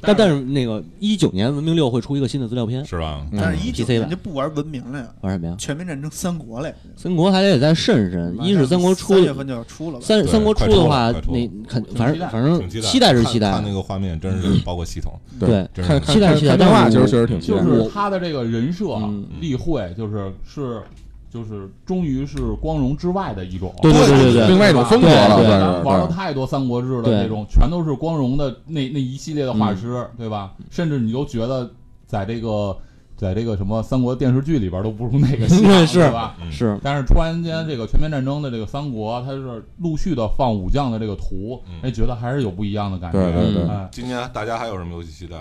Speaker 4: 但但是那个一九年文明六会出一个新的资料片，
Speaker 2: 是吧？
Speaker 3: 嗯
Speaker 1: 但是一九
Speaker 4: PC
Speaker 1: 年
Speaker 4: 版
Speaker 1: 就不玩文明了呀，
Speaker 4: 玩什么呀？
Speaker 1: 全面战争三国了呀。
Speaker 4: 三国还得再慎慎，一是三国出
Speaker 1: 三月份就要出了吧？
Speaker 4: 三
Speaker 2: 对
Speaker 4: 三国出的话
Speaker 2: 快，出了
Speaker 4: 那肯反
Speaker 7: 挺期待
Speaker 4: 正反正
Speaker 2: 挺期待，
Speaker 4: 期待是
Speaker 2: 看
Speaker 4: 期待
Speaker 2: 看，那个画面，真是包括系统，
Speaker 4: 对，
Speaker 2: 真
Speaker 3: 看
Speaker 2: 是
Speaker 3: 看
Speaker 4: 期待
Speaker 3: 看
Speaker 4: 期待
Speaker 3: 看动画
Speaker 4: 但
Speaker 3: 其
Speaker 4: 是
Speaker 3: 实确实
Speaker 4: 我
Speaker 3: 挺期
Speaker 7: 就
Speaker 3: 待的，
Speaker 7: 是他的这个人设啊
Speaker 4: 嗯，
Speaker 7: 例会就是是就是终于是光荣之外的一种，
Speaker 4: 对对对对
Speaker 3: 另外一种风格了
Speaker 4: 对对
Speaker 3: 算
Speaker 7: 咱
Speaker 3: 是，
Speaker 7: 玩了
Speaker 3: 对
Speaker 7: 太多《三国志》
Speaker 4: 对嗯
Speaker 7: 的那种，全都是光荣的那那一系列的画师，对吧？甚至你都觉得在这个
Speaker 5: 在这个什么三国电视剧里边都不如那个像，
Speaker 7: 啊
Speaker 3: 是
Speaker 5: 对吧？
Speaker 2: 嗯
Speaker 4: 是
Speaker 5: 但是突然间，这个全面战争的这个三国，它是陆续的放武将的这个图
Speaker 2: 嗯，
Speaker 5: 哎，觉得还是有不一样的感觉。
Speaker 3: 对对对
Speaker 5: 哎
Speaker 2: 今年大家还有什么游戏期待？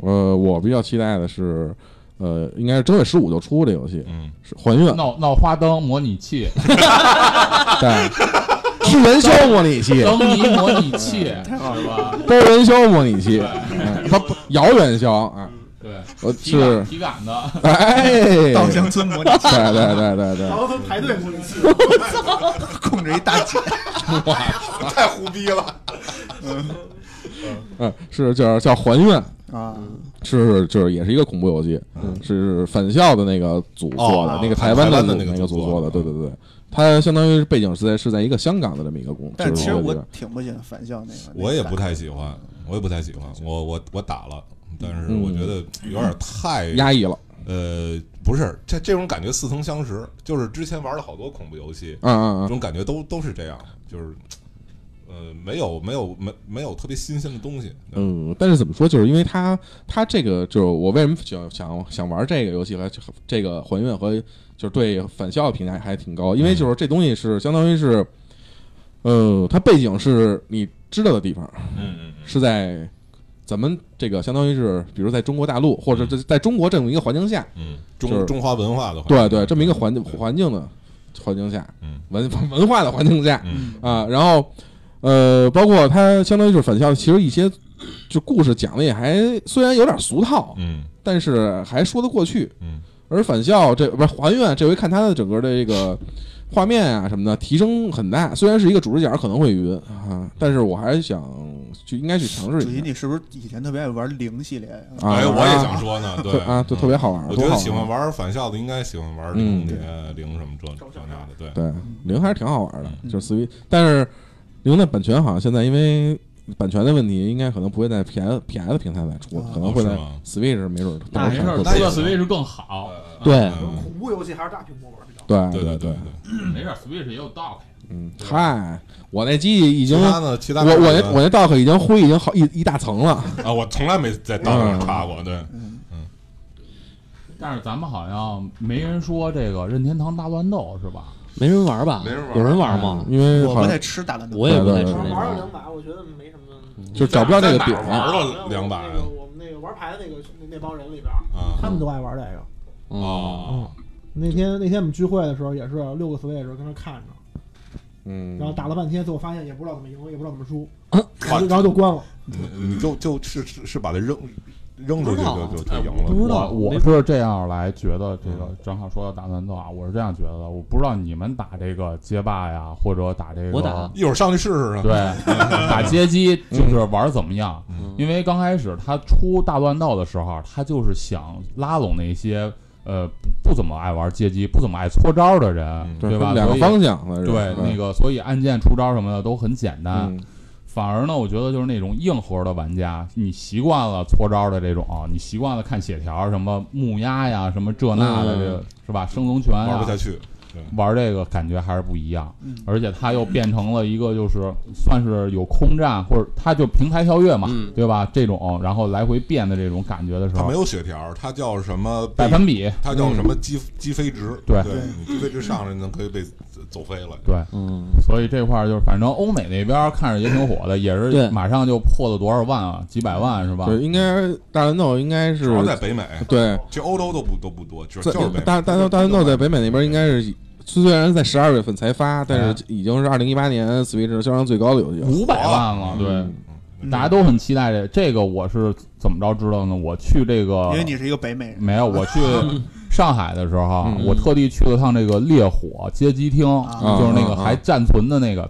Speaker 3: 呃，我比较期待的是，呃，应该是正月十五就出这游戏，
Speaker 2: 嗯，
Speaker 3: 是还 愿，
Speaker 5: 闹闹花灯模拟器，
Speaker 3: 对，是元宵模拟器，
Speaker 5: 灯谜模拟器，是吧？
Speaker 3: 包元宵模拟器，哎它不摇元宵啊，
Speaker 5: 对，
Speaker 3: 我
Speaker 5: 体感
Speaker 3: 是
Speaker 5: 体感的，
Speaker 3: 哎，
Speaker 1: 稻香村模拟 器，
Speaker 3: 对对对对对
Speaker 6: 然，后他们排队模拟器，
Speaker 1: 控制一大姐，
Speaker 2: 太胡逼了。
Speaker 3: 嗯，是叫叫还愿，
Speaker 1: 啊，
Speaker 3: 是就是也是一个恐怖游戏，嗯，是返校的那个组做的
Speaker 2: 哦，
Speaker 3: 那个台
Speaker 2: 台
Speaker 3: 湾
Speaker 2: 湾的
Speaker 3: 组
Speaker 2: 那个
Speaker 3: 那个
Speaker 2: 组
Speaker 3: 组做的，
Speaker 2: 做
Speaker 3: 对
Speaker 2: 的嗯
Speaker 3: 对对，它相当于是背景是在是在一个香港的这么一个公，
Speaker 1: 但是
Speaker 3: 就
Speaker 1: 其实
Speaker 3: 这
Speaker 1: 我
Speaker 3: 个
Speaker 1: 挺不喜欢返校那个，
Speaker 2: 我也不太喜欢，我也不太喜欢，我我我打了，但是我觉得有点太
Speaker 3: 嗯压抑了，
Speaker 2: 呃，不是这这种感觉似曾相识，就是之前玩了好多恐怖游戏，
Speaker 3: 嗯嗯
Speaker 2: 这
Speaker 3: 嗯，
Speaker 2: 种感觉都都是这样，就是呃，没有没有没没有特别新鲜的东西。对
Speaker 3: 嗯，但是怎么说，就是因为它它这个就是我为什么想想想玩这个游戏和这个还愿和就是对返校的评价还挺高，因为就是这东西是相当于是，呃，它背景是你知道的地方，
Speaker 2: 嗯嗯嗯，
Speaker 3: 是在咱们这个相当于是，比如在中国大陆或者在在中国这么一个环境下，
Speaker 2: 嗯，
Speaker 3: 就是
Speaker 2: 中中华文化的话，
Speaker 3: 对对，这么一个环境
Speaker 2: 对
Speaker 3: 环境的环境下，
Speaker 2: 嗯
Speaker 3: 文文化的环境下
Speaker 2: 嗯
Speaker 3: 啊，然后呃，包括它相当于就是返校，其实一些就故事讲的也还虽然有点俗套，
Speaker 2: 嗯
Speaker 3: 但是还说得过去。
Speaker 2: 嗯
Speaker 3: 而返校这不是还愿这回看它的整个的这个画面啊什么的提升很大，虽然是一个主视角可能会晕啊，但是我还是想去应该去尝试
Speaker 1: 主
Speaker 3: 一
Speaker 1: 席，
Speaker 3: 下。
Speaker 1: 你是不是以前特别爱玩零系列呀？
Speaker 3: 啊
Speaker 2: 哎，我也想说呢，
Speaker 3: 特
Speaker 2: 对
Speaker 3: 啊，就特别好玩儿。
Speaker 2: 我
Speaker 3: 多
Speaker 2: 觉得
Speaker 3: 好
Speaker 2: 喜
Speaker 3: 玩
Speaker 2: 欢
Speaker 3: 儿
Speaker 2: 玩返校的，应该喜欢玩零空蝶、零什么这这那的，对，
Speaker 3: 对零还是挺好玩儿的，就是 s w 但是零的版权好像现在因为版权的问题，应该可能不会在 PS PS 平台再出了，可能会在
Speaker 2: 是吗
Speaker 3: Switch 没准儿
Speaker 5: 哎
Speaker 8: 那
Speaker 3: 到时
Speaker 8: 没事儿，
Speaker 3: 候会
Speaker 8: 出
Speaker 3: 出
Speaker 8: 了 Switch 更 好。
Speaker 4: 对
Speaker 2: 嗯
Speaker 6: 恐怖游戏还是大屏幕玩比较好。
Speaker 8: 啊
Speaker 3: 对
Speaker 2: 对
Speaker 3: 对
Speaker 2: 对，
Speaker 8: 没事儿，Switch 也有 dock。
Speaker 3: 嗯，嗨，我那机器已
Speaker 2: 其
Speaker 3: 经。
Speaker 2: 他
Speaker 3: 我
Speaker 2: 呢？其他
Speaker 3: 我
Speaker 2: 感觉
Speaker 3: 那我那 dock 已经灰已经好一一大层了，
Speaker 2: 啊，我从来没在道上插过，对，
Speaker 5: 但是咱们好像没人说这个任天堂大乱斗是吧？
Speaker 4: 没人玩吧？
Speaker 2: 没人玩嗯
Speaker 4: 有人玩吗？
Speaker 3: 因为
Speaker 1: 我不
Speaker 3: 好像
Speaker 1: 太吃大乱斗，
Speaker 4: 我也不太
Speaker 3: 对
Speaker 4: 吃
Speaker 3: 对
Speaker 4: 那
Speaker 3: 对
Speaker 6: 玩了两
Speaker 4: 个。
Speaker 6: 把，我觉得没什么。
Speaker 3: 就找不到这个
Speaker 2: 在
Speaker 3: 点
Speaker 2: 哪儿啊玩
Speaker 3: 儿。
Speaker 2: 了两把
Speaker 6: 那个我们那个玩牌的那个那那帮人里边，
Speaker 2: 啊
Speaker 6: 他们都爱玩这个。
Speaker 3: 嗯
Speaker 2: 哦，
Speaker 6: 那天那天我们聚会的时候也是六个 Switch 跟那看着，
Speaker 3: 嗯，
Speaker 6: 然后打了半天，最后发现也不知道怎么赢，也不知道怎 么输，然后
Speaker 2: 哇
Speaker 6: 就然后就关了。
Speaker 2: 你就就是是是把它扔扔出去就就就赢
Speaker 6: 不
Speaker 2: 了，
Speaker 6: 知道
Speaker 5: 我我是这样来觉得这个，正好说到大乱斗啊，我是这样觉得的。我不知道你们打这个街霸呀，或者打这个
Speaker 4: 我打
Speaker 2: 一会儿上去试试啊。
Speaker 5: 对 打街机就是玩儿怎么样？
Speaker 2: 嗯
Speaker 5: 因为刚开始他出大乱斗的时候，他就是想拉拢那些呃不不怎么爱玩街机、不怎么爱搓招的人，
Speaker 2: 嗯
Speaker 5: 对吧？
Speaker 3: 两个
Speaker 5: 所以
Speaker 3: 方向的是吧
Speaker 5: 对那个，所以按键出招什么的都很简单。
Speaker 3: 嗯
Speaker 5: 反而呢，我觉得就是那种硬核的玩家，你习惯了搓招的这种，你习惯了看血条，什么木鸭呀，什么这那的，
Speaker 3: 嗯
Speaker 5: 这个是吧？生龙拳啊
Speaker 2: 玩不下去，
Speaker 5: 玩这个感觉还是不一样，
Speaker 1: 嗯
Speaker 5: 而且它又变成了一个就是算是有空战或者它就平台跳跃嘛，
Speaker 4: 嗯
Speaker 5: 对吧？这种然后来回变的这种感觉的时
Speaker 2: 它
Speaker 5: 候
Speaker 2: 没，有血条，它叫什么被
Speaker 5: 百分比，
Speaker 2: 它叫什么击击飞值？
Speaker 5: 对
Speaker 2: 对你击飞值上来，能可以被走走飞了。
Speaker 5: 对，
Speaker 4: 嗯，
Speaker 5: 所以这块儿就是反正欧美那边看着也挺火的，也
Speaker 4: 对
Speaker 5: 是马上就破了多少万啊，几百万是吧？
Speaker 3: 对，应该大乱斗应该是
Speaker 2: 主要在北美，
Speaker 3: 对，
Speaker 2: 其实欧洲都不都不多，就是
Speaker 3: 在
Speaker 2: 就是北美
Speaker 3: 大大大大运动在北美那边应该是虽虽然在十二月份才发，但
Speaker 2: 哎
Speaker 3: 是已经是二零一八年 Switch 销量最高的游戏
Speaker 2: 嗯
Speaker 3: 了。嗯
Speaker 5: 五百万了，对。大家都很期待这这个，我是怎么着知道呢？我去这个
Speaker 1: 因为你是一个北美人
Speaker 5: 没有，我去 上海的时候，啊
Speaker 3: 嗯
Speaker 5: 我特地去了趟这个烈火街机厅，
Speaker 1: 啊
Speaker 5: 就是那个
Speaker 3: 啊啊
Speaker 5: 还暂存的那个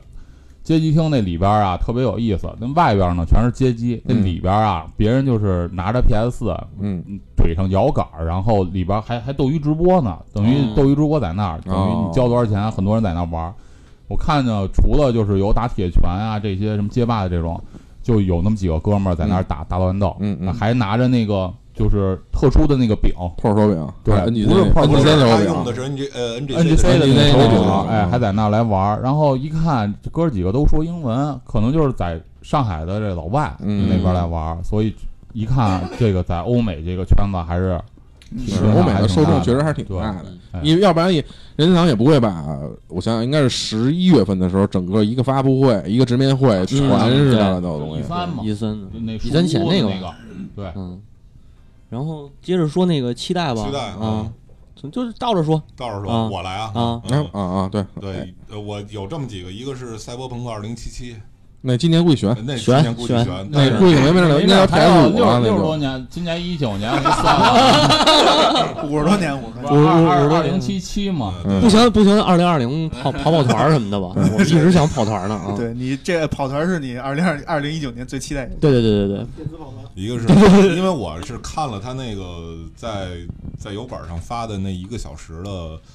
Speaker 5: 街机厅那里边啊，特别有意思。那外边呢全是街机，那
Speaker 3: 嗯
Speaker 5: 里边啊，别人就是拿着 PS 四
Speaker 3: 嗯，
Speaker 5: 怼上摇杆，然后里边还还斗鱼直播呢，等于
Speaker 4: 哦
Speaker 5: 斗鱼直播在那儿，等
Speaker 3: 哦
Speaker 5: 于你交多少钱，很多人在那玩。我看着除了就是有打铁拳啊这些什么街霸的这种，就有那么几个哥们儿在那儿打大乱斗，
Speaker 3: 嗯嗯
Speaker 5: 啊还拿着那个就是特殊的那个饼，
Speaker 3: 炮手柄，
Speaker 5: 对
Speaker 3: ，NGC
Speaker 5: 不是炮手
Speaker 2: 不
Speaker 3: NGC
Speaker 2: 是
Speaker 3: 手
Speaker 2: 它
Speaker 3: 柄
Speaker 2: 用的是 N G 呃 N G
Speaker 5: NGC 的那
Speaker 3: 那个
Speaker 5: 个手
Speaker 3: 手
Speaker 5: 柄，
Speaker 3: 柄
Speaker 5: 哎，
Speaker 3: 嗯
Speaker 5: 还在那儿来玩儿。然后一看，这哥几个都说英文，可能就是在上海的这老外
Speaker 3: 嗯
Speaker 5: 那边来玩儿，所以一看这个在欧美这个圈子还是
Speaker 3: 是欧美的受众确实还是挺大的，
Speaker 5: 哎
Speaker 3: 因为要不然也任天堂也不会把，我想想应该是十一月份的时候，整个一个发布会、一个直面
Speaker 2: 啊
Speaker 3: 会全是它的东
Speaker 7: 一
Speaker 3: 西。
Speaker 7: 三嘛，
Speaker 4: 一三的，
Speaker 7: 那
Speaker 4: 一三前
Speaker 7: 那
Speaker 4: 那个吧
Speaker 7: 个，对，
Speaker 4: 嗯。然后接着说那个期待吧，
Speaker 2: 期待嗯
Speaker 4: 啊，从就是倒着说，
Speaker 2: 到时候
Speaker 4: 啊
Speaker 2: 说我来啊
Speaker 4: 啊
Speaker 3: 啊
Speaker 2: 嗯
Speaker 3: 啊啊！对，
Speaker 2: 对，呃我有这么几个，一个是《赛博朋克2077》，
Speaker 3: 那今年估计悬，
Speaker 2: 那是
Speaker 4: 悬
Speaker 2: 今年估计
Speaker 4: 悬
Speaker 2: 悬，但
Speaker 3: 那
Speaker 2: 是
Speaker 3: 估计 没没那应该要
Speaker 7: 还有
Speaker 3: PS 五
Speaker 7: 六
Speaker 3: 啊，
Speaker 7: 十
Speaker 3: 那
Speaker 7: 六十
Speaker 3: 就
Speaker 7: 多年，今年一九年我就算了，
Speaker 1: 五十多年，五十多年，
Speaker 7: 二二二零七七嘛，
Speaker 2: 呃
Speaker 3: 嗯
Speaker 2: 对
Speaker 4: 不行不行，二零二零跑跑跑团儿什么的吧，我一直想跑团儿呢啊。
Speaker 1: 对你这跑团是你二零二二零一九年最期待的。
Speaker 4: 对对对对对，
Speaker 6: 电子跑团
Speaker 2: 一个是因为我是看了他那个在在油管上发的那一个小时的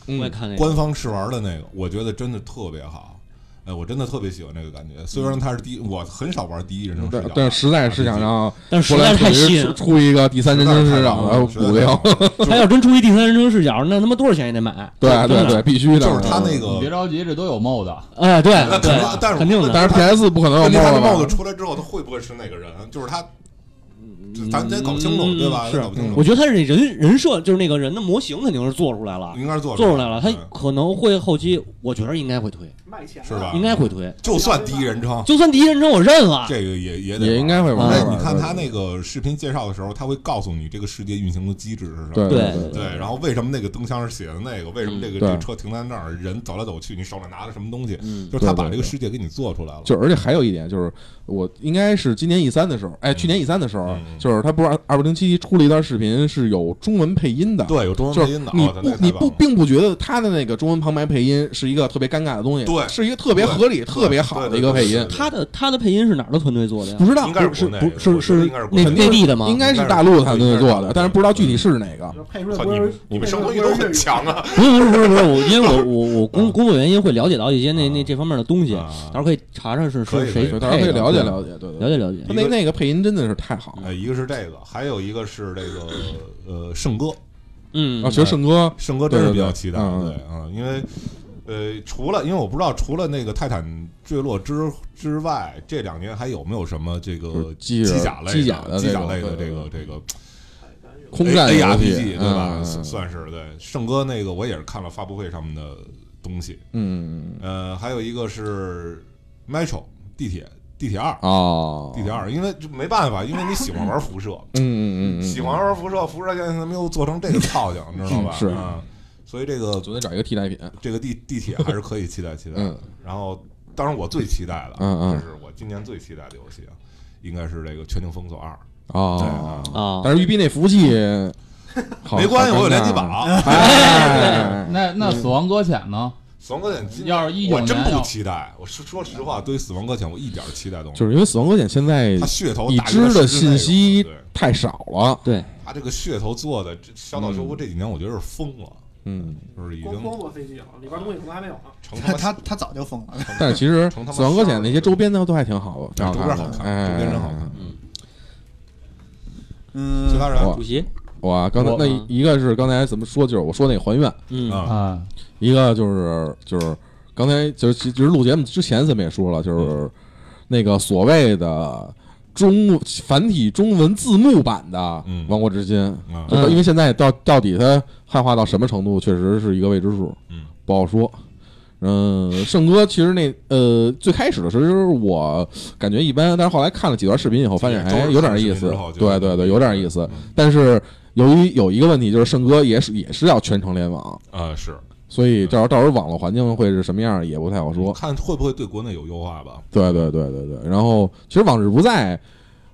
Speaker 4: 我也看那个，
Speaker 2: 官方试玩的那个，我觉得真的特别好。哎，我真的特别喜欢这个感觉。虽然它是第一，我很少玩第一人称视
Speaker 3: 但
Speaker 2: 角，
Speaker 3: 但实在是想让
Speaker 4: 但是
Speaker 3: 弗
Speaker 4: 实在
Speaker 3: 莱
Speaker 4: 是太吸引
Speaker 3: 出
Speaker 4: 人。
Speaker 3: 出一个第三人称视角啊的
Speaker 2: 实在太好
Speaker 3: 骨灵，
Speaker 2: 了
Speaker 4: 他要真出一第三人称视角，那他妈多少钱也得买。
Speaker 3: 对啊对
Speaker 4: 真的
Speaker 3: 对，，必须的。嗯
Speaker 2: 就是他那
Speaker 3: 呃
Speaker 7: 你别
Speaker 2: 个，
Speaker 7: 着急，这都有 mod 的，
Speaker 4: 哎对
Speaker 2: 但但
Speaker 4: 对，
Speaker 2: 是
Speaker 4: 肯定的。
Speaker 3: 但是 PS 不可能有
Speaker 2: 问题他这帽
Speaker 3: 帽
Speaker 2: 子
Speaker 3: 了吧？
Speaker 2: 出来之后，他会不会是那个人？就是他，就咱得搞清楚，
Speaker 4: 嗯
Speaker 2: 对吧？
Speaker 4: 是
Speaker 2: 得搞不清
Speaker 4: 我
Speaker 2: 楚，
Speaker 4: 觉得他这人人设就是那个人的模型肯定是做出来了，
Speaker 2: 应该是做嗯
Speaker 4: 做出来了，他
Speaker 2: 对
Speaker 4: 可能会后期，我觉得应该会推，
Speaker 6: 卖钱啊
Speaker 2: 是吧？
Speaker 4: 应该会推。
Speaker 2: 就算第一人称，
Speaker 4: 就算第一人称我认了，
Speaker 2: 这个也也得
Speaker 3: 也应该会玩
Speaker 4: 啊
Speaker 2: 哎
Speaker 3: 玩。
Speaker 2: 你看他那个视频介绍的时候，他会告诉你这个世界运行的机制是什么。
Speaker 3: 对
Speaker 4: 对
Speaker 3: 对
Speaker 2: 对，然后为什么那个灯箱是写的那个？为什么这个这个
Speaker 3: 嗯对
Speaker 2: 车停在那儿？人走来走去，你手里拿着什么东西？
Speaker 4: 嗯，
Speaker 2: 就是他
Speaker 3: 对对
Speaker 2: 把这
Speaker 3: 对
Speaker 2: 个世界给你做出来了。
Speaker 3: 就而且还有一点就是，我应该是今年 E 三的时候，哎，去年 E 三的时候，
Speaker 2: 嗯
Speaker 3: 就是他不是二五零七出了一段视频是有中文配音的，，
Speaker 2: 对，有中文
Speaker 3: 就
Speaker 2: 配
Speaker 3: 是
Speaker 2: 音的，
Speaker 3: 你
Speaker 2: 哦
Speaker 3: 不
Speaker 2: 那个太
Speaker 3: 你
Speaker 2: 棒
Speaker 3: 不
Speaker 2: 了
Speaker 3: 并不觉得他的那个中文旁白配音是一个特别尴尬的东西，
Speaker 2: 对
Speaker 3: 是一个特别合理、
Speaker 2: 对
Speaker 3: 特别好的一个配音，
Speaker 4: 他的他的配音是哪儿的团队做的呀
Speaker 3: 不？知道
Speaker 2: 应该是
Speaker 3: 是
Speaker 2: 国内
Speaker 3: 不
Speaker 2: 的
Speaker 3: 是
Speaker 2: 我觉得应
Speaker 3: 是
Speaker 2: 该是国内
Speaker 4: 内
Speaker 3: 肯定
Speaker 4: 内地的吗
Speaker 3: 应该是大陆团队
Speaker 2: 应该是
Speaker 3: 做
Speaker 2: 国
Speaker 3: 的
Speaker 2: 内，
Speaker 3: 但是不知道具体是哪个。
Speaker 6: 就是配出来
Speaker 2: 操
Speaker 6: 不
Speaker 2: 你
Speaker 6: 是
Speaker 2: 们你们生活都很强啊！
Speaker 4: 不是不是不是不是我，因为我我我工工作原因会了解到一些那那这方面的东西，
Speaker 2: 啊
Speaker 4: 到时候可以查查是
Speaker 2: 可以
Speaker 4: 是谁
Speaker 2: 可
Speaker 3: 对，
Speaker 4: 配
Speaker 3: 到时候可以
Speaker 4: 的
Speaker 3: 了解了
Speaker 4: 对
Speaker 3: 解，对对
Speaker 4: 了
Speaker 3: 对。
Speaker 4: 解了解。
Speaker 3: 他那那个配音真的是太好了，
Speaker 2: 呃，一个是这个，还有一个是这个呃圣歌，
Speaker 4: 嗯，
Speaker 3: 啊，其实盛哥
Speaker 2: 圣歌真是
Speaker 3: 对对
Speaker 2: 比较
Speaker 3: 对
Speaker 2: 期待，
Speaker 3: 嗯
Speaker 2: 对啊，因为呃，除了因为我不知道除了那个泰坦坠落之之外，这两年还有没有什么这
Speaker 3: 就
Speaker 2: 个
Speaker 3: 是机人
Speaker 2: 甲类
Speaker 3: 机
Speaker 2: 的
Speaker 3: 甲的
Speaker 2: 机
Speaker 3: 这
Speaker 2: 甲
Speaker 3: 种
Speaker 2: 类的
Speaker 3: 对
Speaker 2: 这个
Speaker 3: 对
Speaker 2: 这个
Speaker 3: 空
Speaker 2: A-
Speaker 3: 战
Speaker 2: ARPG 对吧？
Speaker 3: 嗯
Speaker 2: 算算是对。圣哥那个我也是看了发布会上面的东西，
Speaker 3: 嗯
Speaker 2: 呃，还有一个是 Metro 地铁地铁二。
Speaker 3: 哦，
Speaker 2: 地铁二，因为这没办法，因为你喜欢玩辐射，
Speaker 3: 嗯嗯嗯嗯，
Speaker 2: 喜欢玩辐射，辐射现在他们又做成这个操性，你知道吧？
Speaker 3: 嗯是
Speaker 2: 啊，所以这个
Speaker 3: 总得找一个替代品。
Speaker 2: 这个地地铁还是可以期待期待的
Speaker 3: 嗯。
Speaker 2: 然后，当然我最期待的，
Speaker 3: 嗯嗯
Speaker 2: 就是我今年最期待的游戏啊，应该是这个《全境封锁二
Speaker 3: 哦，
Speaker 4: 啊，
Speaker 3: 但是育碧那服 务器，》。好
Speaker 2: 没关系，
Speaker 3: 哦
Speaker 2: 我
Speaker 3: 好尴尬啊
Speaker 2: 有联机榜。
Speaker 3: 哎，
Speaker 7: 那那死亡搁浅呢？
Speaker 2: 死亡搁浅今
Speaker 7: 要是19
Speaker 2: 我真
Speaker 7: 年
Speaker 2: 不
Speaker 7: 要
Speaker 2: 期待。我说说实话，对于死亡搁浅，我一点儿期待都没有。
Speaker 3: 就是因为死亡搁浅现在
Speaker 2: 它噱头
Speaker 3: 已
Speaker 2: 打
Speaker 3: 知
Speaker 2: 击是
Speaker 3: 的
Speaker 2: 这
Speaker 3: 信
Speaker 2: 个
Speaker 3: 息
Speaker 2: 对
Speaker 3: 太少了。
Speaker 4: 对，
Speaker 2: 它这个噱头做的，这小岛秀夫这几年我觉得是疯了，
Speaker 3: 嗯，
Speaker 2: 就是已经
Speaker 6: 光光做 CG 了，里边东西可能还没有呢。
Speaker 2: 成
Speaker 1: 他
Speaker 2: 他妈
Speaker 1: 他他早就疯了，
Speaker 3: 但是其实
Speaker 2: 成他妈
Speaker 3: 死亡搁浅那些周边呢都还挺好的，挺
Speaker 2: 对
Speaker 3: 好
Speaker 2: 周边好
Speaker 3: 看的，
Speaker 2: 看，
Speaker 3: 哎
Speaker 2: 周边真好看。。
Speaker 1: 嗯，
Speaker 2: 其他人
Speaker 3: 我
Speaker 4: 主席，
Speaker 3: 哇，刚才
Speaker 2: 我
Speaker 3: 那一个是刚才怎么说，就是我说那个还愿，
Speaker 4: 嗯
Speaker 2: 啊，
Speaker 7: 啊，
Speaker 3: 一个就是就是刚才就是其其实录节目之前咱们也说了，
Speaker 2: 嗯
Speaker 3: 就是那个所谓的中繁体中文字幕版的
Speaker 2: 嗯
Speaker 3: 《王国之心》
Speaker 2: 嗯
Speaker 3: 就到
Speaker 4: 嗯
Speaker 3: 因为现在到到底它汉化到什么程度，确实是一个未知数，
Speaker 2: 嗯，
Speaker 3: 不好说。嗯，圣哥其实那呃最开始的时候我感觉一般，但是后来看了几段视频以后，发现
Speaker 2: 周日
Speaker 3: 哎有点意
Speaker 2: 视频
Speaker 3: 思
Speaker 2: 之后，就
Speaker 3: 对对对，有点意思
Speaker 2: 嗯。
Speaker 3: 但是由于有一个问题，就是圣哥也是也是要全程联网，
Speaker 2: 啊是。
Speaker 3: 所以到时候到时候网络环境会是什么样儿也不太好说。
Speaker 2: 看会不会对国内有优化吧？
Speaker 3: 对对对对对。然后其实《往日不在》，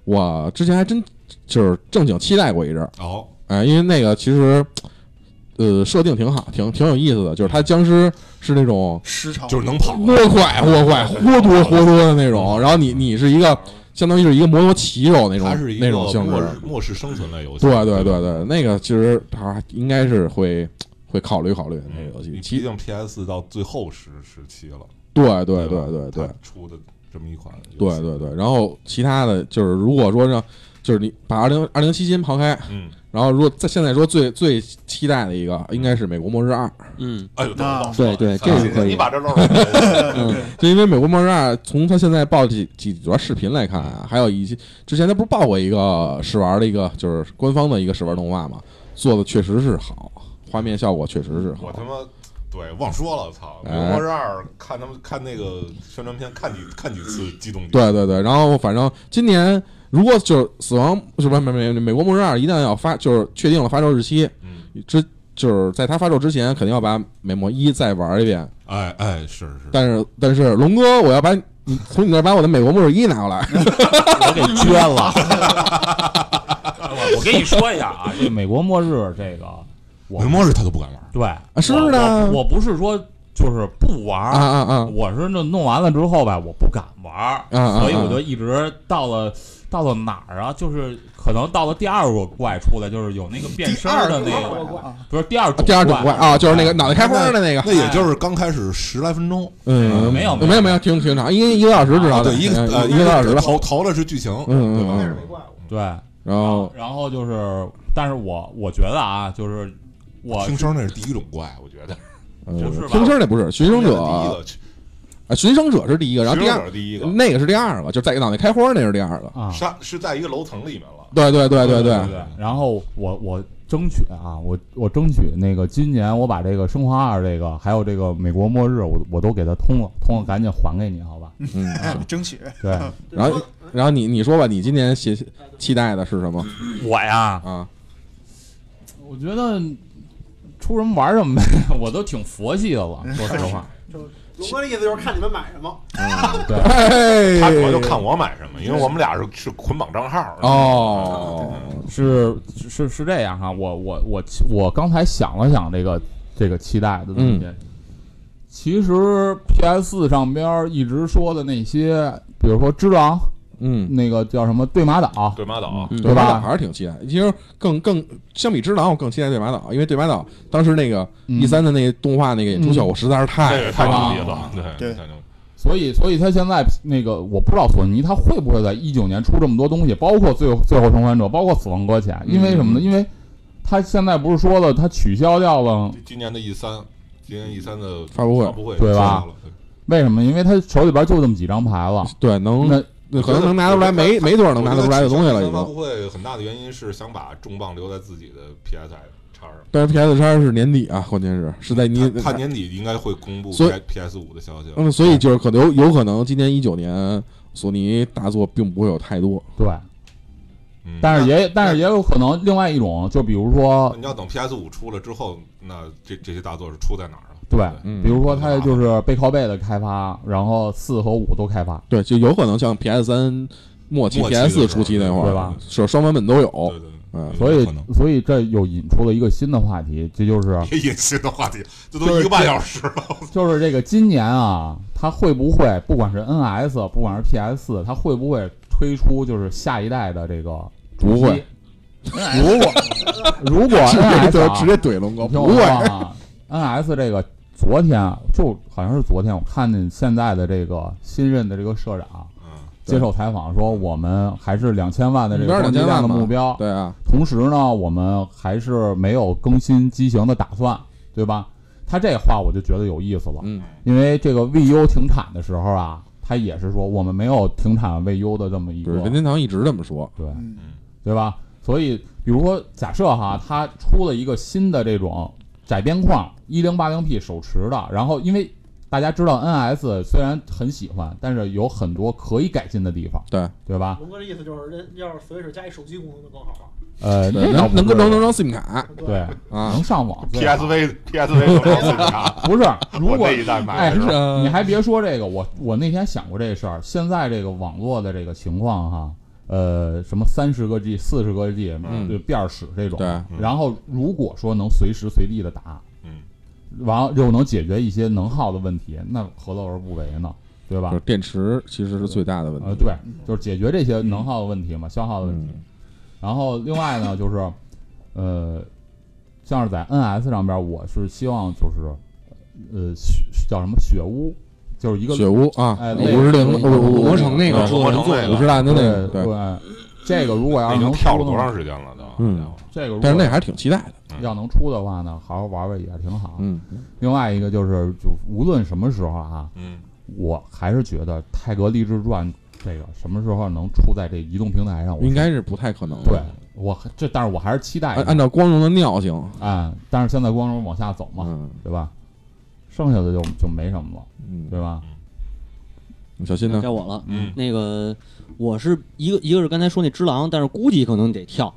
Speaker 3: 我之前还真就是正经期待过一阵儿，
Speaker 2: 哦，
Speaker 3: 哎，因为那个其实呃设定挺好，挺挺有意思的，就是它僵尸是那种
Speaker 1: 时潮
Speaker 2: 就是能跑，
Speaker 3: 窝快窝快、活多活多的那种，
Speaker 2: 嗯
Speaker 3: 然后你你是一个相当于是一个摩托骑手那种
Speaker 2: 它是一个
Speaker 3: 那种性
Speaker 2: 末
Speaker 3: 质
Speaker 2: 日，末世生存类游戏。
Speaker 3: 对对对对，那个其实它应该是会会考虑考虑的那个游
Speaker 2: 嗯你
Speaker 3: 戏，
Speaker 2: 毕
Speaker 3: 其
Speaker 2: 竟 PS 到最后时时期了，
Speaker 3: 对对
Speaker 2: 吧
Speaker 3: 对对对。
Speaker 2: 它出的这么一款游戏，
Speaker 3: 对对对，然后其他的就是，如果说让就是你把二零二零七先刨开，
Speaker 2: 嗯，
Speaker 3: 然后如果在现在说最最期待的一个，应该是《美国末日二》，
Speaker 4: 嗯
Speaker 2: 哎呦，
Speaker 1: 啊
Speaker 2: 等会儿
Speaker 4: 对对
Speaker 2: 等会儿
Speaker 4: 这个可以
Speaker 2: 你把这漏了，
Speaker 4: 嗯，
Speaker 3: 就因为《美国末日二》从他现在爆几几段视频来看啊，还有一些之前他不是爆过一个试玩的一个就是官方的一个试玩动画嘛，做的确实是好，画面效果确实是
Speaker 2: 我
Speaker 3: 好
Speaker 2: 他。妈对忘说了，操！《
Speaker 3: 哎
Speaker 2: 流氓之二》看他们看那个宣传片看几看几次激动点，
Speaker 3: 对对对，然后反正今年如果就是死亡是不是美美美国末日二一旦要发就是确定了发售日期
Speaker 2: 嗯，
Speaker 3: 之。就是在它发售之前，肯定要把《美墨一》再玩一遍。
Speaker 2: 哎哎是是，
Speaker 3: 但是，但是龙哥，我要把你从你那儿把我的《美国末日一》拿过来。
Speaker 7: 我给撅了。
Speaker 9: 我我跟你说一下啊，
Speaker 7: 这美国末日这个，我
Speaker 2: 文末日他都不敢玩。
Speaker 9: 对，
Speaker 3: 啊是
Speaker 9: 我
Speaker 3: 呢
Speaker 9: 我我不是说就是不玩
Speaker 3: 啊
Speaker 9: 儿，
Speaker 3: 啊啊！
Speaker 9: 我是那弄完了之后吧，我不敢玩儿，
Speaker 3: 啊啊
Speaker 9: 所以我就一直到了到了哪儿啊？就是可能到了第二个怪出来，就是有那个变身儿的那个，
Speaker 1: 啊，
Speaker 9: 不是第二种
Speaker 3: 第二种
Speaker 9: 怪
Speaker 3: 怪啊，就是那个脑袋开花的那个。
Speaker 2: 那也就是刚开始十来分钟，
Speaker 3: 嗯，
Speaker 9: 没有
Speaker 3: 没有没有，挺挺长，一个一个多小时至少
Speaker 2: 啊
Speaker 3: 得
Speaker 2: 对，一个
Speaker 3: 嗯
Speaker 2: 呃
Speaker 3: 一个多小时吧。
Speaker 2: 逃逃的是剧情，
Speaker 3: 嗯
Speaker 2: 对
Speaker 6: 那
Speaker 2: 吧
Speaker 6: 是
Speaker 3: 嗯
Speaker 6: 没怪我。
Speaker 9: 对，
Speaker 3: 然后
Speaker 9: 然后就是，但是我我觉得啊，就是我
Speaker 2: 听声那是第一种怪，我觉得。
Speaker 3: 呃
Speaker 9: 不是吧
Speaker 3: 听声那不是寻生
Speaker 2: 第一
Speaker 3: 者
Speaker 2: 个，
Speaker 3: 啊，寻生者是第一个，然后
Speaker 2: 寻
Speaker 3: 第
Speaker 2: 生
Speaker 3: 二嗯
Speaker 2: 者第一个，
Speaker 3: 那个是第二个，就在一个脑袋开花那是第二个。
Speaker 9: 啊，
Speaker 2: 杀是在一个楼层里面了。
Speaker 3: 对对对对
Speaker 9: 对
Speaker 3: 对，
Speaker 9: 对，
Speaker 5: 然后我我争取啊，我我争取那个今年我把这个《生化二》这个还有这个《美国末日》我，我都给它通了，通了赶紧还给你，好吧？
Speaker 3: 嗯。
Speaker 1: 争取
Speaker 5: 对，
Speaker 3: 然后然后你你说吧，你今年期期待的是什么
Speaker 9: 我呀，
Speaker 3: 啊？
Speaker 5: 我觉得
Speaker 9: 出什么玩什么呗， 我都挺佛系的了，说实话，
Speaker 6: 龙哥的意思就是看你们买什么，
Speaker 3: 哎
Speaker 2: 他主要就看我买什么，因为我们俩是是捆绑账
Speaker 3: 啊
Speaker 5: 哦
Speaker 2: 号。
Speaker 3: 哦，
Speaker 9: 是
Speaker 5: 是是这样哈、我我我我刚才想了想这个这个期待的东西，其实 PS 上边一直说的那些，比如说《只狼》
Speaker 3: 嗯，
Speaker 5: 那个叫什么《对马岛》
Speaker 2: 对马岛，
Speaker 3: 嗯
Speaker 5: 对吧
Speaker 3: 马岛还是挺期待。其实更更相比之狼，我更期待对马岛，因为对马岛当时那个
Speaker 5: 嗯
Speaker 3: E 三的那个动画那个演出效果实在是太
Speaker 2: 这个太牛逼
Speaker 3: 棒
Speaker 2: 了，对
Speaker 1: 对
Speaker 2: 太牛逼
Speaker 5: 所以，所以他现在那个，我不知道索尼他会不会在一九年出这么多东西，包括最后最后生还者，包括死亡搁浅，
Speaker 2: 嗯
Speaker 5: 因为什么呢？因为他现在不是说了，他取消掉了，
Speaker 2: 今年的 E 三，今年 E 三的
Speaker 3: 发布会
Speaker 2: 发布会
Speaker 5: 对吧
Speaker 2: 知道了？
Speaker 5: 为什么？因为他手里边就这么几张牌了。
Speaker 3: 对，
Speaker 2: 嗯
Speaker 3: 能
Speaker 5: 那
Speaker 3: 那可能能拿得出来，没没多少能拿得出来的东西了，已
Speaker 2: 发
Speaker 3: 经。
Speaker 2: 布会很大的原因是想把重磅留在自己的 PS 叉上。
Speaker 3: 但是 PS 叉是年底啊，关键是是在你
Speaker 2: 他他年底应该会公布
Speaker 3: 所以
Speaker 2: PS 五的消息了。
Speaker 3: 嗯，所以就是可能有有可能今年一九年索尼大作并不会有太多。
Speaker 5: 对，
Speaker 2: 嗯
Speaker 5: 但是也但是也有可能另外一种，就比如说，
Speaker 2: 你要等 PS 五出了之后，那这这些大作是出在哪儿了？
Speaker 5: 对，
Speaker 3: 嗯
Speaker 5: 比如说他就是背靠背的开发，然后四和五都开发，
Speaker 3: 对，就有可能像 PS 三末期、
Speaker 2: 末期的
Speaker 3: PS 四初期那会儿，
Speaker 5: 对吧？
Speaker 3: 是双版本都有
Speaker 2: 对。对，
Speaker 3: 嗯
Speaker 2: 对
Speaker 5: 所以
Speaker 2: 有可能
Speaker 5: 所以这又引出了一个新的话题，这就是
Speaker 2: 别引新的话题，这
Speaker 5: 就
Speaker 2: 都
Speaker 5: 是
Speaker 2: 一个半小时了。
Speaker 5: 就是这个今年啊，它会不会不管是 NS，不管是 PS，它会不会推出就是下一代的这个主机
Speaker 3: 不会。
Speaker 5: 如果如果
Speaker 3: 直接
Speaker 5: NS
Speaker 3: 就
Speaker 5: 啊
Speaker 3: 直接怼龙哥，
Speaker 5: 你听
Speaker 3: 不
Speaker 5: 我说
Speaker 3: 会，
Speaker 5: 啊，NS 这个昨天啊，就好像是昨天，我看见现在的这个新任的这个社长啊
Speaker 2: 嗯，
Speaker 5: 接受采访说，我们还是两千万的这
Speaker 3: 目标
Speaker 5: 个装机
Speaker 3: 2000
Speaker 5: 量的
Speaker 3: 嘛
Speaker 5: 目标，
Speaker 3: 对啊，
Speaker 5: 同时呢，我们还是没有更新机型的打算，对吧？他这话我就觉得有意思了，
Speaker 3: 嗯，
Speaker 5: 因为这个 VU 停产的时候啊，他也是说我们没有停产 VU 的这么一
Speaker 3: 对，啊
Speaker 5: 个
Speaker 3: 任天堂一直这么说，
Speaker 5: 对
Speaker 1: 嗯
Speaker 5: 对吧？所以，比如说假设哈，他出了一个新的这种窄边框一零八零 P 手持的，然后因为大家知道 NS 虽然很喜欢，但是有很多可以改进的地方，
Speaker 3: 对
Speaker 5: 对吧？
Speaker 6: 龙哥的意思就是，人要是 Switch 加一手机功能就更好了。
Speaker 5: 呃，
Speaker 3: 对
Speaker 5: 那倒
Speaker 3: 嗯能
Speaker 5: 不
Speaker 3: 能
Speaker 5: 是
Speaker 3: 能能装 SIM 卡
Speaker 5: 对
Speaker 3: 啊
Speaker 5: 能，上网最好
Speaker 2: PSV PSV 都没怎么
Speaker 5: 不是， 如
Speaker 2: 我
Speaker 5: 果
Speaker 2: 那一代买
Speaker 5: 哎
Speaker 2: 的时候，
Speaker 3: 啊
Speaker 5: 你还别说这个，我我那天想过这事儿。现在这个网络的这个情况哈，呃，什么三十个 G、四十个 G，
Speaker 3: 嗯
Speaker 5: 就变儿使这种。
Speaker 3: 对嗯
Speaker 5: 然后如果说能随时随地的打，
Speaker 2: 嗯，
Speaker 5: 完了又能解决一些能耗的问题，那何乐而不为呢？对吧
Speaker 3: 就是？电池其实是最大的问
Speaker 5: 呃，
Speaker 3: 题，
Speaker 5: 对，
Speaker 2: 嗯
Speaker 5: 就是解决这些能耗的问题嘛，消耗的问题。然后另外呢，就是，呃，像是在 NS 上边，我是希望就是，呃，雪叫什么雪屋，就是一个
Speaker 3: 雪屋啊
Speaker 5: 哎，类似
Speaker 3: 五十零
Speaker 5: 于
Speaker 3: 五五魔城那个
Speaker 2: 对五魔城那个
Speaker 3: 五十烂的那个，
Speaker 5: 对
Speaker 3: 对，
Speaker 5: 这个如果要
Speaker 2: 嗯那
Speaker 5: 是
Speaker 2: 已经
Speaker 5: 能
Speaker 2: 跳
Speaker 5: 出
Speaker 2: 了
Speaker 5: 的
Speaker 2: 多
Speaker 5: 话
Speaker 2: 长时间了都？
Speaker 3: 嗯
Speaker 2: 家伙，
Speaker 5: 这个如
Speaker 3: 但是那
Speaker 5: 果
Speaker 3: 还是挺期待的，
Speaker 5: 要能出的话呢，好好玩玩也挺好。
Speaker 3: 嗯，
Speaker 5: 另外一个就是，就无论什么时候啊，
Speaker 2: 嗯，
Speaker 5: 我还是觉得《泰格励志传》这个什么时候能出在这移动平台上？我
Speaker 3: 应该啊是不太可能了。
Speaker 5: 对我这，但是我还是期待
Speaker 3: 按按照光荣的尿性，
Speaker 5: 啊、但是现在光荣往下走嘛，
Speaker 3: 嗯
Speaker 5: 对吧？剩下的就就没什么了，
Speaker 3: 嗯，
Speaker 5: 对吧？
Speaker 3: 小心呢
Speaker 4: 该，我了。
Speaker 2: 嗯
Speaker 4: 那个我是一个一个是刚才说那只狼，但是估计可能得跳，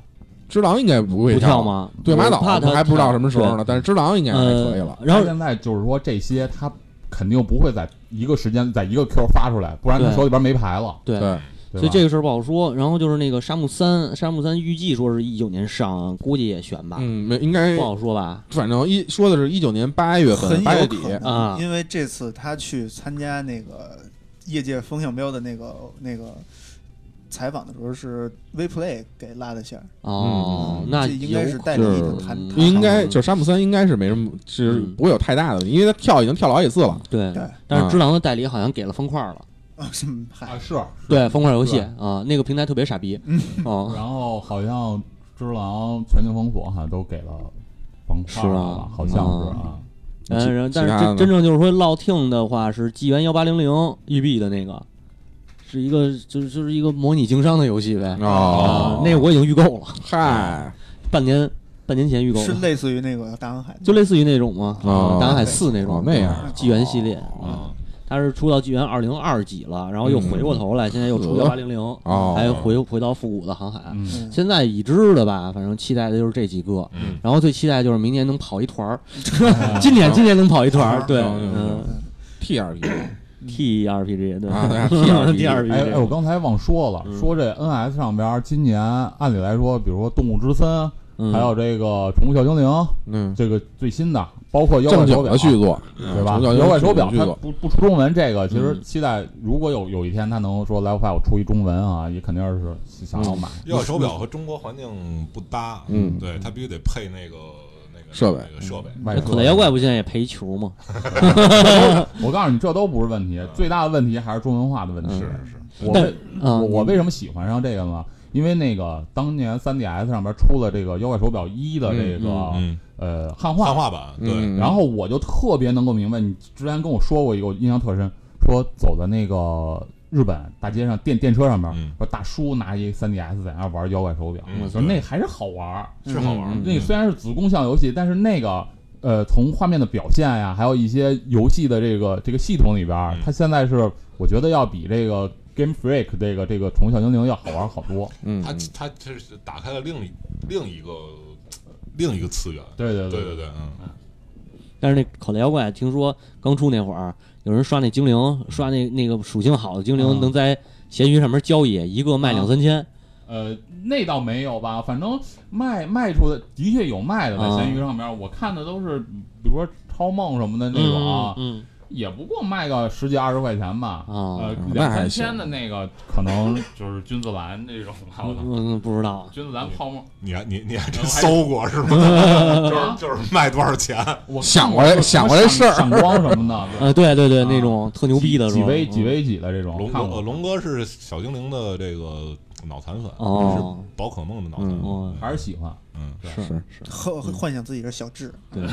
Speaker 3: 只狼应该不会
Speaker 4: 不跳
Speaker 3: 跳？
Speaker 4: 吗？
Speaker 3: 对马
Speaker 4: 我
Speaker 3: 岛
Speaker 4: 怕他
Speaker 3: 还不知道
Speaker 4: 跳
Speaker 3: 什么时候呢，。但是只狼应该
Speaker 4: 对
Speaker 3: 还可以
Speaker 4: 呃
Speaker 3: 了。，
Speaker 4: 然
Speaker 5: 他
Speaker 4: 后
Speaker 5: 现在就是说这些他肯定不会在一个时间在一个 Q 发出来，不然他
Speaker 4: 对
Speaker 5: 手里边没牌了。
Speaker 4: 嗯
Speaker 3: 对，
Speaker 4: 对，
Speaker 5: 对吧
Speaker 4: 所以这个事儿不好说。然后就是那个《沙漠三》，《沙漠三》预计说是一九年上，估计也悬吧，
Speaker 3: 嗯，没应该
Speaker 4: 不，好说吧？
Speaker 3: 反正一说的是一九年八月份
Speaker 1: 很
Speaker 3: 八月
Speaker 1: 有
Speaker 3: 底，
Speaker 1: 可
Speaker 4: 啊
Speaker 1: 能，因为这次他去参加那个业界风向标的那个那个采访的时候，是 WePlay 给拉的线儿，
Speaker 4: 哦，
Speaker 3: 嗯
Speaker 4: 那
Speaker 1: 这应该
Speaker 4: 有
Speaker 1: 是
Speaker 4: 可
Speaker 1: 带着一个
Speaker 4: 就是
Speaker 1: 谈谈
Speaker 3: 应该
Speaker 4: 嗯
Speaker 3: 就是沙姆森应该是没什么，是
Speaker 4: 嗯
Speaker 3: 不会有太大的问题，因为他跳已经跳了好几次了。
Speaker 4: 对
Speaker 1: 对，
Speaker 4: 但
Speaker 3: 嗯
Speaker 4: 是只狼的代理好像给了方块了，
Speaker 1: 啊，什么 嗨，
Speaker 5: 是。
Speaker 4: 对，方块游戏
Speaker 5: 对
Speaker 4: 啊，那个平台特别傻逼，
Speaker 3: 嗯
Speaker 4: 哦，
Speaker 5: 然后好像只狼全球封锁好像都给了方块
Speaker 4: 是
Speaker 5: 了
Speaker 4: 啊
Speaker 5: 吧，好像是啊。
Speaker 4: 嗯，然后
Speaker 3: 其
Speaker 4: 但
Speaker 3: 他
Speaker 4: 是
Speaker 3: 的呢
Speaker 4: 真真正就是说落听的话是纪元幺八零零育碧的那个，是一个就是就是一个模拟经商的游戏呗，啊
Speaker 3: 哦，
Speaker 4: 那个我已嗯经预购了，
Speaker 3: 嗨，
Speaker 4: 半年半年前预购
Speaker 1: 是
Speaker 4: 了，
Speaker 1: 类似于那个大航海，
Speaker 4: 就类似于那种嘛，呃
Speaker 3: 哦
Speaker 4: 大航海四那种嗯
Speaker 3: 哦那样
Speaker 4: 纪元系列
Speaker 3: 哦
Speaker 4: 啊。它是出到纪元二零二几了，然后又回过头来，现在又出幺八零零，
Speaker 3: 哦
Speaker 4: 还回回到复古的航海。
Speaker 5: 嗯，
Speaker 1: 嗯
Speaker 4: 现在已知的吧，反正期待的就是这几个，
Speaker 2: 嗯
Speaker 4: 然后最期待就是明年能跑一团儿，今年今年能跑一团儿，对，
Speaker 3: 嗯
Speaker 4: 嗯
Speaker 3: ，T R E， P
Speaker 4: ，T E R P G 对
Speaker 3: 啊对啊
Speaker 4: T E R
Speaker 5: 哎
Speaker 4: P
Speaker 5: 哎，我
Speaker 4: G，
Speaker 5: 刚才忘说了，
Speaker 4: 嗯
Speaker 5: 说这 NS 上边今年按理来说，比如说《动物之森》，
Speaker 4: 嗯
Speaker 5: 还有这个《宠物小精灵》，
Speaker 3: 嗯，
Speaker 5: 这个最新的，包括《妖
Speaker 3: 正
Speaker 5: 怪
Speaker 3: 经
Speaker 5: 手表
Speaker 3: 的》，续作，
Speaker 5: 对吧？
Speaker 3: 嗯
Speaker 5: 《
Speaker 3: 正
Speaker 5: 妖
Speaker 3: 经
Speaker 5: 怪
Speaker 3: 的
Speaker 5: 手表》
Speaker 3: 续
Speaker 5: 它
Speaker 3: 作，
Speaker 5: 不不出中文，这个其实
Speaker 4: 嗯
Speaker 5: 期待，如果有有一天它能说 Life Five 我出一中文啊，也肯定是想要买。
Speaker 2: 要手表和中国环境不搭，
Speaker 3: 嗯
Speaker 2: 对，它必须得配那个那个
Speaker 3: 设备
Speaker 2: 那个设备，
Speaker 5: 外
Speaker 4: 这
Speaker 5: 设嗯
Speaker 4: 口袋妖怪不现在也赔球吗？
Speaker 5: 我告诉你，这都不是问题，最大的问题还是中文化的问题。
Speaker 2: 是是，
Speaker 5: 我
Speaker 4: 但
Speaker 5: 为
Speaker 4: 啊，
Speaker 5: 我我为什么喜欢上这个呢？因为那个当年 3DS 上面出了这个《妖怪手表一》的这个
Speaker 2: 嗯，
Speaker 5: 呃汉
Speaker 2: 汉
Speaker 5: 化，
Speaker 2: 化版，对，
Speaker 3: 嗯
Speaker 5: 然后我就特别能够明白，你之前跟我说过一个，我印象特深，说走在那个日本大街上电电车上面
Speaker 2: 嗯，
Speaker 5: 说大叔拿一 3DS 在那玩《妖怪手表
Speaker 2: 嗯》，
Speaker 5: 我说
Speaker 2: 对
Speaker 5: 那还是好玩儿。
Speaker 2: 是好玩儿，
Speaker 5: 那个虽然是子宫向游戏，但是那个呃，从画面的表现呀，还有一些游戏的这个这个系统里边儿
Speaker 2: 嗯，
Speaker 5: 它现在是我觉得要比这个 Game Freak 这个这个宠物小精灵要好玩好多。
Speaker 3: 嗯，
Speaker 2: 它它这是打开了另一另一个另一个次元，
Speaker 5: 对对
Speaker 2: 对对对，嗯，
Speaker 4: 但是那口袋妖怪听说刚出那会儿，有人刷那精灵，刷那那个属性好的精灵
Speaker 5: 嗯
Speaker 4: 能在闲鱼上面交易，一个卖两三千，
Speaker 5: 呃，那倒没有吧，反正卖卖出的的确有卖的，在
Speaker 4: 啊
Speaker 5: 闲鱼上面我看的都是，比如说超梦什么的那种啊
Speaker 4: 嗯，嗯
Speaker 5: 也不过卖个十几二十块钱吧。
Speaker 4: 啊，
Speaker 5: 呃，
Speaker 3: 嗯那
Speaker 5: 两
Speaker 3: 还
Speaker 5: 三
Speaker 3: 行
Speaker 5: 千的那个可能就是君子兰那种吧，我 操
Speaker 4: 嗯，不知道，
Speaker 5: 君子兰泡沫
Speaker 2: 你还你你还真搜过 是吗？就是就是卖多少钱？
Speaker 5: 我
Speaker 3: 想过来想过来事儿
Speaker 5: 闪光什么的，
Speaker 4: 呃，对对对，
Speaker 5: 啊
Speaker 4: 那种特牛逼的
Speaker 5: 几
Speaker 4: 是吧
Speaker 5: 几 V 几
Speaker 4: 嗯
Speaker 5: V 几的这种，
Speaker 2: 龙
Speaker 5: 看
Speaker 2: 龙呃
Speaker 5: 过
Speaker 2: 龙哥是小精灵的这个脑残粉，
Speaker 4: 哦
Speaker 2: 是宝可梦的脑残粉，
Speaker 4: 哦，
Speaker 5: 还是喜欢。
Speaker 2: 嗯，
Speaker 4: 是
Speaker 3: 是
Speaker 4: 是，
Speaker 1: 幻幻想自己是小智
Speaker 5: 对，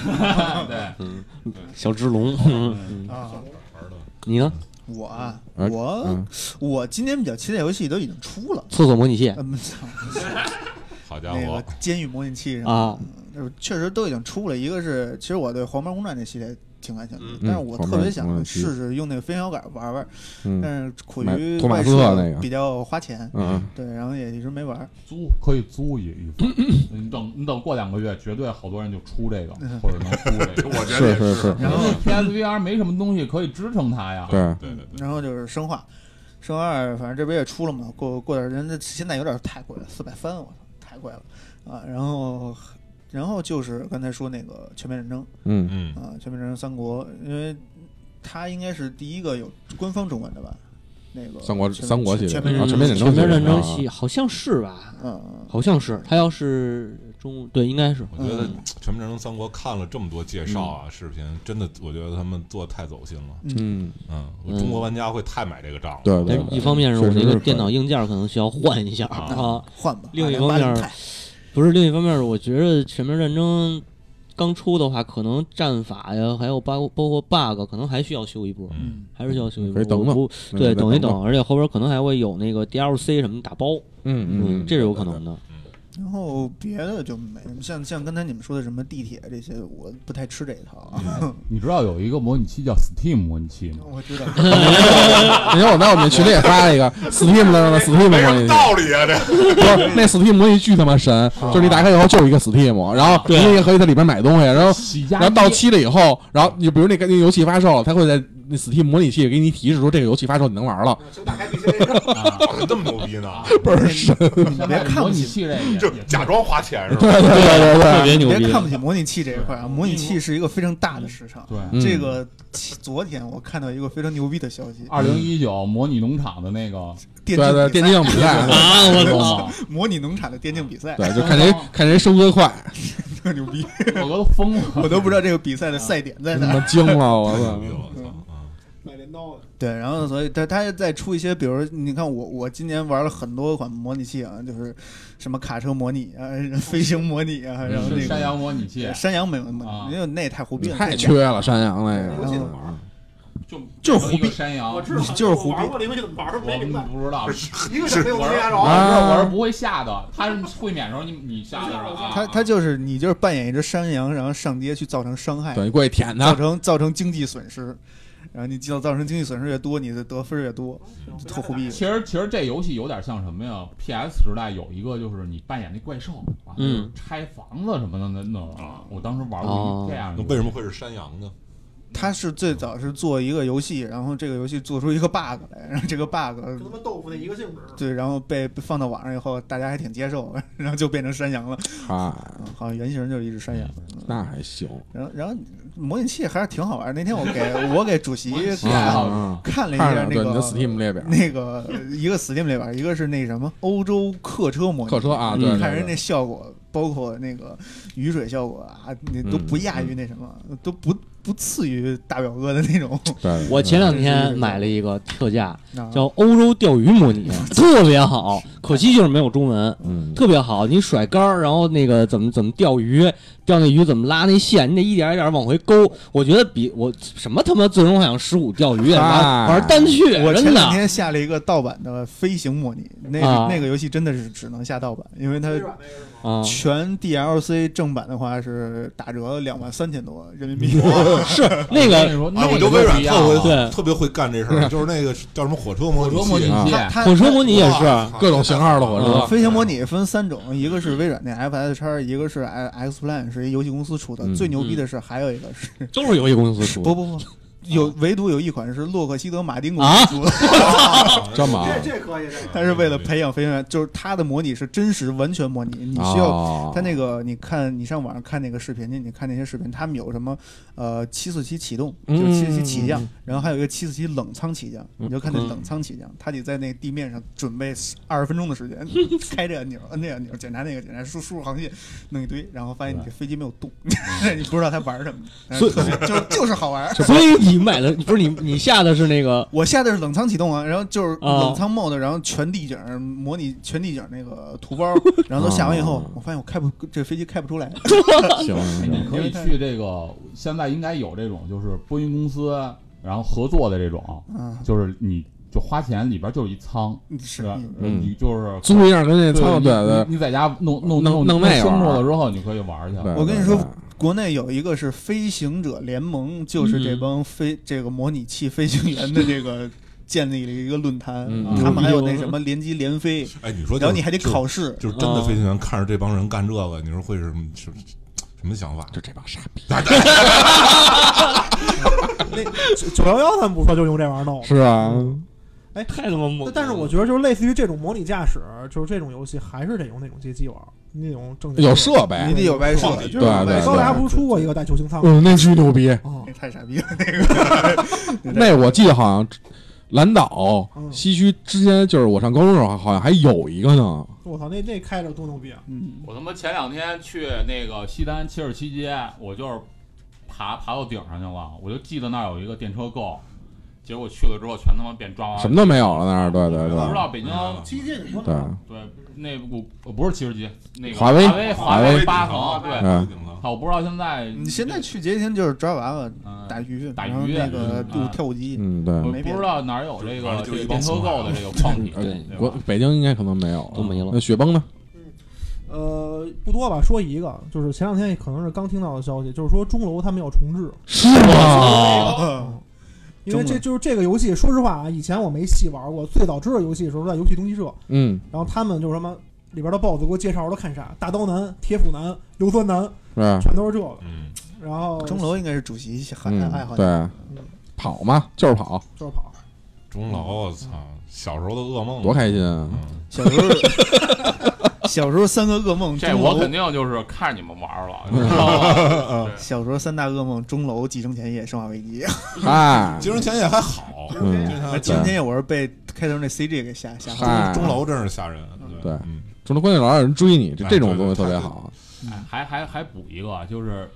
Speaker 4: 小只龙，嗯
Speaker 1: 啊，
Speaker 2: 玩的
Speaker 4: 你呢？
Speaker 1: 我啊
Speaker 3: 嗯
Speaker 1: 我
Speaker 3: 嗯
Speaker 1: 我今天比较期待游戏都已经出了，
Speaker 4: 厕所模拟器
Speaker 1: 嗯，操
Speaker 2: 好家
Speaker 1: 那个
Speaker 2: 伙，
Speaker 1: 监狱模拟器什么的
Speaker 4: 啊，
Speaker 1: 呃，确实都已经出了。一个是，其实我对《黄牌空战》这系列挺感兴趣的
Speaker 4: 嗯，
Speaker 1: 但是我
Speaker 3: 黄牌
Speaker 1: 特别
Speaker 3: 空战
Speaker 1: 想
Speaker 3: 七
Speaker 1: 试试用那个飞行摇杆玩玩，
Speaker 3: 嗯
Speaker 1: 但是苦
Speaker 3: 买
Speaker 1: 于
Speaker 3: 托马
Speaker 1: 外
Speaker 3: 斯
Speaker 1: 设
Speaker 3: 特那个
Speaker 1: 比较花钱，
Speaker 3: 嗯，
Speaker 1: 对，然后也一直没玩。
Speaker 5: 租可以租一一 份，你等你等过两个月，绝对好多人就出 这个
Speaker 1: 嗯
Speaker 5: 或者能出这个。
Speaker 2: 我觉得
Speaker 3: 是
Speaker 2: 也
Speaker 3: 是是，
Speaker 1: 然后，
Speaker 5: PSVR 没什么东西可以支撑它呀。
Speaker 3: 对，
Speaker 2: 啊对对对，
Speaker 1: 然后就是生化，生化二反正这边也出了嘛，过过段时间，那现在有点太贵了，四百三，我操，太贵了啊！然后，然后就是刚才说那个全面战争
Speaker 3: 嗯，
Speaker 2: 嗯，
Speaker 1: 啊，全面战争三国，因为它应该是第一个有官方中文的吧。那个
Speaker 3: 三国
Speaker 1: 全
Speaker 3: 三国系
Speaker 1: 全
Speaker 3: 列
Speaker 1: 全面
Speaker 3: 啊
Speaker 1: 战
Speaker 3: 全
Speaker 1: 争
Speaker 3: 面战争
Speaker 4: 嗯全面战争
Speaker 3: 系
Speaker 4: 系好像是吧？
Speaker 1: 嗯，
Speaker 4: 好像是，他要是中对，应该是
Speaker 2: 我觉得
Speaker 1: 嗯
Speaker 2: 《全面战争三国》看了这么多介绍啊，视频真的，我觉得他们做得太走心了。
Speaker 3: 嗯，
Speaker 2: 嗯，
Speaker 4: 嗯
Speaker 2: 中国玩家会太买这个账了。
Speaker 3: 对
Speaker 4: 但
Speaker 3: 对
Speaker 4: 是，
Speaker 3: 对
Speaker 4: 一方面是我
Speaker 3: 嗯确实
Speaker 4: 这个
Speaker 3: 是
Speaker 4: 电脑硬件可能需要换一下啊，
Speaker 1: 嗯换吧。
Speaker 4: 另一
Speaker 1: 2080
Speaker 4: 方面
Speaker 1: Ti
Speaker 4: 不是另一方面，我觉得全面战争。刚出的话，可能战法呀，还有包包括 bug，可能还需要修一波，
Speaker 2: 嗯
Speaker 4: 还是需要修一波。
Speaker 3: 可以等等
Speaker 4: 我不对，
Speaker 3: 再
Speaker 4: 等一
Speaker 3: 等
Speaker 4: 等，而且后边可能还会有那个 DLC 什么打包，
Speaker 3: 嗯嗯，
Speaker 4: 这是有可能的。
Speaker 1: 然后别的就没，像像刚才你们说的什么地铁这些，我不太吃这一套啊。
Speaker 7: 你知道有一个模拟器叫 Steam 模拟器吗？
Speaker 1: 我知道，
Speaker 3: 那嗯天我在我们群里也发了一个 Steam 的 Steam 模
Speaker 2: 没什么
Speaker 3: 拟器，
Speaker 2: 道理啊，这
Speaker 3: 不是 那 Steam 模拟器巨他妈
Speaker 1: 啊
Speaker 3: 神，就是你打开以后就是一个 Steam，然后你也可以在里边买东西，然后
Speaker 7: 洗家
Speaker 3: 然后到期了以后，然后你比如那个那游戏发售了，它会在那 Steam 模拟器给你提示说这个游戏发售你能玩了，
Speaker 1: 请打开 PC，
Speaker 2: 这么牛逼呢？
Speaker 3: 倍儿神，
Speaker 1: 你别看
Speaker 7: 模
Speaker 1: 不
Speaker 7: 拟
Speaker 1: 起，
Speaker 7: 器这个
Speaker 2: 就
Speaker 7: 也
Speaker 2: 假装花钱是吧？
Speaker 3: 对
Speaker 4: 特别牛
Speaker 1: 别
Speaker 4: 逼
Speaker 1: 看不起模拟器这一块啊。模拟器是一个非常大的市场。
Speaker 7: 对。
Speaker 3: 嗯
Speaker 1: 这个其昨天我看到一个非常牛逼的消息，
Speaker 5: 啊
Speaker 7: 二零一九模拟农场的那个，
Speaker 1: 电
Speaker 3: 对对，
Speaker 1: 比
Speaker 3: 电
Speaker 1: 赛
Speaker 3: 竞比赛，
Speaker 4: 啊！我
Speaker 7: 知
Speaker 4: 操！
Speaker 7: 道吗？
Speaker 1: 模拟农场的电竞比赛，
Speaker 3: 对，就看
Speaker 1: 哦
Speaker 3: 谁看谁收割快，
Speaker 1: 特牛逼，
Speaker 7: 我都疯 了，
Speaker 1: 我都不知道这个比赛的赛点在
Speaker 3: 他
Speaker 1: 哪儿
Speaker 7: 嗯
Speaker 3: 妈。惊了，我
Speaker 2: 太牛！
Speaker 3: 操
Speaker 2: 逼了，哎我操！嗯
Speaker 6: 买镰刀的，
Speaker 1: 对，然后所以他他再出一些，比如你看我我今年玩了很多款模拟器啊，就是什么卡车模拟啊、 飞行模 拟啊，然后那
Speaker 7: 嗯是
Speaker 1: 个
Speaker 7: 山羊模拟器
Speaker 1: 对，山羊没模
Speaker 7: 啊
Speaker 1: 拟，因为那也太胡逼了，
Speaker 3: 太
Speaker 1: 这
Speaker 3: 缺了，山羊那个
Speaker 1: 我记得
Speaker 5: 就
Speaker 1: 就是胡逼
Speaker 5: 一个山
Speaker 2: 啊
Speaker 5: 羊，
Speaker 6: 我
Speaker 5: 我
Speaker 6: 知道，
Speaker 1: 就是胡
Speaker 6: 我
Speaker 1: 逼
Speaker 6: 玩过这游戏怎么玩儿
Speaker 5: 我
Speaker 6: 没 明白，
Speaker 5: 不知道，
Speaker 6: 嗯一个是没有没压着，
Speaker 3: 啊
Speaker 5: 我是不会下的，他是会免的时候你你下的啊。
Speaker 1: 他他就是你就是扮演一只山羊，然后上街去造成伤害，
Speaker 3: 等于过去舔
Speaker 1: 造
Speaker 3: 它，
Speaker 1: 成造成经济损失，然后你造造成经济损失越多，你的得分越多，特胡逼。
Speaker 5: 其
Speaker 7: 其实其实这游戏有点像什么呀？PS 时代有一个就是你扮演那怪兽啊，
Speaker 4: 嗯
Speaker 7: 就是拆房子什么的那那种啊，我当时玩过一这样
Speaker 2: 那
Speaker 7: 的。
Speaker 2: 为什么会是山羊呢？
Speaker 1: 他是最早是做一个游戏，然后这个游戏做出一个 bug 来，然后这个 bug
Speaker 6: 跟他妈豆腐那一个性质。
Speaker 1: 对，然后被被放到网上以后，大家还挺接受， 然后就变成山羊了。
Speaker 3: 啊，
Speaker 1: 嗯好像原型就是一只山羊。
Speaker 3: 那 还行。
Speaker 1: 然后，然后模拟器还是挺好玩儿。那天 我给我给主席看
Speaker 3: 啊，
Speaker 1: 看了一
Speaker 3: 看
Speaker 1: 下
Speaker 3: 着
Speaker 1: 那
Speaker 3: 对你的
Speaker 1: 个
Speaker 3: Steam 列表，
Speaker 1: 那个一个 Steam 里边儿，一个是那什么欧洲客车模拟，
Speaker 3: 客车啊，
Speaker 4: 嗯
Speaker 3: 对，对
Speaker 1: 看人
Speaker 3: 对
Speaker 1: 那效果，包括那个雨水效果啊，那都不亚
Speaker 3: 嗯
Speaker 1: 于那什么，都不不次于大表哥的那 种。
Speaker 3: 对，
Speaker 4: 我前两
Speaker 3: 嗯
Speaker 4: 天买了一个特价，
Speaker 1: 啊
Speaker 4: 叫欧洲钓鱼模拟，特别好，可惜就是没有中文。
Speaker 3: 嗯，
Speaker 4: 特别好，你甩杆儿，然后那个怎么怎么钓鱼，钓那鱼怎么拉那线，你得一点一点往回勾。我觉得比我什么他妈最终幻想十五钓鱼
Speaker 3: 啊
Speaker 4: 玩玩单去，
Speaker 1: 我前
Speaker 4: 真
Speaker 1: 两
Speaker 4: 的
Speaker 1: 天下了一个盗版的飞行模拟，那个、
Speaker 4: 啊
Speaker 1: 那个游戏真的是只能下盗版，因为它
Speaker 2: 呃
Speaker 6: 微软那个是吗？
Speaker 4: 啊，
Speaker 1: 全 DLC 正版的话是打折两万三千多人民币。
Speaker 4: 是那个
Speaker 7: 说，
Speaker 2: 啊，
Speaker 7: 那
Speaker 2: 我就微软特
Speaker 7: 会
Speaker 4: 对
Speaker 2: 会特别会干这事儿，就是那个叫什么火车模
Speaker 7: 火
Speaker 2: 拟
Speaker 7: 车模拟
Speaker 2: 器，
Speaker 7: 器，
Speaker 1: 它它
Speaker 4: 火车模拟也啊是
Speaker 2: 哇
Speaker 3: 啊各 种型号的火
Speaker 1: 呃
Speaker 3: 车，
Speaker 1: 飞行模拟分三种，一个是微软的 FS 叉，一个是 X Plan，是一游戏公司出的。
Speaker 3: 嗯
Speaker 1: 最牛逼的是还有一个是
Speaker 4: 都是游戏公司出
Speaker 1: 不不不，有唯独有一款是洛克希德马丁公
Speaker 4: 啊
Speaker 1: 司出的，
Speaker 3: 这么
Speaker 6: 这这可以，这个
Speaker 1: 它是为了培养飞行员，就是它的模拟是真实完全模拟，你需要
Speaker 3: 要
Speaker 1: 他那个，你看，你上网上看那个视频去，你看那些视频，他们有什么呃七四七启动，
Speaker 3: 嗯
Speaker 1: 就是七四七起降，然后还有一个七四七冷仓起降，
Speaker 3: 嗯
Speaker 1: 你就看那冷仓起降，他得在那地面上准备二十分钟的时 间，开这按钮，摁那按钮，检查那个，检查输输入航线，弄一堆，然后发现你这飞机没有动， 你不知道他玩什么，但是特别就是就是好玩。
Speaker 4: 所以你买的不是你你下的是那个
Speaker 1: 我下的是冷仓启动啊，然后就是
Speaker 4: 啊
Speaker 1: 冷仓 mode，然后全地景模拟全地景那个图 包，然后都下完以后
Speaker 3: 啊，
Speaker 1: 我发现我开不这个飞机开不出 来，
Speaker 3: 行，
Speaker 7: 你可以去这个，现在应该有这种，就是波音公司然后合作的这种，
Speaker 1: 嗯。
Speaker 7: 就是你就花钱，里边就是一仓，
Speaker 1: 是
Speaker 7: 是吧？呃
Speaker 3: 嗯
Speaker 7: 你就是
Speaker 3: 租一下跟那
Speaker 7: 对
Speaker 3: 仓，对对
Speaker 7: 你你在家弄弄
Speaker 3: 弄弄
Speaker 7: 弄
Speaker 3: 那
Speaker 7: 清
Speaker 3: 玩
Speaker 7: 楚
Speaker 3: 儿
Speaker 7: 了之后，你可以玩去。
Speaker 3: 对，
Speaker 1: 我跟你说
Speaker 3: 对
Speaker 1: 国内有一个是飞行者联盟，就是这帮飞、这个模拟器飞行员的这个建立了一个论坛，啊
Speaker 3: 嗯
Speaker 1: 他们还有那什么联机联飞，
Speaker 2: 哎，你说就是，
Speaker 1: 然后你还得
Speaker 2: 就是
Speaker 1: 考试。
Speaker 2: 就是真的飞行员看着这帮人干这个，你说会是什么什什么想法？
Speaker 3: 就这帮傻逼，
Speaker 6: 九幺幺咱们不说，就用这玩意儿弄。
Speaker 3: 是啊，
Speaker 4: 太他妈猛
Speaker 6: 但
Speaker 4: 了，
Speaker 6: 但是我觉得，就是类似于这种模拟驾驶，就是这种游戏，还是得用那种街机玩儿，那种正经
Speaker 3: 有设备，
Speaker 1: 你得有外设，
Speaker 2: 对
Speaker 1: 就是
Speaker 3: 对
Speaker 1: 有外设
Speaker 6: 高达不是出过一个带球形舱吗？
Speaker 3: 嗯，那巨牛逼，
Speaker 6: 啊
Speaker 1: 那太傻逼了，
Speaker 3: 那我记得好像蓝岛
Speaker 6: 嗯
Speaker 3: 西区之前，就是我上高中的时候，好像还有一个呢。
Speaker 6: 我操，那那开着多牛逼啊！
Speaker 1: 嗯，
Speaker 5: 我他妈前两天去那个西单七十七街，我就是爬爬到顶上去了，我就记得那儿有一个电车购，结果去了之后全他妈变抓娃娃
Speaker 3: 什么都没有了那儿，对对
Speaker 5: 不知
Speaker 3: 对
Speaker 5: 道北京
Speaker 2: 嗯
Speaker 6: 七级你说
Speaker 3: 对，
Speaker 5: 对内部呃不是七十级，那个
Speaker 3: 华
Speaker 5: 为
Speaker 3: 为
Speaker 5: 华
Speaker 3: 华
Speaker 5: 为
Speaker 3: 为
Speaker 5: 八层，啊对，
Speaker 3: 嗯
Speaker 2: 顶层
Speaker 5: 操我不知道现在
Speaker 1: 你现在去街厅就是抓娃娃、
Speaker 5: 嗯
Speaker 1: 打鱼、
Speaker 5: 打
Speaker 1: 然后
Speaker 5: 鱼
Speaker 1: 那个
Speaker 5: 嗯
Speaker 1: 舞跳舞机，
Speaker 3: 嗯对
Speaker 5: 我
Speaker 1: 没
Speaker 5: 不
Speaker 1: 别
Speaker 5: 知
Speaker 1: 的
Speaker 5: 道哪儿有这
Speaker 2: 反
Speaker 5: 个
Speaker 2: 正
Speaker 5: 这
Speaker 2: 就是
Speaker 5: 个
Speaker 2: 一
Speaker 5: 电
Speaker 2: 帮
Speaker 5: 车
Speaker 2: 怂
Speaker 5: 购的这个
Speaker 1: 啊
Speaker 5: 矿体，
Speaker 4: 对
Speaker 5: 对
Speaker 3: 呃国
Speaker 5: 吧？
Speaker 3: 北京应该可能没有了
Speaker 4: 都没了
Speaker 3: 那雪崩呢？
Speaker 6: 呃，不多吧，说一个，就是前两天可能是刚听到的消息，就是说钟楼他们要重置，
Speaker 3: 是吗？
Speaker 1: 哦
Speaker 6: 因为
Speaker 1: 中
Speaker 6: 这
Speaker 1: 文
Speaker 6: 就是这个游戏。说实话啊，以前我没细玩过，最早知道游戏的时候在游戏中心社，
Speaker 3: 嗯，
Speaker 6: 然后他们就是什么里边的 BOSS 给我介绍我都看啥，大刀男、铁斧男、硫酸男，
Speaker 3: 是吧？
Speaker 6: 全都是这个。
Speaker 2: 嗯，
Speaker 6: 然后
Speaker 1: 钟楼应该是主席喊
Speaker 3: 嗯
Speaker 1: 爱好，者，
Speaker 3: 对，跑嘛，就是跑，
Speaker 6: 就是跑，
Speaker 2: 钟楼，我操，小时候的噩梦，
Speaker 3: 多开心啊！
Speaker 2: 嗯！
Speaker 1: 小时候小时候 三个噩梦，
Speaker 5: 这
Speaker 1: 钟
Speaker 5: 我
Speaker 1: 楼
Speaker 5: 肯定就是看你们玩儿了，你知道吧？对
Speaker 1: 呃小时候三大噩梦：钟楼、寄生前夜、生化危机。
Speaker 3: 嗨，
Speaker 2: 精神前夜还好，精神
Speaker 3: 嗯
Speaker 2: 前夜
Speaker 1: 寄生前夜我是被开头那 CG 给吓吓坏了。
Speaker 3: 嗨，
Speaker 2: 钟楼真是吓人，
Speaker 3: 对
Speaker 2: 嗯
Speaker 3: 中国关键老有人追你，就
Speaker 2: 哎
Speaker 3: 这种东
Speaker 2: 对对
Speaker 3: 西特别
Speaker 2: 对
Speaker 3: 好。
Speaker 5: 哎 还还还补一个，啊就是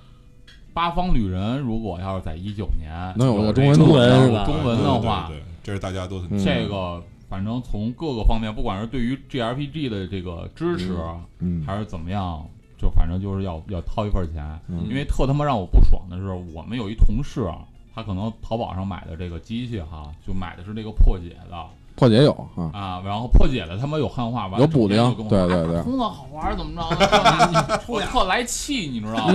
Speaker 5: 八方旅人，如果要是在一九年
Speaker 3: 能有个
Speaker 5: 有
Speaker 3: 中文
Speaker 5: 这个
Speaker 3: 中文
Speaker 4: 是吧
Speaker 5: 中文的话
Speaker 2: 对，对对对这是大家都很
Speaker 3: 嗯
Speaker 5: 这个反正从各个方面，不管是对于 GRPG 的这个支持，
Speaker 3: 嗯，
Speaker 5: 还是怎么样，就反正就是要要掏一份钱，
Speaker 3: 嗯
Speaker 5: 因为特他妈让我不爽的是，我们有一同事啊，他可能淘宝上买的这个机器哈，就买的是这个破解的
Speaker 3: 破解有啊，
Speaker 5: 啊，然后破解的他妈有汉化，完了
Speaker 3: 有补丁
Speaker 5: 整天就跟我
Speaker 3: 对
Speaker 5: 说
Speaker 3: 对
Speaker 5: 啊
Speaker 3: 对
Speaker 5: 打通的好玩怎么着，我特来气，你知道吗？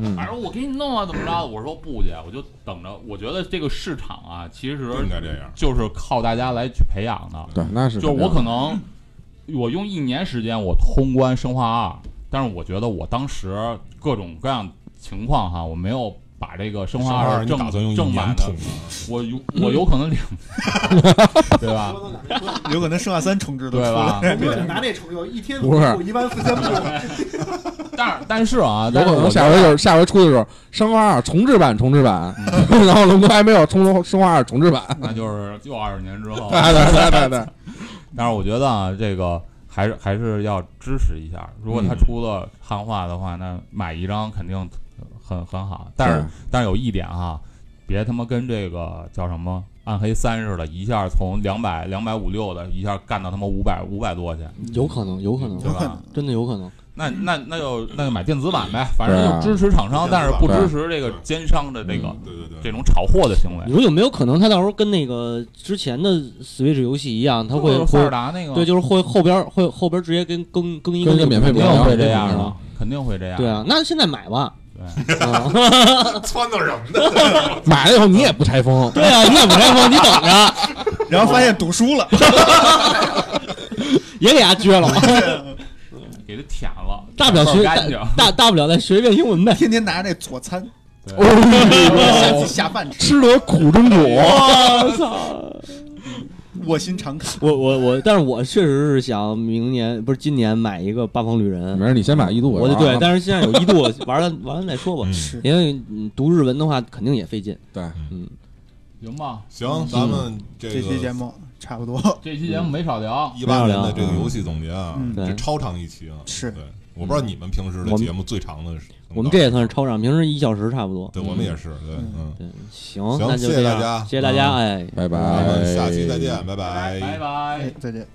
Speaker 3: 嗯
Speaker 5: 反正我给你弄啊，怎么着？我说不去，我就等着。我觉得这个市场啊，其实
Speaker 2: 不应该这样，
Speaker 5: 就是靠大家来去培养的。
Speaker 3: 对，那是
Speaker 5: 就是我
Speaker 3: 肯定
Speaker 5: 可能我用一年时间我通关生化二，但是我觉得我当时各种各样情况哈，我没有把这个生化
Speaker 2: 二
Speaker 5: 二
Speaker 2: 你
Speaker 5: 正
Speaker 2: 打算用
Speaker 5: 正
Speaker 2: 一
Speaker 5: 版
Speaker 2: 年
Speaker 5: 的
Speaker 2: 捅，啊？
Speaker 5: 我有我有可能两，对吧？
Speaker 1: 有可能生化三重置都
Speaker 5: 对
Speaker 1: 出来了。
Speaker 5: 吧？
Speaker 6: 不是你拿这成就一天
Speaker 3: 不是
Speaker 6: 一万四千步，
Speaker 5: 但是但是啊，
Speaker 3: 有
Speaker 5: 但是
Speaker 3: 可
Speaker 5: 我
Speaker 3: 能
Speaker 5: 觉
Speaker 3: 下
Speaker 5: 得
Speaker 3: 回就是下回出的时候，《生化二》重置版，重置版， 然后龙哥还没有《重生化二》重置版，
Speaker 5: 那就是又二十年之后。
Speaker 3: 对对对对，
Speaker 5: 但是我觉得啊，这个还是还是要支持一下。如果
Speaker 4: 嗯
Speaker 5: 他出了汉化的话，那买一张肯定呃很很好。但是
Speaker 3: 是
Speaker 5: 但是有一点哈、别他妈跟这个叫什么《暗黑三》似的，一下从两百两百五六的，一下干到他妈五百五百多去，
Speaker 4: 有可能，有可能
Speaker 5: 对，吧？
Speaker 4: 真的有可能。
Speaker 5: 那那那就那就买电子版呗，反正就
Speaker 3: 对啊
Speaker 5: 支持厂商，
Speaker 2: 电子版
Speaker 5: 但是
Speaker 4: 啊
Speaker 5: 不支持这个奸商的这
Speaker 4: 嗯
Speaker 5: 个
Speaker 2: 对对对，
Speaker 5: 这种炒货的行
Speaker 3: 哎
Speaker 5: 为
Speaker 4: 你。说有没有可能他到时候跟那个之前的 Switch 游戏一样，他会
Speaker 5: 就是塞尔
Speaker 4: 会
Speaker 5: 达那个，
Speaker 4: 对，就是会后边会后边直接跟更更一
Speaker 3: 啊跟一个
Speaker 4: 个
Speaker 3: 免费
Speaker 5: 肯
Speaker 3: 版
Speaker 5: 定
Speaker 3: 一
Speaker 5: 会
Speaker 3: 样啊
Speaker 5: 这样
Speaker 4: 的
Speaker 5: 的，，肯定会这样。
Speaker 4: 对啊，那现在买吧。
Speaker 5: 对
Speaker 4: 啊
Speaker 2: 撺掇什么呢？
Speaker 3: 买了以后你也不拆封，
Speaker 4: 对啊，你也不开封，你等着，
Speaker 1: 然后发现赌输了，
Speaker 4: 也给他撅了，
Speaker 5: 给他舔了，
Speaker 4: 大不了学
Speaker 5: 干净。
Speaker 4: 大大不了再学一遍英 文呗。
Speaker 1: 天天拿那佐餐下
Speaker 3: 哦
Speaker 1: 自己下饭吃，
Speaker 3: 吃得苦中苦。
Speaker 4: 我操！
Speaker 1: 卧薪尝胆。
Speaker 4: 我我我，但是我确实是想明年不是今年买一个八方旅人
Speaker 3: 没，事，你先把一度啊
Speaker 4: 我就对，但是现在有一度玩了完了再说吧
Speaker 2: 嗯，
Speaker 1: 是，
Speaker 4: 因为嗯读日文的话肯定也费劲。
Speaker 3: 对，
Speaker 4: 嗯，
Speaker 5: 行吧，
Speaker 2: 行，咱们这
Speaker 1: 这期节
Speaker 2: 个
Speaker 1: 目差不多。
Speaker 5: 这期节目没少聊，
Speaker 2: 一八年的这个游戏总结啊
Speaker 1: 嗯，
Speaker 2: 这
Speaker 4: 对
Speaker 2: 超长一期啊，
Speaker 1: 是
Speaker 2: 对，我不知道你们平时的
Speaker 4: 我们
Speaker 2: 节目最长的是，
Speaker 4: 我们这也算是超长，平时一小时差不多。
Speaker 2: 对我们也是，对，嗯，
Speaker 4: 对，行，
Speaker 2: 行
Speaker 4: 那就
Speaker 2: 谢谢
Speaker 4: 这样
Speaker 2: 大家
Speaker 4: 谢谢大家，
Speaker 2: 嗯
Speaker 4: 哎，
Speaker 3: 拜
Speaker 2: 咱
Speaker 3: 拜，
Speaker 2: 嗯们下期再见，拜拜啊
Speaker 5: 拜拜
Speaker 1: 哎。再见。